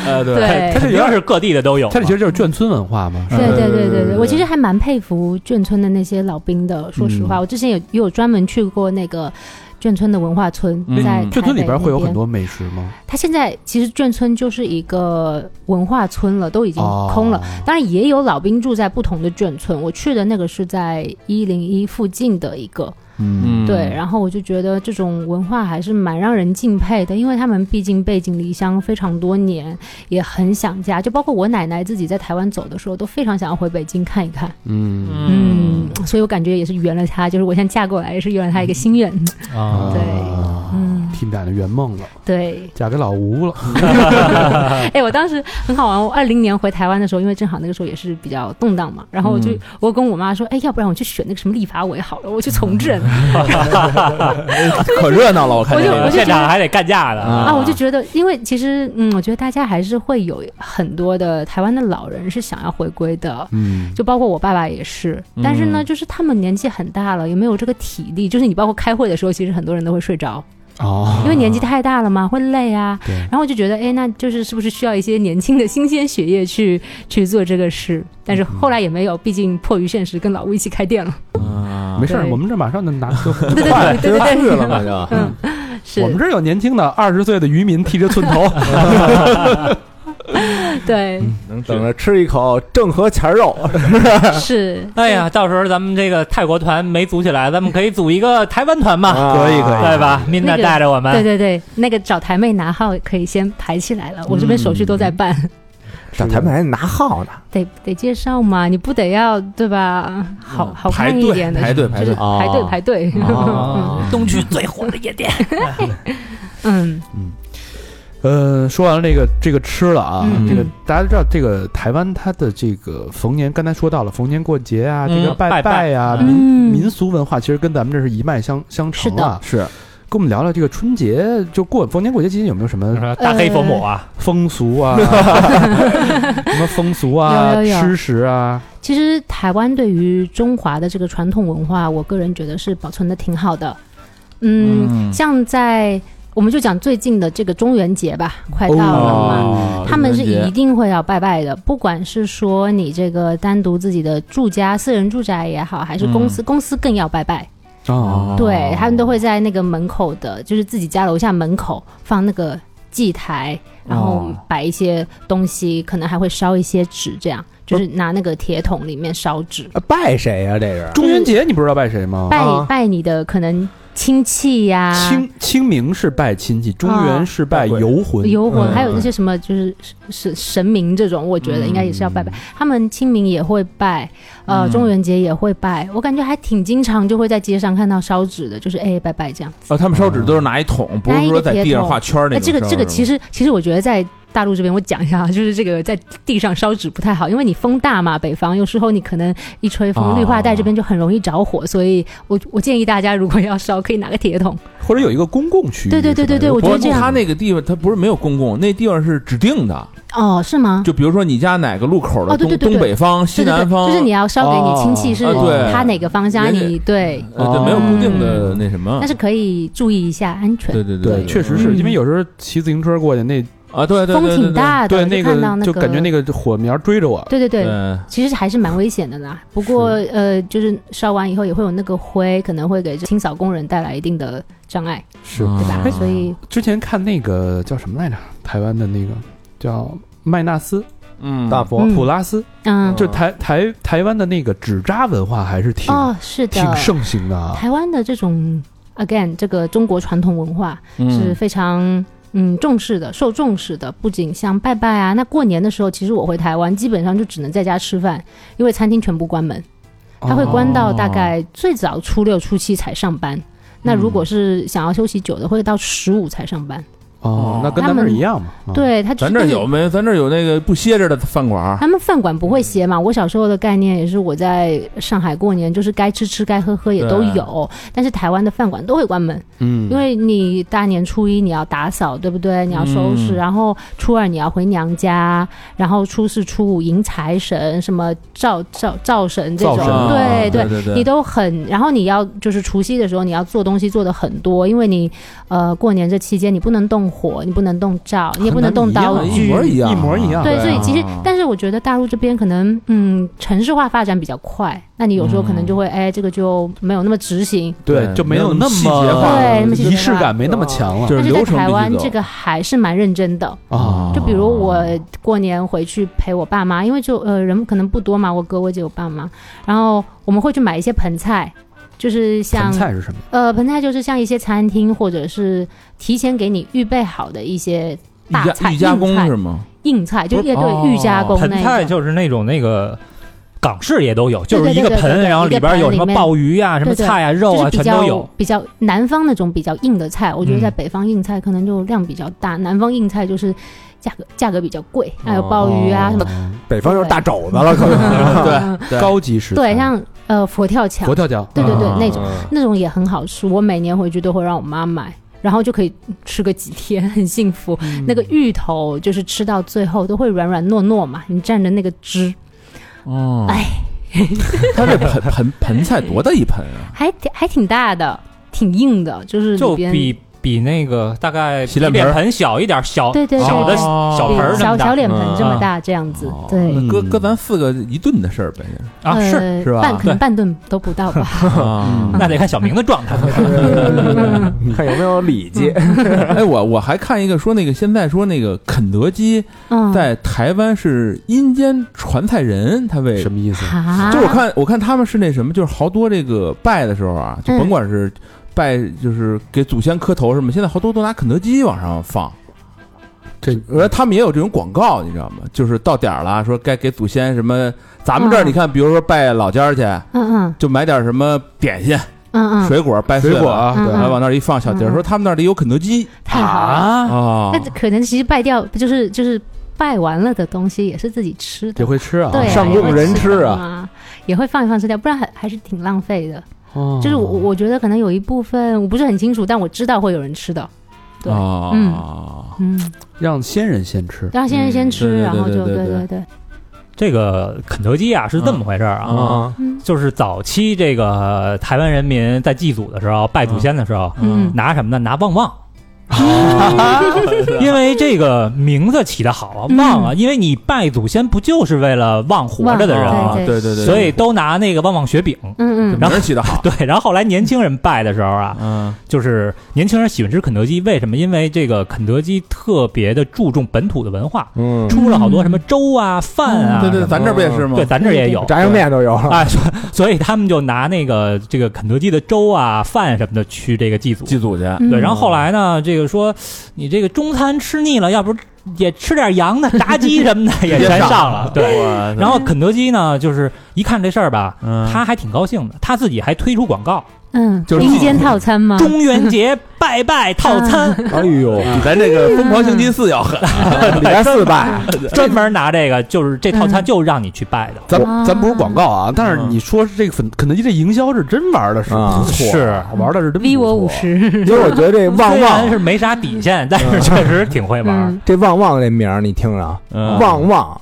[SPEAKER 6] 呃，对
[SPEAKER 5] 对
[SPEAKER 2] 肯定是各地的都有嘛。
[SPEAKER 3] 它这其实就是眷村文化嘛。
[SPEAKER 5] 对
[SPEAKER 3] 是吧
[SPEAKER 5] 对对对
[SPEAKER 4] 对
[SPEAKER 5] 对，我其实还蛮佩服眷村的那些老兵的。说实话，我之前有也有专门去过那个眷村的文化村，
[SPEAKER 6] 嗯
[SPEAKER 5] 在
[SPEAKER 3] 眷村里边
[SPEAKER 5] 边
[SPEAKER 3] 会有很。多美食吗？
[SPEAKER 5] 它现在其实眷村就是一个文化村了，都已经
[SPEAKER 3] 哦
[SPEAKER 5] 空了。当然也有老兵住在不同的眷村，我去的那个是在一零一附近的一个，
[SPEAKER 6] 嗯
[SPEAKER 5] 对，然后我就觉得这种文化还是蛮让人敬佩的，因为他们毕竟背井离乡非常多年，也很想家，就包括我奶奶自己在台湾走的时候，都非常想要回北京看一看，
[SPEAKER 3] 嗯，
[SPEAKER 5] 嗯，所以我感觉也是圆了她，就是我现在嫁过来也是圆了她一个心愿，
[SPEAKER 2] 啊，
[SPEAKER 5] 对
[SPEAKER 3] 啊
[SPEAKER 5] 嗯，
[SPEAKER 3] 替奶奶圆梦了，
[SPEAKER 5] 对，
[SPEAKER 3] 嫁给老吴了。
[SPEAKER 5] 哎，我当时很好玩。我二零年回台湾的时候，因为正好那个时候也是比较动荡嘛，然后我就、我跟我妈说，哎，要不然我去选那个什么立法委好了，我去从政
[SPEAKER 6] 可热闹了，我看
[SPEAKER 5] 我
[SPEAKER 6] 见
[SPEAKER 5] 就
[SPEAKER 6] 了
[SPEAKER 5] 我就
[SPEAKER 2] 现场还得干架的
[SPEAKER 5] 啊。我就觉得，因为其实嗯，我觉得大家还是会有很多的台湾的老人是想要回归的。
[SPEAKER 3] 嗯，
[SPEAKER 5] 就包括我爸爸也是，但是呢，就是他们年纪很大了，也没有这个体力。就是你包括开会的时候，其实很多人都会睡着，
[SPEAKER 3] 哦，
[SPEAKER 5] 因为年纪太大了嘛，会累啊。
[SPEAKER 3] 对
[SPEAKER 5] 然后我就觉得，哎，那就是是不是需要一些年轻的新鲜血液去去做这个事？但是后来也没有，毕竟迫于现实，跟老吴一起开店了。
[SPEAKER 3] 没事儿，
[SPEAKER 5] 对
[SPEAKER 3] 我们这马上 就拿车。
[SPEAKER 5] 对对对对对
[SPEAKER 4] 去
[SPEAKER 5] 对，
[SPEAKER 4] 了 嘛就。
[SPEAKER 5] 嗯，是
[SPEAKER 3] 我们这儿有年轻的二十岁的渔民剃着寸头，
[SPEAKER 5] 对
[SPEAKER 6] 能
[SPEAKER 4] 等着吃一口正和前肉，
[SPEAKER 5] 是。
[SPEAKER 2] 哎呀，到时候咱们这个泰国团没组起来，咱们可以组一个台湾团嘛，
[SPEAKER 4] 啊可以可以
[SPEAKER 2] 对吧？m i n a
[SPEAKER 5] 那个
[SPEAKER 2] 带着我
[SPEAKER 5] 对
[SPEAKER 2] 们，
[SPEAKER 5] 对对，那个找台妹拿号可以先排起来了，我这边手续都在办。
[SPEAKER 4] 找台本还拿号呢，
[SPEAKER 5] 得得介绍嘛，你不得要对吧？好好
[SPEAKER 6] 排
[SPEAKER 5] 看
[SPEAKER 6] 队
[SPEAKER 5] 一点的，
[SPEAKER 6] 排队排
[SPEAKER 5] 就
[SPEAKER 6] 队
[SPEAKER 5] 是排队
[SPEAKER 4] 哦
[SPEAKER 5] 排队。
[SPEAKER 2] 嗯
[SPEAKER 4] 哦
[SPEAKER 2] 东区最火的夜店，
[SPEAKER 5] 嗯，
[SPEAKER 1] 呃，说完了这个这个吃了啊，
[SPEAKER 5] 嗯
[SPEAKER 1] 这个
[SPEAKER 5] 嗯
[SPEAKER 1] 大家都知道，这个台湾它的这个逢年，刚才说到了逢年过节啊，
[SPEAKER 6] 嗯
[SPEAKER 1] 这个拜
[SPEAKER 2] 拜拜
[SPEAKER 1] 拜啊，
[SPEAKER 2] 嗯
[SPEAKER 1] 民
[SPEAKER 5] 嗯
[SPEAKER 1] 民俗文化其实跟咱们这是一脉相相承
[SPEAKER 4] 嗯
[SPEAKER 1] 啊。
[SPEAKER 6] 是
[SPEAKER 1] 跟我们聊聊这个春节，就过逢年过节期间有没有什么
[SPEAKER 2] 大黑佛母啊，
[SPEAKER 1] 风俗啊，什么风俗啊、
[SPEAKER 5] 有有有
[SPEAKER 1] 吃食啊，
[SPEAKER 5] 其实台湾对于中华的这个传统文化，我个人觉得是保存的挺好的。嗯，
[SPEAKER 6] 嗯
[SPEAKER 5] 像在我们就讲最近的这个中元节吧，快到了嘛。
[SPEAKER 6] 哦
[SPEAKER 5] 他们是
[SPEAKER 6] 中元
[SPEAKER 5] 一
[SPEAKER 6] 节
[SPEAKER 5] 定会要拜拜的，不管是说你这个单独自己的住家、私人住宅也好，还是公
[SPEAKER 6] 嗯
[SPEAKER 5] 司，公司更要拜拜。
[SPEAKER 1] 哦
[SPEAKER 5] 对他们都会在那个门口的，就是自己家楼下门口放那个祭台，然后
[SPEAKER 6] 哦
[SPEAKER 5] 摆一些东西，可能还会烧一些纸，这样就是拿那个铁桶里面烧纸，
[SPEAKER 4] 呃拜谁呀？这是
[SPEAKER 1] 中元节你不知道拜谁
[SPEAKER 3] 哦
[SPEAKER 1] 吗？
[SPEAKER 5] 拜
[SPEAKER 4] 啊
[SPEAKER 5] 拜你的可能亲戚呀、
[SPEAKER 1] 清清明是拜亲戚，中元是
[SPEAKER 5] 啊
[SPEAKER 1] 拜
[SPEAKER 4] 哦
[SPEAKER 1] 游魂，
[SPEAKER 5] 游魂，
[SPEAKER 4] 嗯
[SPEAKER 5] 还有那些什么就是神神明这种，我觉得应该也是要拜拜。他们清明也会拜，呃，
[SPEAKER 6] 嗯
[SPEAKER 5] 中元节也会拜，我感觉还挺经常就会在街上看到烧纸的，就是哎拜拜这样。
[SPEAKER 6] 啊，他们烧纸都是拿一桶，不
[SPEAKER 5] 拿一
[SPEAKER 6] 是
[SPEAKER 5] 个
[SPEAKER 6] 说在地
[SPEAKER 5] 铁
[SPEAKER 6] 上
[SPEAKER 5] 桶
[SPEAKER 6] 画圈儿
[SPEAKER 5] 哎，
[SPEAKER 6] 那
[SPEAKER 5] 这
[SPEAKER 6] 种
[SPEAKER 5] 个
[SPEAKER 6] 烧
[SPEAKER 5] 这个
[SPEAKER 6] 是
[SPEAKER 5] 其
[SPEAKER 6] 吗
[SPEAKER 5] 实其实我觉得在大陆这边，我讲一下，啊， 就是这个在地上烧纸不太好，因为你风大嘛，北方有时候你可能一吹
[SPEAKER 6] 哦
[SPEAKER 5] 风，绿化带这边就很容易着火，所以我我建议大家如果要烧，可以拿个铁桶。
[SPEAKER 1] 或者有一个公共区域。
[SPEAKER 5] 对对对
[SPEAKER 1] 是吧
[SPEAKER 5] 对对，我觉
[SPEAKER 6] 不
[SPEAKER 5] 得
[SPEAKER 6] 是
[SPEAKER 5] 这样
[SPEAKER 6] 他那个地方，他不是没有公共，那地方是指定的。
[SPEAKER 5] 哦，是吗？
[SPEAKER 6] 就比如说你家哪个路口的
[SPEAKER 5] 哦对
[SPEAKER 6] 东
[SPEAKER 5] 对对
[SPEAKER 6] 东
[SPEAKER 5] 对
[SPEAKER 6] 北方、
[SPEAKER 5] 对
[SPEAKER 6] 西
[SPEAKER 5] 对
[SPEAKER 6] 南
[SPEAKER 5] 对，
[SPEAKER 6] 方，
[SPEAKER 5] 就是你要烧给你亲
[SPEAKER 1] 哦
[SPEAKER 5] 戚是
[SPEAKER 6] 啊对
[SPEAKER 5] 他哪个方向，
[SPEAKER 6] 人家
[SPEAKER 5] 你对，
[SPEAKER 6] 呃对，没有固定的那什么。
[SPEAKER 5] 哦但是可以注意一下安全。
[SPEAKER 6] 对对
[SPEAKER 1] 对，确实是
[SPEAKER 5] 嗯
[SPEAKER 1] 因为有时候骑自行车过去，那
[SPEAKER 6] 啊，对对对
[SPEAKER 5] 风
[SPEAKER 6] 对
[SPEAKER 5] 挺大的，
[SPEAKER 1] 那
[SPEAKER 5] 就看到
[SPEAKER 1] 个
[SPEAKER 5] 那
[SPEAKER 1] 就
[SPEAKER 5] 个
[SPEAKER 1] 感觉那个火苗追着我。
[SPEAKER 5] 对对对
[SPEAKER 6] 对，对
[SPEAKER 5] 其实还是蛮危险的啦。不过呃，就是烧完以后也会有那个灰，可能会给清扫工人带来一定的障碍，
[SPEAKER 1] 是
[SPEAKER 5] 对
[SPEAKER 6] 啊
[SPEAKER 5] 吧？所以
[SPEAKER 1] 之前看那个叫什么来着？台湾的那个叫麦纳斯
[SPEAKER 6] 嗯，
[SPEAKER 4] 大佛
[SPEAKER 5] 嗯
[SPEAKER 1] 普拉斯，
[SPEAKER 5] 嗯，
[SPEAKER 1] 就台台台湾的那个纸扎文化还是挺
[SPEAKER 5] 哦，是的，
[SPEAKER 1] 挺盛行的啊。
[SPEAKER 5] 台湾的这种 again 这个中国传统文化是
[SPEAKER 6] 嗯
[SPEAKER 5] 非常。嗯，重视的，受重视的，不仅像拜拜啊，那过年的时候，其实我回台湾，基本上就只能在家吃饭，因为餐厅全部关门。他会关到大概最早初六、初七才上班。那如果是想要休息久的，会到十五才上班。
[SPEAKER 1] 哦，那跟咱
[SPEAKER 5] 他
[SPEAKER 1] 们
[SPEAKER 5] 们
[SPEAKER 1] 一样嘛。啊，
[SPEAKER 3] 哦
[SPEAKER 5] 对他，
[SPEAKER 6] 咱这儿有。没？咱这儿有那个不歇着的饭馆儿
[SPEAKER 5] 他们饭馆不会歇嘛？我小时候的概念也是，我在上海过年，就是该吃吃，该喝喝也都有。但是台湾的饭馆都会关门，
[SPEAKER 1] 嗯
[SPEAKER 5] 因，为你大年初一你要打扫，对不对？你要收拾，
[SPEAKER 6] 嗯
[SPEAKER 5] 然后初二你要回娘家，然后初四、初五迎财神，什么灶灶灶神这种，
[SPEAKER 1] 灶神
[SPEAKER 6] 啊
[SPEAKER 5] 对
[SPEAKER 6] 对对对，
[SPEAKER 5] 你都很，然后你要就是除夕的时候，你要做东西做的很多，因为你呃过年这期间你不能动火，你不能动灶，你也不能动
[SPEAKER 6] 一样
[SPEAKER 5] 刀
[SPEAKER 6] 一
[SPEAKER 5] 具
[SPEAKER 6] 模。一样，
[SPEAKER 1] 一模一样啊
[SPEAKER 5] 对，所以其实
[SPEAKER 6] 啊，
[SPEAKER 5] 但是我觉得大陆这边可能，嗯，城市化发展比较快，那你有时候可能就会，哎，这个就没有那么执行。
[SPEAKER 1] 对，
[SPEAKER 6] 对
[SPEAKER 1] 就没有
[SPEAKER 6] 没有
[SPEAKER 1] 那
[SPEAKER 6] 那么细节
[SPEAKER 1] 么
[SPEAKER 6] 化
[SPEAKER 5] 对那么细节化
[SPEAKER 1] 仪式感，没那么强了
[SPEAKER 6] 就是
[SPEAKER 5] 但是
[SPEAKER 6] 流
[SPEAKER 5] 在
[SPEAKER 6] 程
[SPEAKER 5] 台
[SPEAKER 6] 必须
[SPEAKER 5] 湾，
[SPEAKER 6] 走
[SPEAKER 5] 这个还是蛮认真的。
[SPEAKER 1] 啊。
[SPEAKER 5] 就比如我过年回去陪我爸妈，因为就呃人可能不多嘛，我哥、我姐、我爸妈，然后我们会去买一些盆菜，就是像
[SPEAKER 1] 盆菜是什么？
[SPEAKER 5] 呃，盆菜就是像一些餐厅或者是提前给你预备好的一些
[SPEAKER 6] 御
[SPEAKER 5] 大
[SPEAKER 6] 家
[SPEAKER 5] 菜
[SPEAKER 6] 御家
[SPEAKER 5] 硬
[SPEAKER 6] 工
[SPEAKER 5] 菜
[SPEAKER 6] 是吗？
[SPEAKER 5] 硬菜，就
[SPEAKER 6] 不是
[SPEAKER 5] 也
[SPEAKER 6] 哦
[SPEAKER 5] 呃对御家工
[SPEAKER 2] 盆
[SPEAKER 5] 那
[SPEAKER 2] 菜
[SPEAKER 5] 一种。
[SPEAKER 2] 就是那种那个港式也都有，
[SPEAKER 5] 对
[SPEAKER 2] 就是一个
[SPEAKER 5] 对对对
[SPEAKER 2] 盆，
[SPEAKER 5] 对
[SPEAKER 2] 然后里边有什么
[SPEAKER 5] 一个盆里面
[SPEAKER 2] 鲍鱼啊、什么
[SPEAKER 5] 对对
[SPEAKER 2] 菜啊、肉
[SPEAKER 5] 就
[SPEAKER 2] 啊，
[SPEAKER 5] 是比
[SPEAKER 2] 全都
[SPEAKER 5] 较
[SPEAKER 2] 有。
[SPEAKER 5] 比较南方那种比较硬的菜，我觉得在
[SPEAKER 2] 嗯
[SPEAKER 5] 北方硬菜可能就量比较大，南方硬菜就是价格价格比较贵，还
[SPEAKER 2] 哦
[SPEAKER 5] 有鲍鱼啊什么。
[SPEAKER 4] 北方就是大肘子了，可能
[SPEAKER 5] 嗯
[SPEAKER 1] 哦高级食材
[SPEAKER 5] 对，像呃佛跳墙
[SPEAKER 1] 佛，跳墙，
[SPEAKER 5] 对对对
[SPEAKER 6] 啊，
[SPEAKER 5] 那种那种也很好吃，我每年回去都会让我妈买，然后就可以吃个几天，很幸福。
[SPEAKER 2] 嗯
[SPEAKER 5] 那个芋头就是吃到最后都会软软糯糯嘛，你蘸着那个汁，
[SPEAKER 6] 哦，
[SPEAKER 5] 哎，
[SPEAKER 6] 他 这盆盆盆菜多大一盆啊？
[SPEAKER 5] 还挺还挺大的，挺硬的，就是
[SPEAKER 2] 就
[SPEAKER 5] 里边
[SPEAKER 2] 比比那个大概
[SPEAKER 6] 洗
[SPEAKER 2] 比
[SPEAKER 6] 脸盆
[SPEAKER 2] 脸盆小一点，小
[SPEAKER 5] 对对对
[SPEAKER 2] 小的
[SPEAKER 6] 哦
[SPEAKER 2] 小盆儿
[SPEAKER 5] 比
[SPEAKER 2] 这么
[SPEAKER 5] 小
[SPEAKER 2] 大
[SPEAKER 5] 小脸盆这么
[SPEAKER 2] 嗯
[SPEAKER 5] 大这样子
[SPEAKER 6] 哦，
[SPEAKER 5] 对。
[SPEAKER 6] 那搁搁咱四个一顿的 事儿呗，
[SPEAKER 2] 啊，是
[SPEAKER 5] 呃
[SPEAKER 6] 是吧
[SPEAKER 5] 半可能
[SPEAKER 2] 对
[SPEAKER 5] 半吨都不到吧。 嗯
[SPEAKER 6] 啊
[SPEAKER 2] 那得看小明的状态。
[SPEAKER 4] 看有没有礼节。
[SPEAKER 6] 哎，我我还看一个说那个现在说那个肯德基
[SPEAKER 5] 嗯，
[SPEAKER 6] 在台湾是阴间传菜人，他为
[SPEAKER 1] 什么意思？
[SPEAKER 5] 啊，
[SPEAKER 6] 就我看我看他们是那什么，就是好多这个拜的时候啊，就
[SPEAKER 5] 嗯
[SPEAKER 6] 甭管是拜就是给祖先磕头什么，现在好多都拿肯德基往上放。
[SPEAKER 3] 这
[SPEAKER 6] 我
[SPEAKER 5] 嗯
[SPEAKER 6] 说他们也有这种广告，你知道吗？就是到点儿了，说该给祖先什么，咱们这儿
[SPEAKER 5] 嗯
[SPEAKER 6] 你看，比如说拜老家儿去，
[SPEAKER 5] 嗯嗯
[SPEAKER 6] 就买点什么点心、
[SPEAKER 5] 嗯嗯，
[SPEAKER 6] 水果、掰碎了
[SPEAKER 3] 水果啊
[SPEAKER 5] 嗯
[SPEAKER 6] 对，
[SPEAKER 5] 嗯
[SPEAKER 6] 还往那儿一放，小弟儿
[SPEAKER 5] 嗯
[SPEAKER 6] 说他们那里有肯德基
[SPEAKER 5] 太好了。
[SPEAKER 2] 啊，
[SPEAKER 6] 啊
[SPEAKER 5] 那，可能其实拜掉，不就是就是拜完了的东西，也是自己吃的
[SPEAKER 3] 也。会吃啊，
[SPEAKER 5] 对啊，
[SPEAKER 4] 上供人吃啊
[SPEAKER 5] 也会的嘛，也会放一放吃掉，不然还还是挺浪费的。
[SPEAKER 3] 哦
[SPEAKER 5] 就是我我觉得可能有一部分我不是很清楚，但我知道会有人吃的。对
[SPEAKER 6] 啊，
[SPEAKER 5] 嗯，
[SPEAKER 3] 让先人先吃，
[SPEAKER 5] 然后先先
[SPEAKER 6] 对
[SPEAKER 5] 吃，
[SPEAKER 6] 对
[SPEAKER 5] 然后
[SPEAKER 6] 对
[SPEAKER 5] 就
[SPEAKER 6] 对对
[SPEAKER 5] 对对，
[SPEAKER 2] 这个肯德基啊是这么回事儿啊，
[SPEAKER 4] 啊，
[SPEAKER 5] 嗯
[SPEAKER 2] 就是早期这个台湾人民在祭祖的时候拜祖先的时候，
[SPEAKER 5] 嗯
[SPEAKER 2] 拿什么呢？拿旺旺。 因为这个名字起得好啊，旺啊！因为你拜祖先不就是为了旺活着的人
[SPEAKER 5] 旺
[SPEAKER 2] 吗
[SPEAKER 6] 啊，
[SPEAKER 5] 对
[SPEAKER 6] 对对对，
[SPEAKER 2] 所以都拿那个旺旺雪饼。
[SPEAKER 5] 嗯嗯
[SPEAKER 6] 名儿起的好，
[SPEAKER 2] 对，然后后来年轻人拜的时候啊，
[SPEAKER 6] 嗯
[SPEAKER 2] 就是年轻人喜欢吃肯德基，为什么？因为这个肯德基特别的注重本土的文化，
[SPEAKER 4] 嗯，
[SPEAKER 2] 出了好多什么粥啊、饭啊，
[SPEAKER 6] 嗯对对，
[SPEAKER 2] 什么
[SPEAKER 6] 咱这儿不也是吗
[SPEAKER 2] 对，？咱这儿也有。
[SPEAKER 4] 炸酱面都有了，
[SPEAKER 2] 啊，所 所以他们就拿那个这个肯德基的粥啊、饭什么的去这个祭祖，
[SPEAKER 6] 祭祖去，
[SPEAKER 5] 嗯，
[SPEAKER 2] 对，然后后来呢，这个说你这个中餐吃腻了，要不也吃点羊的，炸鸡什么的 也全上了。对，
[SPEAKER 6] 哇塞，
[SPEAKER 2] 然后肯德基呢，就是一看这事儿吧，
[SPEAKER 3] 嗯
[SPEAKER 2] 他还挺高兴的，他自己还推出广告，
[SPEAKER 5] 嗯，
[SPEAKER 4] 就是
[SPEAKER 5] 阴间套餐吗？
[SPEAKER 2] 中元节拜拜套餐，
[SPEAKER 4] 哎呦，
[SPEAKER 6] 比咱这
[SPEAKER 5] 嗯
[SPEAKER 6] 个疯狂星期四要狠，
[SPEAKER 4] 礼拜四拜，
[SPEAKER 2] 专门拿这个，就是这套餐就让你去拜的。
[SPEAKER 3] 咱
[SPEAKER 5] 啊
[SPEAKER 3] 咱不是广告啊，但是你说是这个肯肯德基这营销是真玩的是
[SPEAKER 4] 啊
[SPEAKER 3] 不错，
[SPEAKER 2] 是
[SPEAKER 3] 玩的是真不错
[SPEAKER 5] v 我五，十，
[SPEAKER 4] 其实我觉得这旺
[SPEAKER 2] 虽然
[SPEAKER 4] 旺
[SPEAKER 2] 是没啥底线，但是确实挺会玩。
[SPEAKER 5] 嗯
[SPEAKER 4] 这旺旺这名儿你听着啊，
[SPEAKER 6] 嗯
[SPEAKER 4] 旺旺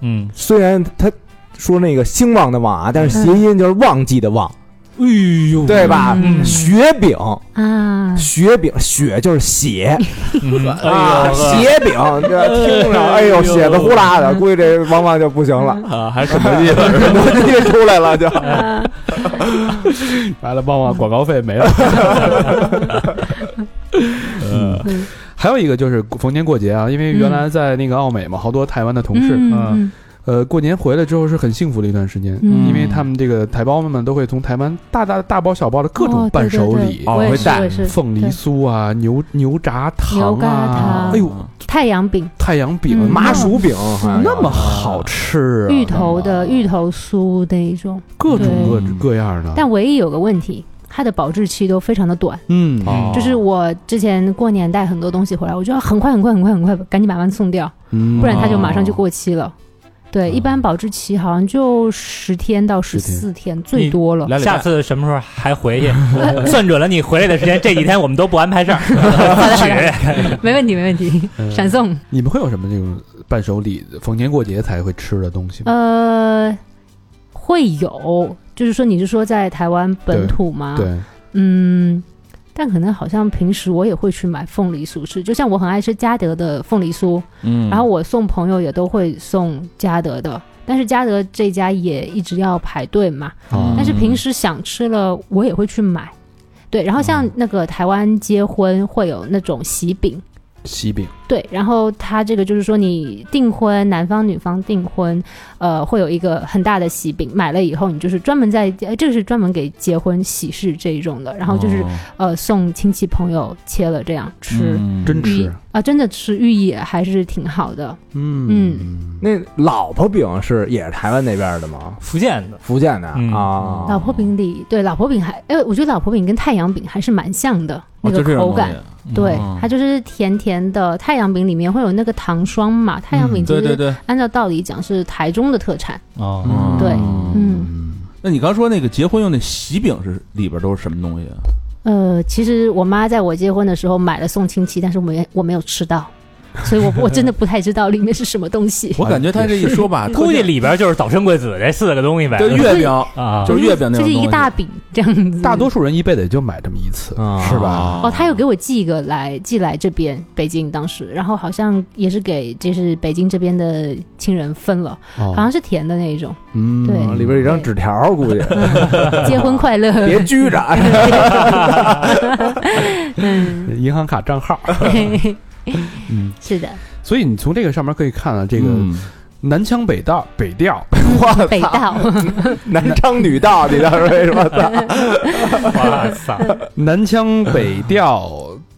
[SPEAKER 2] 嗯，
[SPEAKER 4] 虽然他说那个兴旺的旺啊，但是谐音就是忘记的忘，
[SPEAKER 2] 哎呦，
[SPEAKER 4] 对吧？
[SPEAKER 5] 嗯
[SPEAKER 4] 雪饼，
[SPEAKER 5] 啊，
[SPEAKER 4] 雪饼，雪就是血
[SPEAKER 2] 嗯
[SPEAKER 4] 啊，血饼，这听着，哎呦，血的呼啦的，估计这旺旺就不行了，
[SPEAKER 6] 啊，还是肯德基的，
[SPEAKER 4] 逻辑出来了就。
[SPEAKER 5] 嗯
[SPEAKER 3] 完了，旺旺广告费没 了。嗯，
[SPEAKER 5] 嗯
[SPEAKER 3] 还有一个就是逢年过节啊，因为原来在那个澳美嘛，好多台湾 的同事，
[SPEAKER 5] 嗯
[SPEAKER 3] 呃，过年回来之后是很幸福的一段时间，
[SPEAKER 5] 嗯
[SPEAKER 3] 因为他们这个台胞们都会从台湾大大大包小包的各种伴手礼，
[SPEAKER 5] 哦对对对我也是我也是
[SPEAKER 3] 凤梨酥啊、牛牛炸糖
[SPEAKER 5] 牛轧
[SPEAKER 3] 啊，
[SPEAKER 5] 糖
[SPEAKER 3] 哎呦，
[SPEAKER 5] 太阳饼，
[SPEAKER 3] 太阳饼、
[SPEAKER 5] 嗯
[SPEAKER 4] 麻薯饼还有啊
[SPEAKER 3] 那么好吃啊，
[SPEAKER 5] 芋头的芋头酥那一种，
[SPEAKER 3] 各种
[SPEAKER 5] 对
[SPEAKER 3] 各各样的，
[SPEAKER 5] 但唯一有个问题，它的保质期都非常的短。
[SPEAKER 3] 嗯，
[SPEAKER 6] 哦
[SPEAKER 5] 就是我之前过年带很多东西回来，我就要很快很快很快很快赶紧把它们送掉，
[SPEAKER 3] 嗯
[SPEAKER 5] 不然它就马上就过期了。
[SPEAKER 3] 啊
[SPEAKER 5] 对，一般保质期好像就十天到十四天最多了。
[SPEAKER 6] 来礼拜
[SPEAKER 2] 下次什么时候还回去？ 算准了你回来的时 间，这几天我们都不安排事儿，
[SPEAKER 5] 没问题，没问题，
[SPEAKER 3] 呃
[SPEAKER 5] 闪送。
[SPEAKER 3] 嗯你们会有什么这种伴手礼，逢年过节才会吃的东西吗？
[SPEAKER 5] 呃，会有，就是说你是说在台湾本土吗？，
[SPEAKER 3] 对，啊
[SPEAKER 5] 嗯。但可能好像平时我也会去买凤梨酥吃，就像我很爱吃嘉德的凤梨酥，
[SPEAKER 6] 嗯
[SPEAKER 5] 然后我送朋友也都会送嘉德的，但是嘉德这家也一直要排队嘛。
[SPEAKER 3] 啊
[SPEAKER 5] 嗯但是平时想吃了，我也会去买。对，然后像那个台湾结婚会有那种喜饼，
[SPEAKER 3] 喜饼，
[SPEAKER 5] 对，然后它这个就是说你订婚，男方女方订婚，呃，会有一个很大的喜饼，买了以后你就是专门在，呃，这个是专门给结婚喜事这一种的，然后
[SPEAKER 6] 哦
[SPEAKER 5] 就是、呃送亲戚朋友切了这样吃，
[SPEAKER 6] 嗯
[SPEAKER 3] 真
[SPEAKER 5] 寓意
[SPEAKER 3] 吃
[SPEAKER 5] 啊、，真的吃寓意还是挺好
[SPEAKER 6] 哦
[SPEAKER 5] 的。
[SPEAKER 3] 嗯
[SPEAKER 4] 那老婆饼是也是台湾那边的吗？
[SPEAKER 2] 福建的。
[SPEAKER 4] 福建的
[SPEAKER 2] 嗯
[SPEAKER 4] 啊，
[SPEAKER 5] 老婆饼里，对老婆饼还，哎，我觉得老婆饼跟太阳饼还是蛮像的，那
[SPEAKER 6] 哦就
[SPEAKER 5] 个
[SPEAKER 6] 这种
[SPEAKER 5] 口
[SPEAKER 6] 东
[SPEAKER 5] 感。
[SPEAKER 6] 西
[SPEAKER 5] 对
[SPEAKER 6] 嗯，
[SPEAKER 5] 它就是甜甜的。太阳饼里面会有那个糖霜嘛，太阳饼其
[SPEAKER 6] 嗯对对
[SPEAKER 5] 实
[SPEAKER 6] 对，
[SPEAKER 5] 按照道理讲是台中的特产。
[SPEAKER 2] 哦
[SPEAKER 3] 嗯
[SPEAKER 5] 对
[SPEAKER 3] 嗯。
[SPEAKER 6] 那你刚说那个结婚用那喜饼是里边都是什么东西啊？
[SPEAKER 5] 呃，其实我妈在我结婚的时候买了送亲戚，但是我没我没有吃 到，所以我我真的不太知道里面是什么东西。
[SPEAKER 6] 我感觉他这一说吧，
[SPEAKER 2] 估计里边就是早生贵子这四个东西呗。
[SPEAKER 6] 就月饼
[SPEAKER 2] 啊，
[SPEAKER 6] 就是月饼那
[SPEAKER 5] 这
[SPEAKER 6] 种
[SPEAKER 5] 是一
[SPEAKER 6] 东
[SPEAKER 5] 个
[SPEAKER 6] 西
[SPEAKER 5] 大饼这样子。
[SPEAKER 3] 大多数人一辈子也就买这么一次，
[SPEAKER 4] 啊
[SPEAKER 3] 是吧？
[SPEAKER 5] 哦，他有给我寄一个来，寄来这边北京当时，然后好像也是给就是北京这边的亲人分了，
[SPEAKER 3] 好
[SPEAKER 1] 哦
[SPEAKER 5] 好像是甜的那一种。
[SPEAKER 3] 嗯
[SPEAKER 5] 对
[SPEAKER 4] 里边有一张纸条，估 计
[SPEAKER 5] 结婚快乐，
[SPEAKER 4] 别拘着。啊
[SPEAKER 5] 嗯，
[SPEAKER 3] 银行卡 账号， 嗯，
[SPEAKER 5] 是的，
[SPEAKER 3] 所以你从这个上面可以看啊，这
[SPEAKER 6] 这
[SPEAKER 3] 个
[SPEAKER 5] 嗯
[SPEAKER 3] 南腔北调，北调，
[SPEAKER 4] 我
[SPEAKER 5] 北
[SPEAKER 4] 操，
[SPEAKER 5] 道，
[SPEAKER 4] 男娼女盗，你倒是为什么？
[SPEAKER 5] 啊
[SPEAKER 2] 哇塞，
[SPEAKER 3] 南腔北调，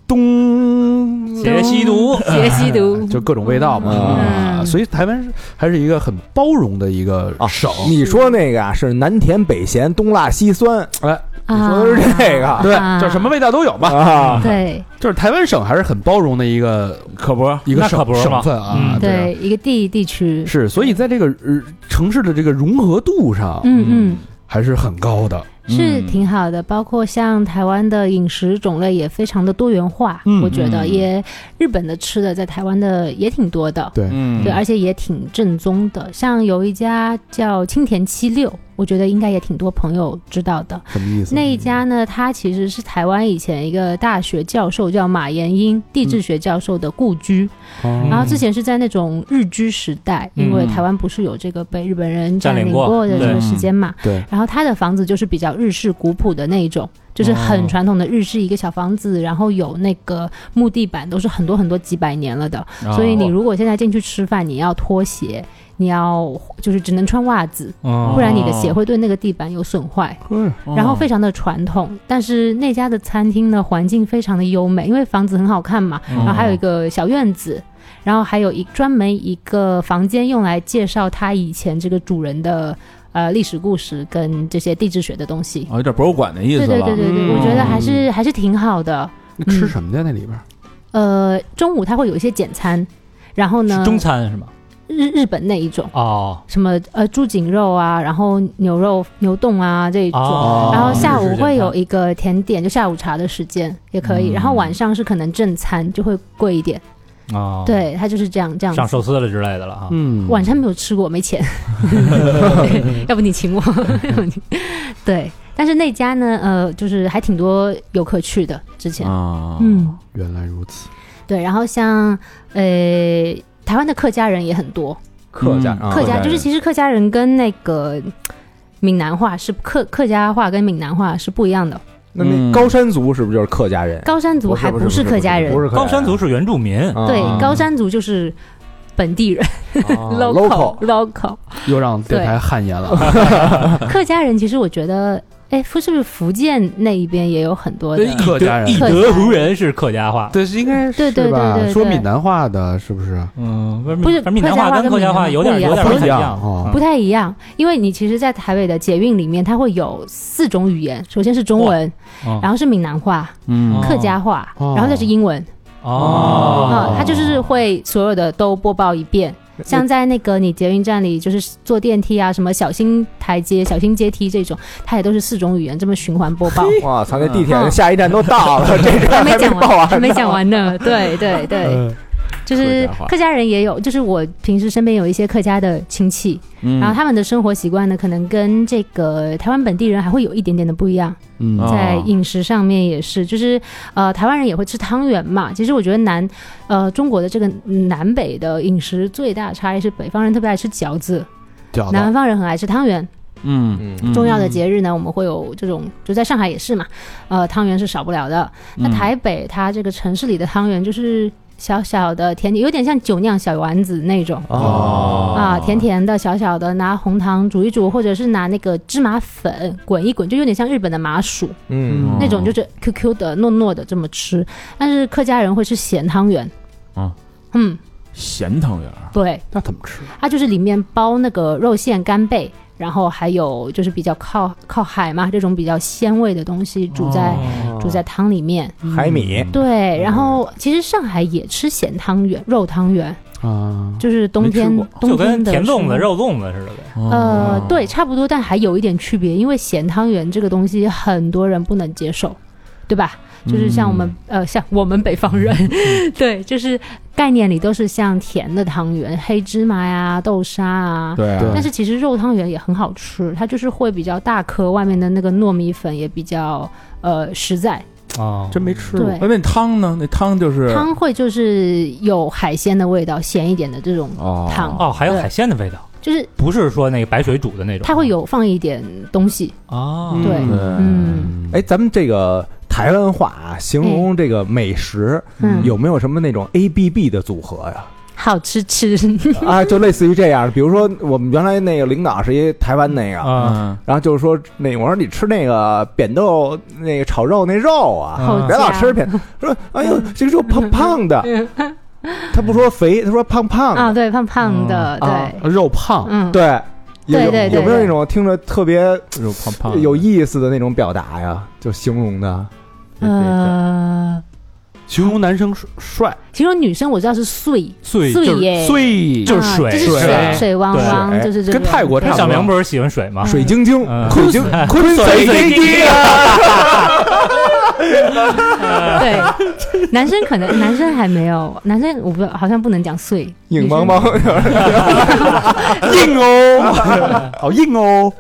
[SPEAKER 3] 东
[SPEAKER 2] 学吸毒，
[SPEAKER 5] 学吸 毒，
[SPEAKER 1] 就各种味道嘛。
[SPEAKER 5] 嗯
[SPEAKER 1] 啊所以台湾是还是一个很包容的一个
[SPEAKER 4] 啊
[SPEAKER 1] 省。
[SPEAKER 4] 你说那个啊，是南甜北咸，东辣西酸，
[SPEAKER 1] 哎，
[SPEAKER 4] 你
[SPEAKER 5] 啊
[SPEAKER 4] 说的是这个
[SPEAKER 1] 对，
[SPEAKER 5] 啊嗯
[SPEAKER 1] 就是什么味道都有吧。
[SPEAKER 4] 啊，
[SPEAKER 5] 对
[SPEAKER 1] 就是台湾省还是很包容的一个
[SPEAKER 6] 可不，
[SPEAKER 1] 一个
[SPEAKER 2] 那
[SPEAKER 1] 省
[SPEAKER 2] 可不是嘛
[SPEAKER 1] 省份啊。
[SPEAKER 2] 嗯
[SPEAKER 1] 啊
[SPEAKER 5] 对，一个地地区，
[SPEAKER 1] 是，所以在这个、呃、城市的这个融合度上
[SPEAKER 5] 嗯嗯。
[SPEAKER 1] 还是很高的。
[SPEAKER 6] 嗯
[SPEAKER 5] 是挺好的，包括像台湾的饮食种类也非常的多元化，
[SPEAKER 1] 嗯
[SPEAKER 5] 我觉得
[SPEAKER 6] 嗯
[SPEAKER 5] 也日本的吃的在台湾的也挺多的，
[SPEAKER 1] 对
[SPEAKER 6] 嗯，
[SPEAKER 5] 对，而且也挺正宗的。像有一家叫青田七六，我觉得应该也挺多朋友知道的。
[SPEAKER 1] 什么意思？
[SPEAKER 5] 那
[SPEAKER 3] 嗯
[SPEAKER 5] 一家呢，它其实是台湾以前一个大学教授叫马延英，地质学教授的故居。
[SPEAKER 3] 嗯
[SPEAKER 1] 哦
[SPEAKER 5] 然后之前是在那种日居时代，
[SPEAKER 2] 嗯
[SPEAKER 5] 因为台湾不是有这个被日本人
[SPEAKER 2] 占
[SPEAKER 5] 占
[SPEAKER 2] 领
[SPEAKER 5] 领
[SPEAKER 2] 过
[SPEAKER 5] 过的这
[SPEAKER 2] 对
[SPEAKER 5] 个时间嘛？
[SPEAKER 1] 对。
[SPEAKER 5] 然后他的房子就是比较日式古朴的那一种，就是很传统的日式一个小房子，然后有那个木地板，都是很多很多几百年了的。所以你如果现在进去吃饭，你要脱鞋，你要就是只能穿袜子，
[SPEAKER 2] 嗯
[SPEAKER 5] 不然你的鞋会对那个地板有损坏。
[SPEAKER 6] 嗯
[SPEAKER 5] 然后非常的传统，但是那家的餐厅呢，环境非常的优美，因为房子很好看嘛，
[SPEAKER 2] 嗯
[SPEAKER 5] 然后还有一个小院子，然后还有一专门一个房间用来介绍他以前这个主人的呃历史故事跟这些地质学的东西。
[SPEAKER 6] 啊，有点博物馆的意
[SPEAKER 5] 对
[SPEAKER 6] 思
[SPEAKER 5] 对
[SPEAKER 6] 了
[SPEAKER 5] 对对，对，我觉得
[SPEAKER 2] 嗯
[SPEAKER 5] 还是还是挺好的。
[SPEAKER 3] 那吃什么在那里边？
[SPEAKER 5] 呃，中午他会有一些简餐，然后呢
[SPEAKER 2] 是，中餐是吗？
[SPEAKER 5] 日日本那一种。
[SPEAKER 2] 哦，
[SPEAKER 5] 什么呃猪颈肉啊，然后牛肉牛冻啊这一种，
[SPEAKER 2] 哦
[SPEAKER 5] 然后下
[SPEAKER 2] 日式简
[SPEAKER 5] 午会有
[SPEAKER 2] 餐
[SPEAKER 5] 一个甜点，就下午茶的时间也可以，
[SPEAKER 6] 嗯
[SPEAKER 5] 然后晚上是可能正餐就会贵一点，
[SPEAKER 2] 哦，，
[SPEAKER 5] 对，它就是这样这样
[SPEAKER 2] 上
[SPEAKER 5] 子。
[SPEAKER 2] 寿司了之类的了啊。
[SPEAKER 3] 嗯
[SPEAKER 5] 晚餐没有吃过，没 钱，对要不你请我，要不你对。但是那家呢，呃，就是还挺多游客去的，之前，
[SPEAKER 4] 哦
[SPEAKER 6] 啊，
[SPEAKER 5] 嗯，
[SPEAKER 3] 原来如此，
[SPEAKER 5] 对。然后像呃，台湾的客家人也很多，
[SPEAKER 4] 客家
[SPEAKER 6] 嗯
[SPEAKER 4] 啊
[SPEAKER 5] 客
[SPEAKER 6] 客家
[SPEAKER 5] 家
[SPEAKER 6] 人
[SPEAKER 5] 就是其实客家人跟那个闽南话是客客家话跟闽南话是不一样的。
[SPEAKER 4] 那那
[SPEAKER 6] 嗯
[SPEAKER 4] 高山族是不是就是客家人？
[SPEAKER 5] 高山族
[SPEAKER 4] 不是
[SPEAKER 5] 还
[SPEAKER 4] 不是
[SPEAKER 5] 客家人，
[SPEAKER 4] 不是客家
[SPEAKER 2] 高山族
[SPEAKER 4] 人
[SPEAKER 2] 是原住民，
[SPEAKER 4] 啊
[SPEAKER 5] 对
[SPEAKER 4] 啊，
[SPEAKER 5] 高山族就是本地人
[SPEAKER 4] 啊
[SPEAKER 5] local local。
[SPEAKER 1] 又让电台汗颜了。
[SPEAKER 5] 客家人其实我觉得，哎，是不是福建那一边也有很多的？
[SPEAKER 1] 客家人
[SPEAKER 2] 以德服人是客家话，
[SPEAKER 1] 对，应该
[SPEAKER 5] 对对
[SPEAKER 1] 是吧
[SPEAKER 5] 对对对
[SPEAKER 1] 说闽南话的，是不是？
[SPEAKER 2] 嗯，
[SPEAKER 5] 不是
[SPEAKER 2] 反正闽南话跟客家话有点有点
[SPEAKER 5] 不
[SPEAKER 2] 不
[SPEAKER 5] 一
[SPEAKER 2] 太
[SPEAKER 1] 样哦
[SPEAKER 2] 嗯
[SPEAKER 5] 不太一样，因为你其实，在台北的捷运里面，它会有四种语言，首先是中文，
[SPEAKER 2] 哇哦
[SPEAKER 5] 然后是闽南话、
[SPEAKER 6] 嗯
[SPEAKER 2] 哦
[SPEAKER 5] 客家话，
[SPEAKER 3] 哦
[SPEAKER 5] 然后再是英文。
[SPEAKER 2] 哦
[SPEAKER 5] 嗯，，他就是会所有的都播报一遍，
[SPEAKER 4] 那
[SPEAKER 5] 像在那个你捷运站里，就是坐电梯啊，什么小心台阶、小心阶梯这种，它也都是四种语言这么循环播 报。
[SPEAKER 4] 哇操！那地
[SPEAKER 5] 嗯
[SPEAKER 4] 铁下一站都到 了，这事儿
[SPEAKER 5] 还没讲
[SPEAKER 4] 报
[SPEAKER 5] 完，
[SPEAKER 4] 完
[SPEAKER 5] 还
[SPEAKER 4] 呢，
[SPEAKER 5] 没讲完呢。对对对，就是
[SPEAKER 1] 嗯客家话
[SPEAKER 5] 客家人也有，就是我平时身边有一些客家的亲戚，
[SPEAKER 6] 嗯
[SPEAKER 1] 嗯
[SPEAKER 5] 然后他们的生活习惯呢，可能跟这个台湾本地人还会有一点点的不一样。
[SPEAKER 1] 嗯
[SPEAKER 6] 哦
[SPEAKER 5] 在饮食上面也是，就是呃，台湾人也会吃汤圆嘛。其实我觉得南呃中国的这个南北的饮食最大差异是，北方人特别爱吃饺子，
[SPEAKER 1] 饺子
[SPEAKER 5] 南方人很爱吃汤圆。
[SPEAKER 6] 嗯嗯，
[SPEAKER 5] 重要的节日呢，我们会有这种，就在上海也是嘛，呃，汤圆是少不了的。那
[SPEAKER 6] 嗯
[SPEAKER 5] 台北它这个城市里的汤圆就是小小的甜点，有点像酒酿小丸子那种。
[SPEAKER 4] 哦
[SPEAKER 5] 啊，甜甜的、小小的，拿红糖煮一煮，或者是拿那个芝麻粉滚一滚，就有点像日本的麻薯。
[SPEAKER 4] 嗯
[SPEAKER 6] 嗯
[SPEAKER 5] 那种就是 QQ 的、糯糯的这么吃。但是客家人会吃咸汤圆，
[SPEAKER 6] 啊
[SPEAKER 5] 嗯，
[SPEAKER 6] 咸汤圆儿，
[SPEAKER 5] 对，
[SPEAKER 3] 那怎么吃？
[SPEAKER 5] 它就是里面包那个肉馅、干贝，然后还有就是比较靠靠海嘛，这种比较鲜味的东西煮在、
[SPEAKER 3] 哦
[SPEAKER 5] 煮在汤里面。
[SPEAKER 4] 哦海米，
[SPEAKER 5] 对，然后其实上海也吃咸汤圆、肉汤圆，
[SPEAKER 3] 啊，
[SPEAKER 5] 就是冬天
[SPEAKER 6] 没吃
[SPEAKER 5] 冬
[SPEAKER 2] 就
[SPEAKER 5] 天
[SPEAKER 2] 跟
[SPEAKER 5] 的
[SPEAKER 2] 甜粽子、
[SPEAKER 5] 时候。
[SPEAKER 2] 肉粽子似的呗。
[SPEAKER 6] 哦
[SPEAKER 5] 呃，对，差不多，但还有一点区别，因为咸汤圆这个东西很多人不能接受，对吧？就是像我们、
[SPEAKER 6] 嗯
[SPEAKER 5] 呃，像我们北方 人，对，就是概念里都是像甜的汤圆，黑芝麻呀、豆沙啊。
[SPEAKER 6] 对啊
[SPEAKER 3] 对
[SPEAKER 5] 但是其实肉汤圆也很好吃，它就是会比较大颗，外面的那个糯米粉也比较呃实在。
[SPEAKER 2] 哦，
[SPEAKER 3] 真没吃过
[SPEAKER 5] 对，
[SPEAKER 6] 哎，那汤呢？那汤就是
[SPEAKER 5] 汤会就是有海鲜的味道，咸一点的这种，
[SPEAKER 6] 哦
[SPEAKER 5] 汤
[SPEAKER 2] 哦，还有海鲜的味道，
[SPEAKER 5] 就是
[SPEAKER 2] 不是说那个白水煮的那种，
[SPEAKER 5] 它会有放一点东西。
[SPEAKER 2] 哦，
[SPEAKER 5] 对，
[SPEAKER 4] 嗯
[SPEAKER 5] 嗯
[SPEAKER 4] 哎，咱们这个台湾话啊，形容这个美食
[SPEAKER 5] 哎嗯，
[SPEAKER 4] 有没有什么那种 A B B 的组合呀？
[SPEAKER 5] 好吃吃，
[SPEAKER 3] 嗯
[SPEAKER 4] 啊，就类似于这样。比如说，我们原来那个领导是一台湾那个，
[SPEAKER 2] 啊，
[SPEAKER 6] 嗯，
[SPEAKER 4] 然后就是说，那我说你吃那个扁豆那个炒肉那肉啊，
[SPEAKER 5] 好
[SPEAKER 4] 别老
[SPEAKER 5] 家
[SPEAKER 4] 吃扁，说哎呦这个肉胖胖的， 他不说肥，他说胖胖
[SPEAKER 5] 啊，
[SPEAKER 4] 的，
[SPEAKER 5] 对，胖胖的，
[SPEAKER 3] 嗯
[SPEAKER 4] 啊
[SPEAKER 5] 对，
[SPEAKER 3] 肉胖，
[SPEAKER 5] 嗯，
[SPEAKER 4] 对。有有
[SPEAKER 5] 对对对
[SPEAKER 4] 有没有那种听着特别
[SPEAKER 6] 肉胖
[SPEAKER 3] 啊
[SPEAKER 6] 胖的
[SPEAKER 4] 有意思的那种表达呀？就形容的，
[SPEAKER 5] 呃，
[SPEAKER 3] 形容男生帅帅，
[SPEAKER 5] 其中女生我知道是碎
[SPEAKER 2] 碎
[SPEAKER 5] 碎
[SPEAKER 2] 就是
[SPEAKER 5] 耶，
[SPEAKER 3] 碎
[SPEAKER 2] 就是
[SPEAKER 5] 啊
[SPEAKER 2] 水
[SPEAKER 5] 就是
[SPEAKER 4] 水
[SPEAKER 5] 水水汪
[SPEAKER 2] 对
[SPEAKER 5] 汪，
[SPEAKER 4] 水
[SPEAKER 5] 就是这
[SPEAKER 3] 跟
[SPEAKER 5] 种
[SPEAKER 3] 泰国差不多
[SPEAKER 2] 小明不是喜欢水吗？
[SPEAKER 4] 水晶晶、
[SPEAKER 2] 嗯
[SPEAKER 4] 昆晶、昆水晶晶
[SPEAKER 5] 对，男生可能男生还没有，男生我不好像不能讲碎，
[SPEAKER 4] 硬
[SPEAKER 5] 女
[SPEAKER 4] 邦
[SPEAKER 5] 生
[SPEAKER 4] 邦，
[SPEAKER 3] 硬 哦，好硬哦。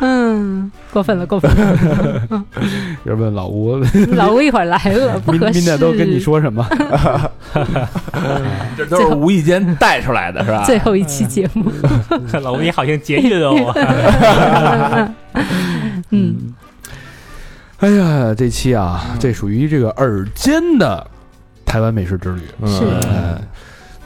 [SPEAKER 5] 嗯，过分了，过分了，
[SPEAKER 3] 要问老吴，
[SPEAKER 5] 老吴一会儿来了，不
[SPEAKER 3] 嗯 明
[SPEAKER 5] 合适。
[SPEAKER 3] 明天都跟你，说什么？
[SPEAKER 6] 这都是无意间带出来的，是吧？
[SPEAKER 5] 最后一期节目，
[SPEAKER 2] 老吴，你好像结印了 我。
[SPEAKER 5] 嗯，
[SPEAKER 3] 哎呀，这期啊，这属于这个耳尖的台湾美食之旅。
[SPEAKER 5] 是，
[SPEAKER 3] 嗯，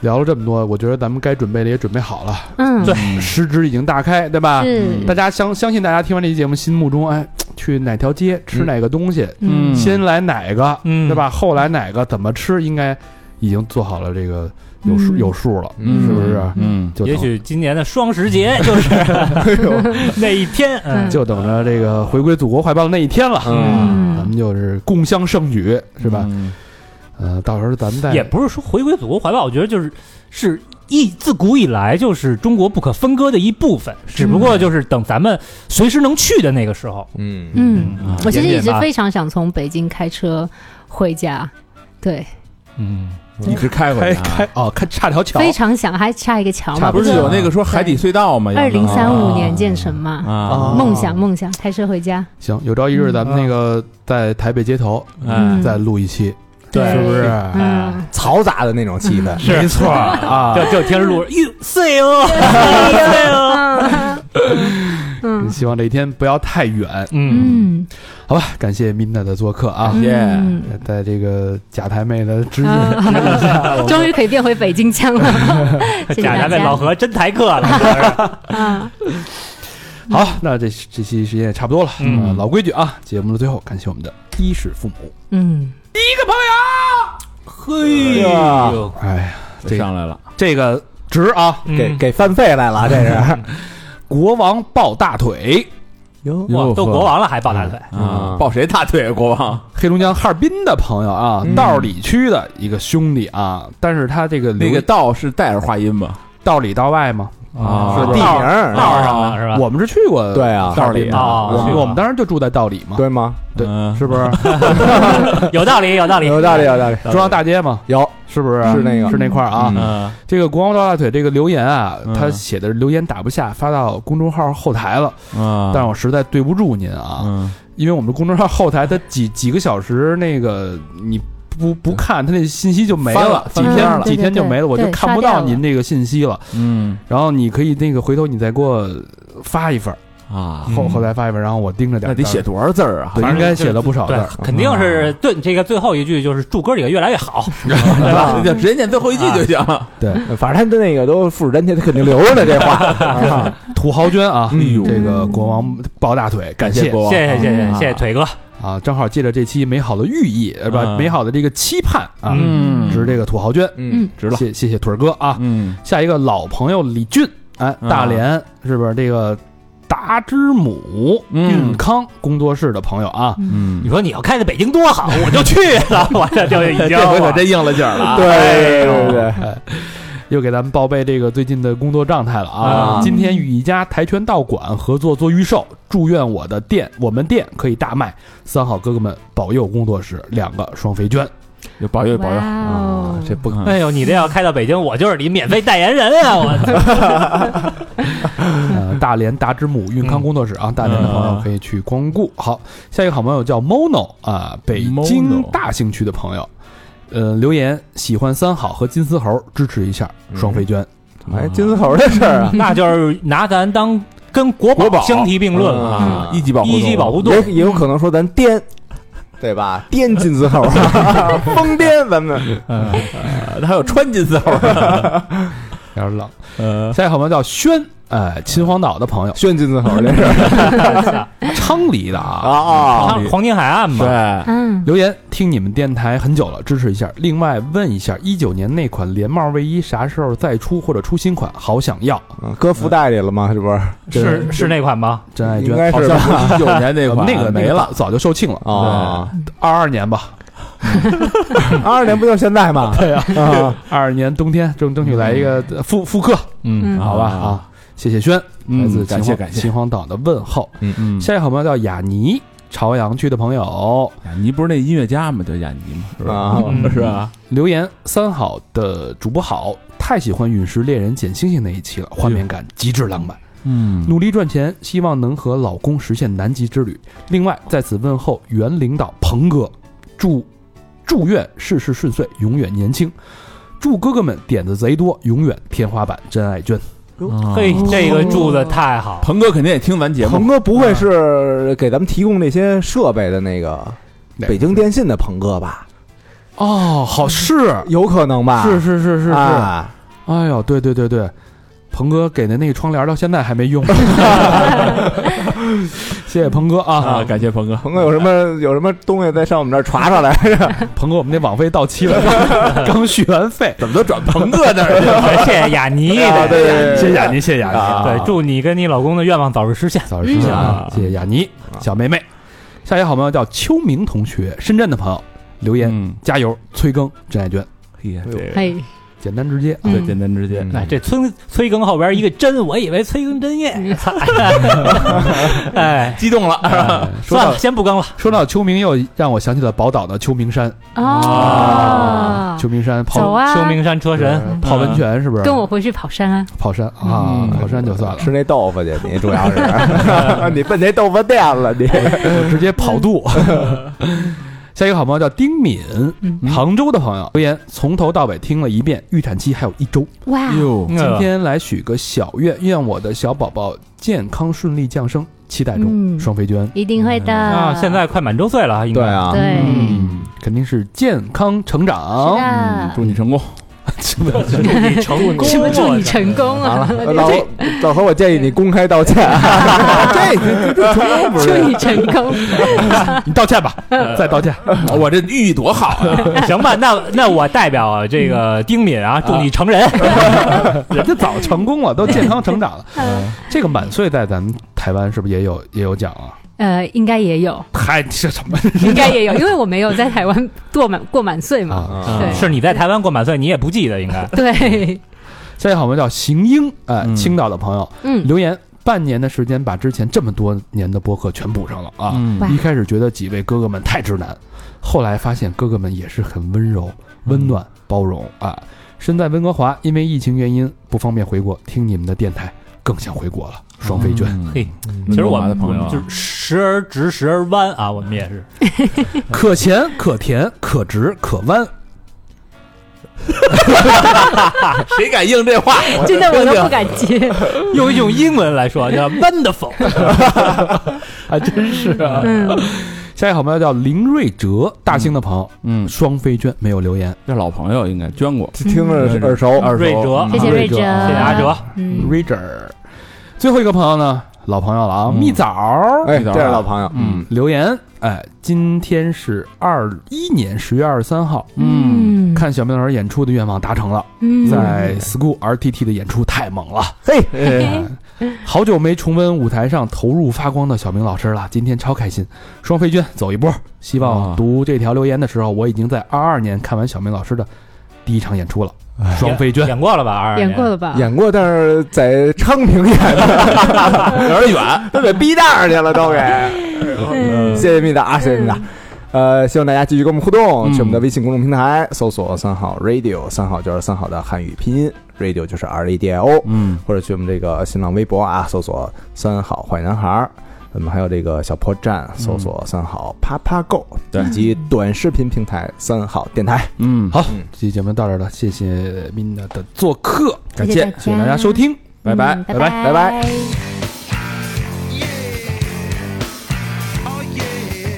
[SPEAKER 3] 聊了这么多，我觉得咱们该准备的也准备好了，
[SPEAKER 5] 嗯，
[SPEAKER 2] 对
[SPEAKER 3] 食指已经大开，对吧？
[SPEAKER 5] 是，
[SPEAKER 3] 大家相相信大家听完这期节目，心目中哎，去哪条街吃哪个东西，
[SPEAKER 5] 嗯，
[SPEAKER 3] 先来哪个，
[SPEAKER 2] 嗯
[SPEAKER 3] 对吧？后来哪个怎么吃，应该已经做好了这个有数、
[SPEAKER 5] 嗯
[SPEAKER 3] 有数了，
[SPEAKER 6] 嗯，
[SPEAKER 3] 是不是？啊
[SPEAKER 6] 嗯，
[SPEAKER 3] 就等
[SPEAKER 2] 也许今年的双十 节就是那一天，嗯，
[SPEAKER 3] 就等着这个回归祖国怀抱的那一天了。
[SPEAKER 5] 嗯
[SPEAKER 3] 咱们就是共襄盛举，是吧？
[SPEAKER 6] 嗯？
[SPEAKER 3] 呃，到时候咱们再
[SPEAKER 2] 也不是说回归祖国怀抱，我觉得就是是一自古以来就是中国不可分割的一部分，
[SPEAKER 5] 嗯
[SPEAKER 2] 只不过就是等咱们随时能去的那个时候。
[SPEAKER 4] 嗯
[SPEAKER 5] 嗯，
[SPEAKER 2] 啊
[SPEAKER 5] 我其实一
[SPEAKER 2] 点
[SPEAKER 5] 直
[SPEAKER 2] 吧
[SPEAKER 5] 非常想从北京开车回家，对，
[SPEAKER 2] 嗯，
[SPEAKER 6] 一直开回
[SPEAKER 3] 开
[SPEAKER 6] 来啊，
[SPEAKER 3] 开哦，开差条桥，
[SPEAKER 5] 非常想，还差一个桥
[SPEAKER 3] 差
[SPEAKER 5] 嘛，
[SPEAKER 3] 不
[SPEAKER 6] 不
[SPEAKER 3] 多
[SPEAKER 6] 是有那个说海底隧道吗？
[SPEAKER 5] 二零三五
[SPEAKER 6] 啊
[SPEAKER 5] 年建成嘛，
[SPEAKER 3] 啊
[SPEAKER 6] 啊，
[SPEAKER 5] 梦想梦想，开车回家，
[SPEAKER 3] 行。有朝一日咱们那个在台北街头
[SPEAKER 6] 哎
[SPEAKER 5] 嗯
[SPEAKER 3] 再录一期，
[SPEAKER 2] 对
[SPEAKER 3] 是不是？
[SPEAKER 5] 嗯，
[SPEAKER 4] 嘈杂的那种气氛，
[SPEAKER 3] 没错啊，
[SPEAKER 2] 就就听着路，哟，碎哦，
[SPEAKER 5] 嗯
[SPEAKER 3] 希望这一天不要太远，
[SPEAKER 2] 嗯，
[SPEAKER 5] 嗯，
[SPEAKER 3] 好吧？感谢 Minna 的做客啊，
[SPEAKER 6] 耶
[SPEAKER 5] 嗯
[SPEAKER 3] 在这个假台妹的指引，
[SPEAKER 5] 啊终于可以变回北京腔了，谢谢
[SPEAKER 2] 哎贾
[SPEAKER 5] 大
[SPEAKER 2] 南妹
[SPEAKER 5] 家
[SPEAKER 2] 老何真抬客了，
[SPEAKER 5] 啊，
[SPEAKER 3] 好，那这这期时间也差不多了。
[SPEAKER 2] 嗯
[SPEAKER 3] 呃老规矩啊，节目的最后感谢我们的衣食父母。
[SPEAKER 5] 嗯，
[SPEAKER 2] 嘿
[SPEAKER 4] 哎
[SPEAKER 6] 嗯
[SPEAKER 2] 呦，
[SPEAKER 3] 哎呀，这
[SPEAKER 6] 上来了，
[SPEAKER 3] 这个值啊！
[SPEAKER 4] 给
[SPEAKER 2] 嗯
[SPEAKER 4] 给饭费来了，这是。
[SPEAKER 3] 国王抱大腿，
[SPEAKER 4] 哟
[SPEAKER 2] 哇，都国王了还抱大腿，
[SPEAKER 6] 啊，抱谁大腿？国王
[SPEAKER 3] 黑龙江哈尔滨的朋友啊，
[SPEAKER 4] 嗯
[SPEAKER 3] 道里区的一个兄弟啊，但是他这个
[SPEAKER 6] 那
[SPEAKER 3] 留
[SPEAKER 6] 个道是带着话音吗？
[SPEAKER 3] 道里道外嘛，
[SPEAKER 6] 啊
[SPEAKER 4] 是地名儿，
[SPEAKER 2] 道上了是吧？
[SPEAKER 3] 我们是去过
[SPEAKER 4] 对啊，
[SPEAKER 3] 道里的，
[SPEAKER 2] 啊
[SPEAKER 3] 嗯我们
[SPEAKER 2] 啊
[SPEAKER 3] 我们当时就住在道里嘛，
[SPEAKER 4] 对吗？
[SPEAKER 3] 对
[SPEAKER 6] 嗯
[SPEAKER 3] 是不是？
[SPEAKER 2] 有道理，有道理，
[SPEAKER 4] 有道理，有道理，
[SPEAKER 3] 中央大街嘛，
[SPEAKER 4] 有
[SPEAKER 3] 是不是？
[SPEAKER 4] 是那个
[SPEAKER 3] 是那块儿啊。
[SPEAKER 6] 嗯
[SPEAKER 2] 嗯，
[SPEAKER 3] 这个国王抱大腿这个留言啊，
[SPEAKER 6] 嗯
[SPEAKER 3] 他写的是留言打不下，发到公众号后台了，
[SPEAKER 6] 啊
[SPEAKER 3] 但是我实在对不住您啊，
[SPEAKER 6] 嗯，
[SPEAKER 3] 因为我们的公众号后台它几几个小时那个你不不看，它那信息就没
[SPEAKER 6] 翻
[SPEAKER 3] 了
[SPEAKER 6] 了，
[SPEAKER 3] 几
[SPEAKER 5] 翻
[SPEAKER 3] 天
[SPEAKER 5] 了
[SPEAKER 3] 几天就没了，
[SPEAKER 5] 对
[SPEAKER 3] 我就
[SPEAKER 5] 对
[SPEAKER 3] 看不
[SPEAKER 5] 刷掉
[SPEAKER 3] 到
[SPEAKER 5] 了
[SPEAKER 3] 您这个信息了。
[SPEAKER 6] 嗯
[SPEAKER 3] 然后你可以那个回头你再给我发一份儿，
[SPEAKER 6] 啊，
[SPEAKER 3] 后后台发一份儿，然后我盯着点
[SPEAKER 6] 那
[SPEAKER 3] 儿。
[SPEAKER 6] 得写多少字儿啊？
[SPEAKER 3] 对，应该写了不少字
[SPEAKER 2] 对
[SPEAKER 3] 儿。，嗯
[SPEAKER 2] 肯定是对这个最后一句就是祝哥几个越来越好，
[SPEAKER 6] 对 吧？就直接念最后一句就行。
[SPEAKER 4] 反正他的那个都复制粘贴，他肯定留着呢。这 话，啊
[SPEAKER 3] 土豪捐啊，
[SPEAKER 6] 嗯
[SPEAKER 3] 这个国王抱大腿，感
[SPEAKER 6] 谢国王，
[SPEAKER 2] 谢谢谢
[SPEAKER 3] 嗯
[SPEAKER 2] 谢谢谢腿哥，
[SPEAKER 3] 啊！正好借着这期美好的寓意，呃，不，
[SPEAKER 6] 嗯
[SPEAKER 3] 美好的这个期盼啊，
[SPEAKER 6] 嗯
[SPEAKER 3] 值这个土豪捐，
[SPEAKER 5] 嗯
[SPEAKER 6] 值了，
[SPEAKER 3] 谢谢谢腿儿哥啊！
[SPEAKER 6] 嗯
[SPEAKER 3] 下一个老朋友李俊，哎，
[SPEAKER 6] 嗯
[SPEAKER 3] 大连是不是这个达之母
[SPEAKER 6] 嗯
[SPEAKER 3] 运康工作室的朋友 啊？
[SPEAKER 6] 嗯
[SPEAKER 2] 你，说你要开在北京多好，我就去了，我这就已经
[SPEAKER 6] 这回可真应了劲儿了啊。
[SPEAKER 4] 对对对对，
[SPEAKER 3] 又给咱们报备这个最近的工作状态了啊！
[SPEAKER 6] 啊
[SPEAKER 3] 今天与一家跆拳道馆合作做预售，祝愿我的店我们店可以大卖。三好哥哥们保佑工作室两个双飞娟，
[SPEAKER 6] 就保佑保佑
[SPEAKER 5] 哇哦
[SPEAKER 6] 啊！这不可能
[SPEAKER 2] 哎呦，你这要开到北京，我就是你免费代言人 啊！我
[SPEAKER 3] 呃，大连达之母运康工作室啊，大连的朋友可以去光顾。好，下一个好朋友叫 Mono 啊，北京
[SPEAKER 6] Mono
[SPEAKER 3] 大兴区的朋友，呃，留言喜欢三好和金丝猴，支持一下双飞娟。
[SPEAKER 4] 哎，金丝猴的事儿啊，
[SPEAKER 2] 那就是拿咱当跟国
[SPEAKER 6] 国宝
[SPEAKER 2] 相提并论了，
[SPEAKER 3] 嗯
[SPEAKER 4] 嗯
[SPEAKER 6] 啊，一级保护，
[SPEAKER 2] 一级保护动物
[SPEAKER 4] 也也有可能说咱颠， 对吧？颠金丝猴啊， 疯癫咱们
[SPEAKER 2] 嗯，
[SPEAKER 6] 他还有穿金丝猴儿，
[SPEAKER 3] 有点冷。
[SPEAKER 6] 呃，
[SPEAKER 3] 下一个好朋友叫轩，呃，秦皇岛的朋友，
[SPEAKER 4] 炫金丝猴这是
[SPEAKER 3] 昌黎的啊。
[SPEAKER 4] 啊啊！
[SPEAKER 2] 像黄金海岸嘛，
[SPEAKER 6] 对，
[SPEAKER 5] 嗯，
[SPEAKER 3] 留言听你们电台很久了，支持一下。另外问一下，一九年那款连帽卫衣啥时候再出或者出新款？好想要。
[SPEAKER 4] 嗯搁福袋里了吗？是不是？
[SPEAKER 2] 是是那款吗？
[SPEAKER 3] 真爱
[SPEAKER 4] 应
[SPEAKER 3] 娟
[SPEAKER 4] 该
[SPEAKER 3] 好
[SPEAKER 4] 是
[SPEAKER 3] 像
[SPEAKER 4] 吧
[SPEAKER 6] 一九年哎那款
[SPEAKER 3] 那个
[SPEAKER 6] 没了，，
[SPEAKER 3] 早就售罄了。
[SPEAKER 4] 啊，
[SPEAKER 3] 二二年吧，
[SPEAKER 4] 二二年不就是现在吗？对啊，
[SPEAKER 3] 二二年冬天争争取来一个复复刻，
[SPEAKER 5] 嗯
[SPEAKER 3] 好吧啊。谢谢轩，来自
[SPEAKER 6] 嗯感
[SPEAKER 3] 秦
[SPEAKER 6] 谢
[SPEAKER 3] 皇
[SPEAKER 6] 感谢
[SPEAKER 3] 秦皇岛的问候。
[SPEAKER 6] 嗯嗯，
[SPEAKER 3] 下一个好朋友叫雅尼，朝阳区的朋友
[SPEAKER 6] 雅尼不是那音乐家吗？叫雅尼嘛，是吧？
[SPEAKER 4] 啊
[SPEAKER 2] 嗯
[SPEAKER 6] 是吧？
[SPEAKER 3] 留言：三好的主播好，太喜欢《陨石猎人捡星星》那一期了，画面感极致浪漫。
[SPEAKER 6] 嗯
[SPEAKER 3] 努力赚钱，希望能和老公实现南极之旅。另外，在此问候原领导鹏哥，祝祝愿事事顺遂，永远年轻。祝哥哥们点子贼多，永远天花板。真爱娟，嗯
[SPEAKER 2] 嘿，这个住的太好了，
[SPEAKER 6] 哦鹏哥肯定也听咱节目
[SPEAKER 4] 鹏，哥不会是给咱们提供那些设备的那个北京电信的鹏哥吧？
[SPEAKER 3] 哦，好是
[SPEAKER 4] 有可能
[SPEAKER 6] 嗯
[SPEAKER 4] 吧？
[SPEAKER 3] 是是是是是，
[SPEAKER 4] 啊，
[SPEAKER 3] 哎呦，对对对对，鹏哥给的那个窗帘到现在还没 用， 谢谢鹏哥啊！
[SPEAKER 6] 啊，感谢鹏哥，
[SPEAKER 4] 鹏哥有什么有什么东西再上我们这儿传上来？
[SPEAKER 3] 鹏哥，我们那网费到期了， 刚刚续完费，
[SPEAKER 6] 怎么都转鹏哥那儿去了？
[SPEAKER 2] 对谢谢雅尼，
[SPEAKER 4] 啊对对对
[SPEAKER 3] 谢谢雅尼，谢谢雅尼。
[SPEAKER 4] 啊
[SPEAKER 2] 对，祝你跟你老公的愿望早日实现。
[SPEAKER 3] 早
[SPEAKER 6] 哎
[SPEAKER 3] 日实现啊！
[SPEAKER 2] 嗯
[SPEAKER 3] 谢谢雅尼
[SPEAKER 6] 啊
[SPEAKER 3] 小妹妹。下一位好朋友叫秋明同学，深圳的朋友留言、
[SPEAKER 6] 嗯，
[SPEAKER 3] 加油，催更真爱娟，
[SPEAKER 6] 嘿，这个
[SPEAKER 5] 嘿，
[SPEAKER 3] 简单直接。
[SPEAKER 5] 嗯
[SPEAKER 6] 对，简单直接
[SPEAKER 4] 嗯，
[SPEAKER 2] 哎，这崔崔更后边一个真，我以为催更真夜，哎，
[SPEAKER 6] 激动了，
[SPEAKER 3] 哎说
[SPEAKER 2] 算
[SPEAKER 3] 到
[SPEAKER 2] 了，先不更了。
[SPEAKER 3] 说到秋明，又让我想起了宝岛的秋名山
[SPEAKER 6] 啊
[SPEAKER 5] 哦，
[SPEAKER 3] 秋名山
[SPEAKER 5] 走
[SPEAKER 3] 泡、
[SPEAKER 5] 啊，
[SPEAKER 2] 秋名山车神，
[SPEAKER 3] 对泡温泉是不是？
[SPEAKER 5] 跟我回去跑山啊，
[SPEAKER 3] 跑山啊，跑山就算了，
[SPEAKER 4] 吃那豆腐去，你主要是 你奔那豆腐店了，你
[SPEAKER 3] 直接跑 肚。下一个好朋友叫丁敏，
[SPEAKER 5] 嗯
[SPEAKER 3] 杭州的朋友留言，从头到尾听了一遍，预产期还有一周。
[SPEAKER 5] 哇，
[SPEAKER 6] 哟，
[SPEAKER 2] 嗯
[SPEAKER 3] 今天来许个小愿，愿我的小宝宝健康顺利降生，期待中
[SPEAKER 5] 嗯
[SPEAKER 3] 双飞娟。
[SPEAKER 5] 一定会的。
[SPEAKER 2] 啊，现在快满周岁了，应该
[SPEAKER 4] 对， 啊，
[SPEAKER 5] 对，
[SPEAKER 3] 嗯，肯定是健康成
[SPEAKER 5] 哎是
[SPEAKER 6] 嗯
[SPEAKER 3] 长。
[SPEAKER 5] 的，
[SPEAKER 6] 祝你成功，
[SPEAKER 2] 祝你成功，
[SPEAKER 5] 什么祝 你成功啊？
[SPEAKER 4] 老老何，我建议你公开道歉， 这这这成功不是
[SPEAKER 5] 祝你成功，
[SPEAKER 3] 你道歉 吧，再道歉。
[SPEAKER 6] 我这寓意多好啊！
[SPEAKER 2] 行吧，那那我代表这个丁敏啊，祝你成人。
[SPEAKER 3] 人家早成功 了，都健康成 长了。
[SPEAKER 5] 嗯
[SPEAKER 3] 这个满岁在咱们台湾是不是也有也有奖啊？
[SPEAKER 5] 呃，应该也有，
[SPEAKER 3] 嗨，这什么
[SPEAKER 5] 应该也有，因为我没有在台湾过满过满岁嘛。
[SPEAKER 3] 啊？
[SPEAKER 4] 啊
[SPEAKER 5] 对
[SPEAKER 2] 是你在台湾过满岁，你也不记得应该。
[SPEAKER 5] 对，
[SPEAKER 3] 下一个好朋友叫邢英，哎、
[SPEAKER 6] 嗯
[SPEAKER 3] 青岛的朋友
[SPEAKER 5] 嗯，
[SPEAKER 3] 留言，半年的时间把之前这么多年的播客全补上了啊。
[SPEAKER 6] 嗯
[SPEAKER 5] 哇
[SPEAKER 3] 一开始觉得几位哥哥们太直男，后来发现哥哥们也是很温柔、温暖、包容
[SPEAKER 6] 嗯
[SPEAKER 3] 啊。身在温哥华，因为疫情原因不方便回国，听你们的电台更想回国了。双飞卷，
[SPEAKER 6] 嗯
[SPEAKER 2] 嘿，
[SPEAKER 6] 温
[SPEAKER 2] 其实
[SPEAKER 6] 哥
[SPEAKER 2] 我
[SPEAKER 6] 华的
[SPEAKER 2] 们
[SPEAKER 6] 朋友
[SPEAKER 2] 我们就是时而直，时而弯啊，我们也是。
[SPEAKER 3] 可甜可甜，可直可 弯。
[SPEAKER 6] 谁敢应这话？
[SPEAKER 5] 真的我都不敢接。
[SPEAKER 2] 用一种英文来说叫 wonderful，
[SPEAKER 3] 还真是啊！
[SPEAKER 5] 嗯，
[SPEAKER 3] 下一个好朋友叫林瑞哲，大兴的朋友，
[SPEAKER 6] 嗯，
[SPEAKER 3] 双飞娟没有留言。
[SPEAKER 6] 这老朋友应该捐过，
[SPEAKER 4] 听着耳熟，
[SPEAKER 6] 二
[SPEAKER 2] 嗯瑞哲
[SPEAKER 5] 谢谢瑞哲，谢谢
[SPEAKER 2] 谢谢阿哲，
[SPEAKER 5] 嗯，
[SPEAKER 3] 瑞哲，最后一个朋友呢，老朋友了啊，
[SPEAKER 6] 嗯
[SPEAKER 3] 蜜枣儿
[SPEAKER 4] 哎，这是老 朋友，
[SPEAKER 6] 嗯
[SPEAKER 3] 留言，哎，今天是二一年十月二十三号，
[SPEAKER 6] 嗯，
[SPEAKER 3] 看小明老师演出的愿望达成了，
[SPEAKER 5] 嗯
[SPEAKER 3] 在 School RTT 的演出太猛了，
[SPEAKER 4] 嘿，
[SPEAKER 5] 嗯
[SPEAKER 3] 好久没重温舞台上投入发光的小明老师了，今天超开心。双飞娟走一波，希望
[SPEAKER 6] 啊
[SPEAKER 3] 读这条留言的时候，我已经在二二年看完小明老师的第一场演出了。双飞娟
[SPEAKER 2] 演过了吧？二
[SPEAKER 5] 演过了吧？
[SPEAKER 4] 演过，但是在昌平演的，
[SPEAKER 6] 有点远，
[SPEAKER 4] 都给逼那儿去了，都给。
[SPEAKER 5] 嗯
[SPEAKER 4] 谢谢蜜达，谢谢蜜达。呃，希望大家继续跟我们互动，去我们的微信公众平台搜索“三好 radio”，三好就是三好的汉语拼音，radio 就是 R A D I O，
[SPEAKER 6] 嗯，
[SPEAKER 4] 或者去我们这个新浪微博啊，搜索“三好坏男孩儿”，我们还有这个小破站，搜索“三好啪啪 go”，
[SPEAKER 6] 对
[SPEAKER 4] 以及短视频平台“三好电台
[SPEAKER 6] 嗯，
[SPEAKER 3] 好
[SPEAKER 4] 嗯，
[SPEAKER 3] 这期节目到这儿了，谢谢 Mina 的做客，感
[SPEAKER 5] 谢谢
[SPEAKER 3] 谢谢谢
[SPEAKER 5] 大家
[SPEAKER 3] 大家收听，拜拜，
[SPEAKER 5] 嗯
[SPEAKER 3] 拜
[SPEAKER 5] 拜
[SPEAKER 3] 拜。
[SPEAKER 5] 拜
[SPEAKER 4] 拜拜
[SPEAKER 5] 拜。
[SPEAKER 7] Oh yeah.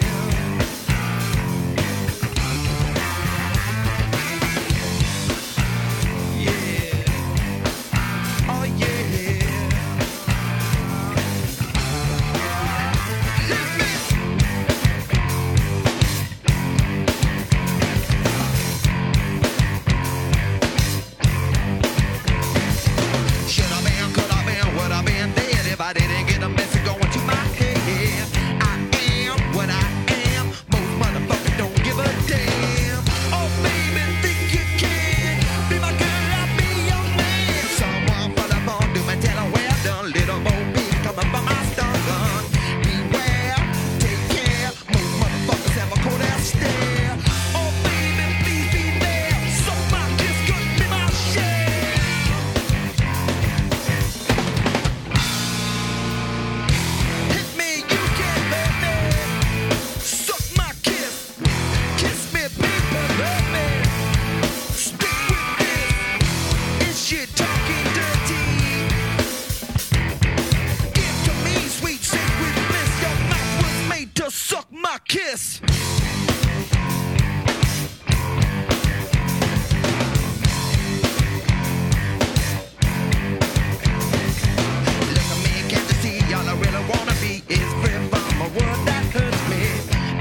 [SPEAKER 8] been, could I been, would I been dead if I didn't get a message going to my head? I am what I am, most motherfuckers don't give a damn. Oh baby, think you can be my girl, I'll be your man. Someone put a bomb to me, tell her where I done, little Bo B coming by my stun gun. Beware, take care, most motherfuckers have a cold ass stare. Oh baby, please be there, so my kiss could be my share. Hit me, you can love me. Suck my kiss. Kiss me, people love me. Stick with this. Is she talking dirty? Give to me sweet, sacred bliss. Your mouth was made to suck my kiss. Look at me, can't you see? All I really wanna be is free from a world that hurts me.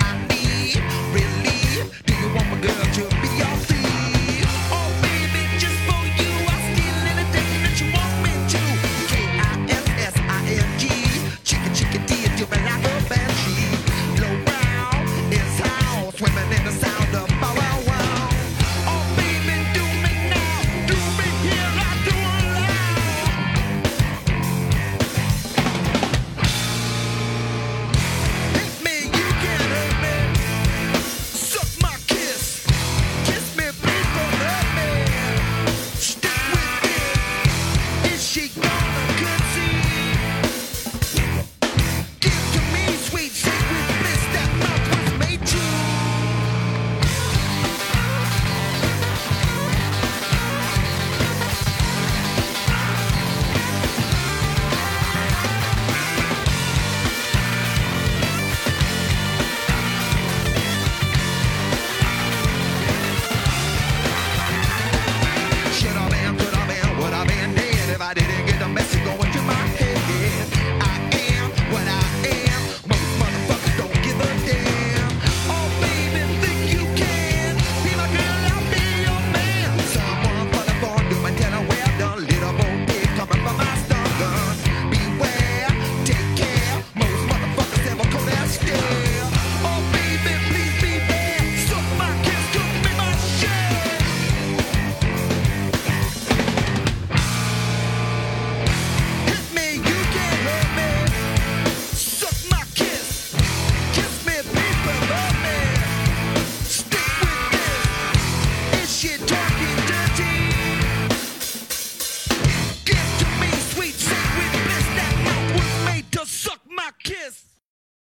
[SPEAKER 8] I need relief. Do you want my girl to be your thief? Oh, baby, just for you, I steal anything that you want me to. K I S S I N G, chicken, chicken, dear, do me like a banshee. Low brown is how swimming in the sound of bow wow wow. Oh, baby, do me now, do me here, I do allow. Hit me, you can hurt me. Suck my kiss. Kiss me, please don't hurt me. Stick with it. Is she gone? Oh, Oh,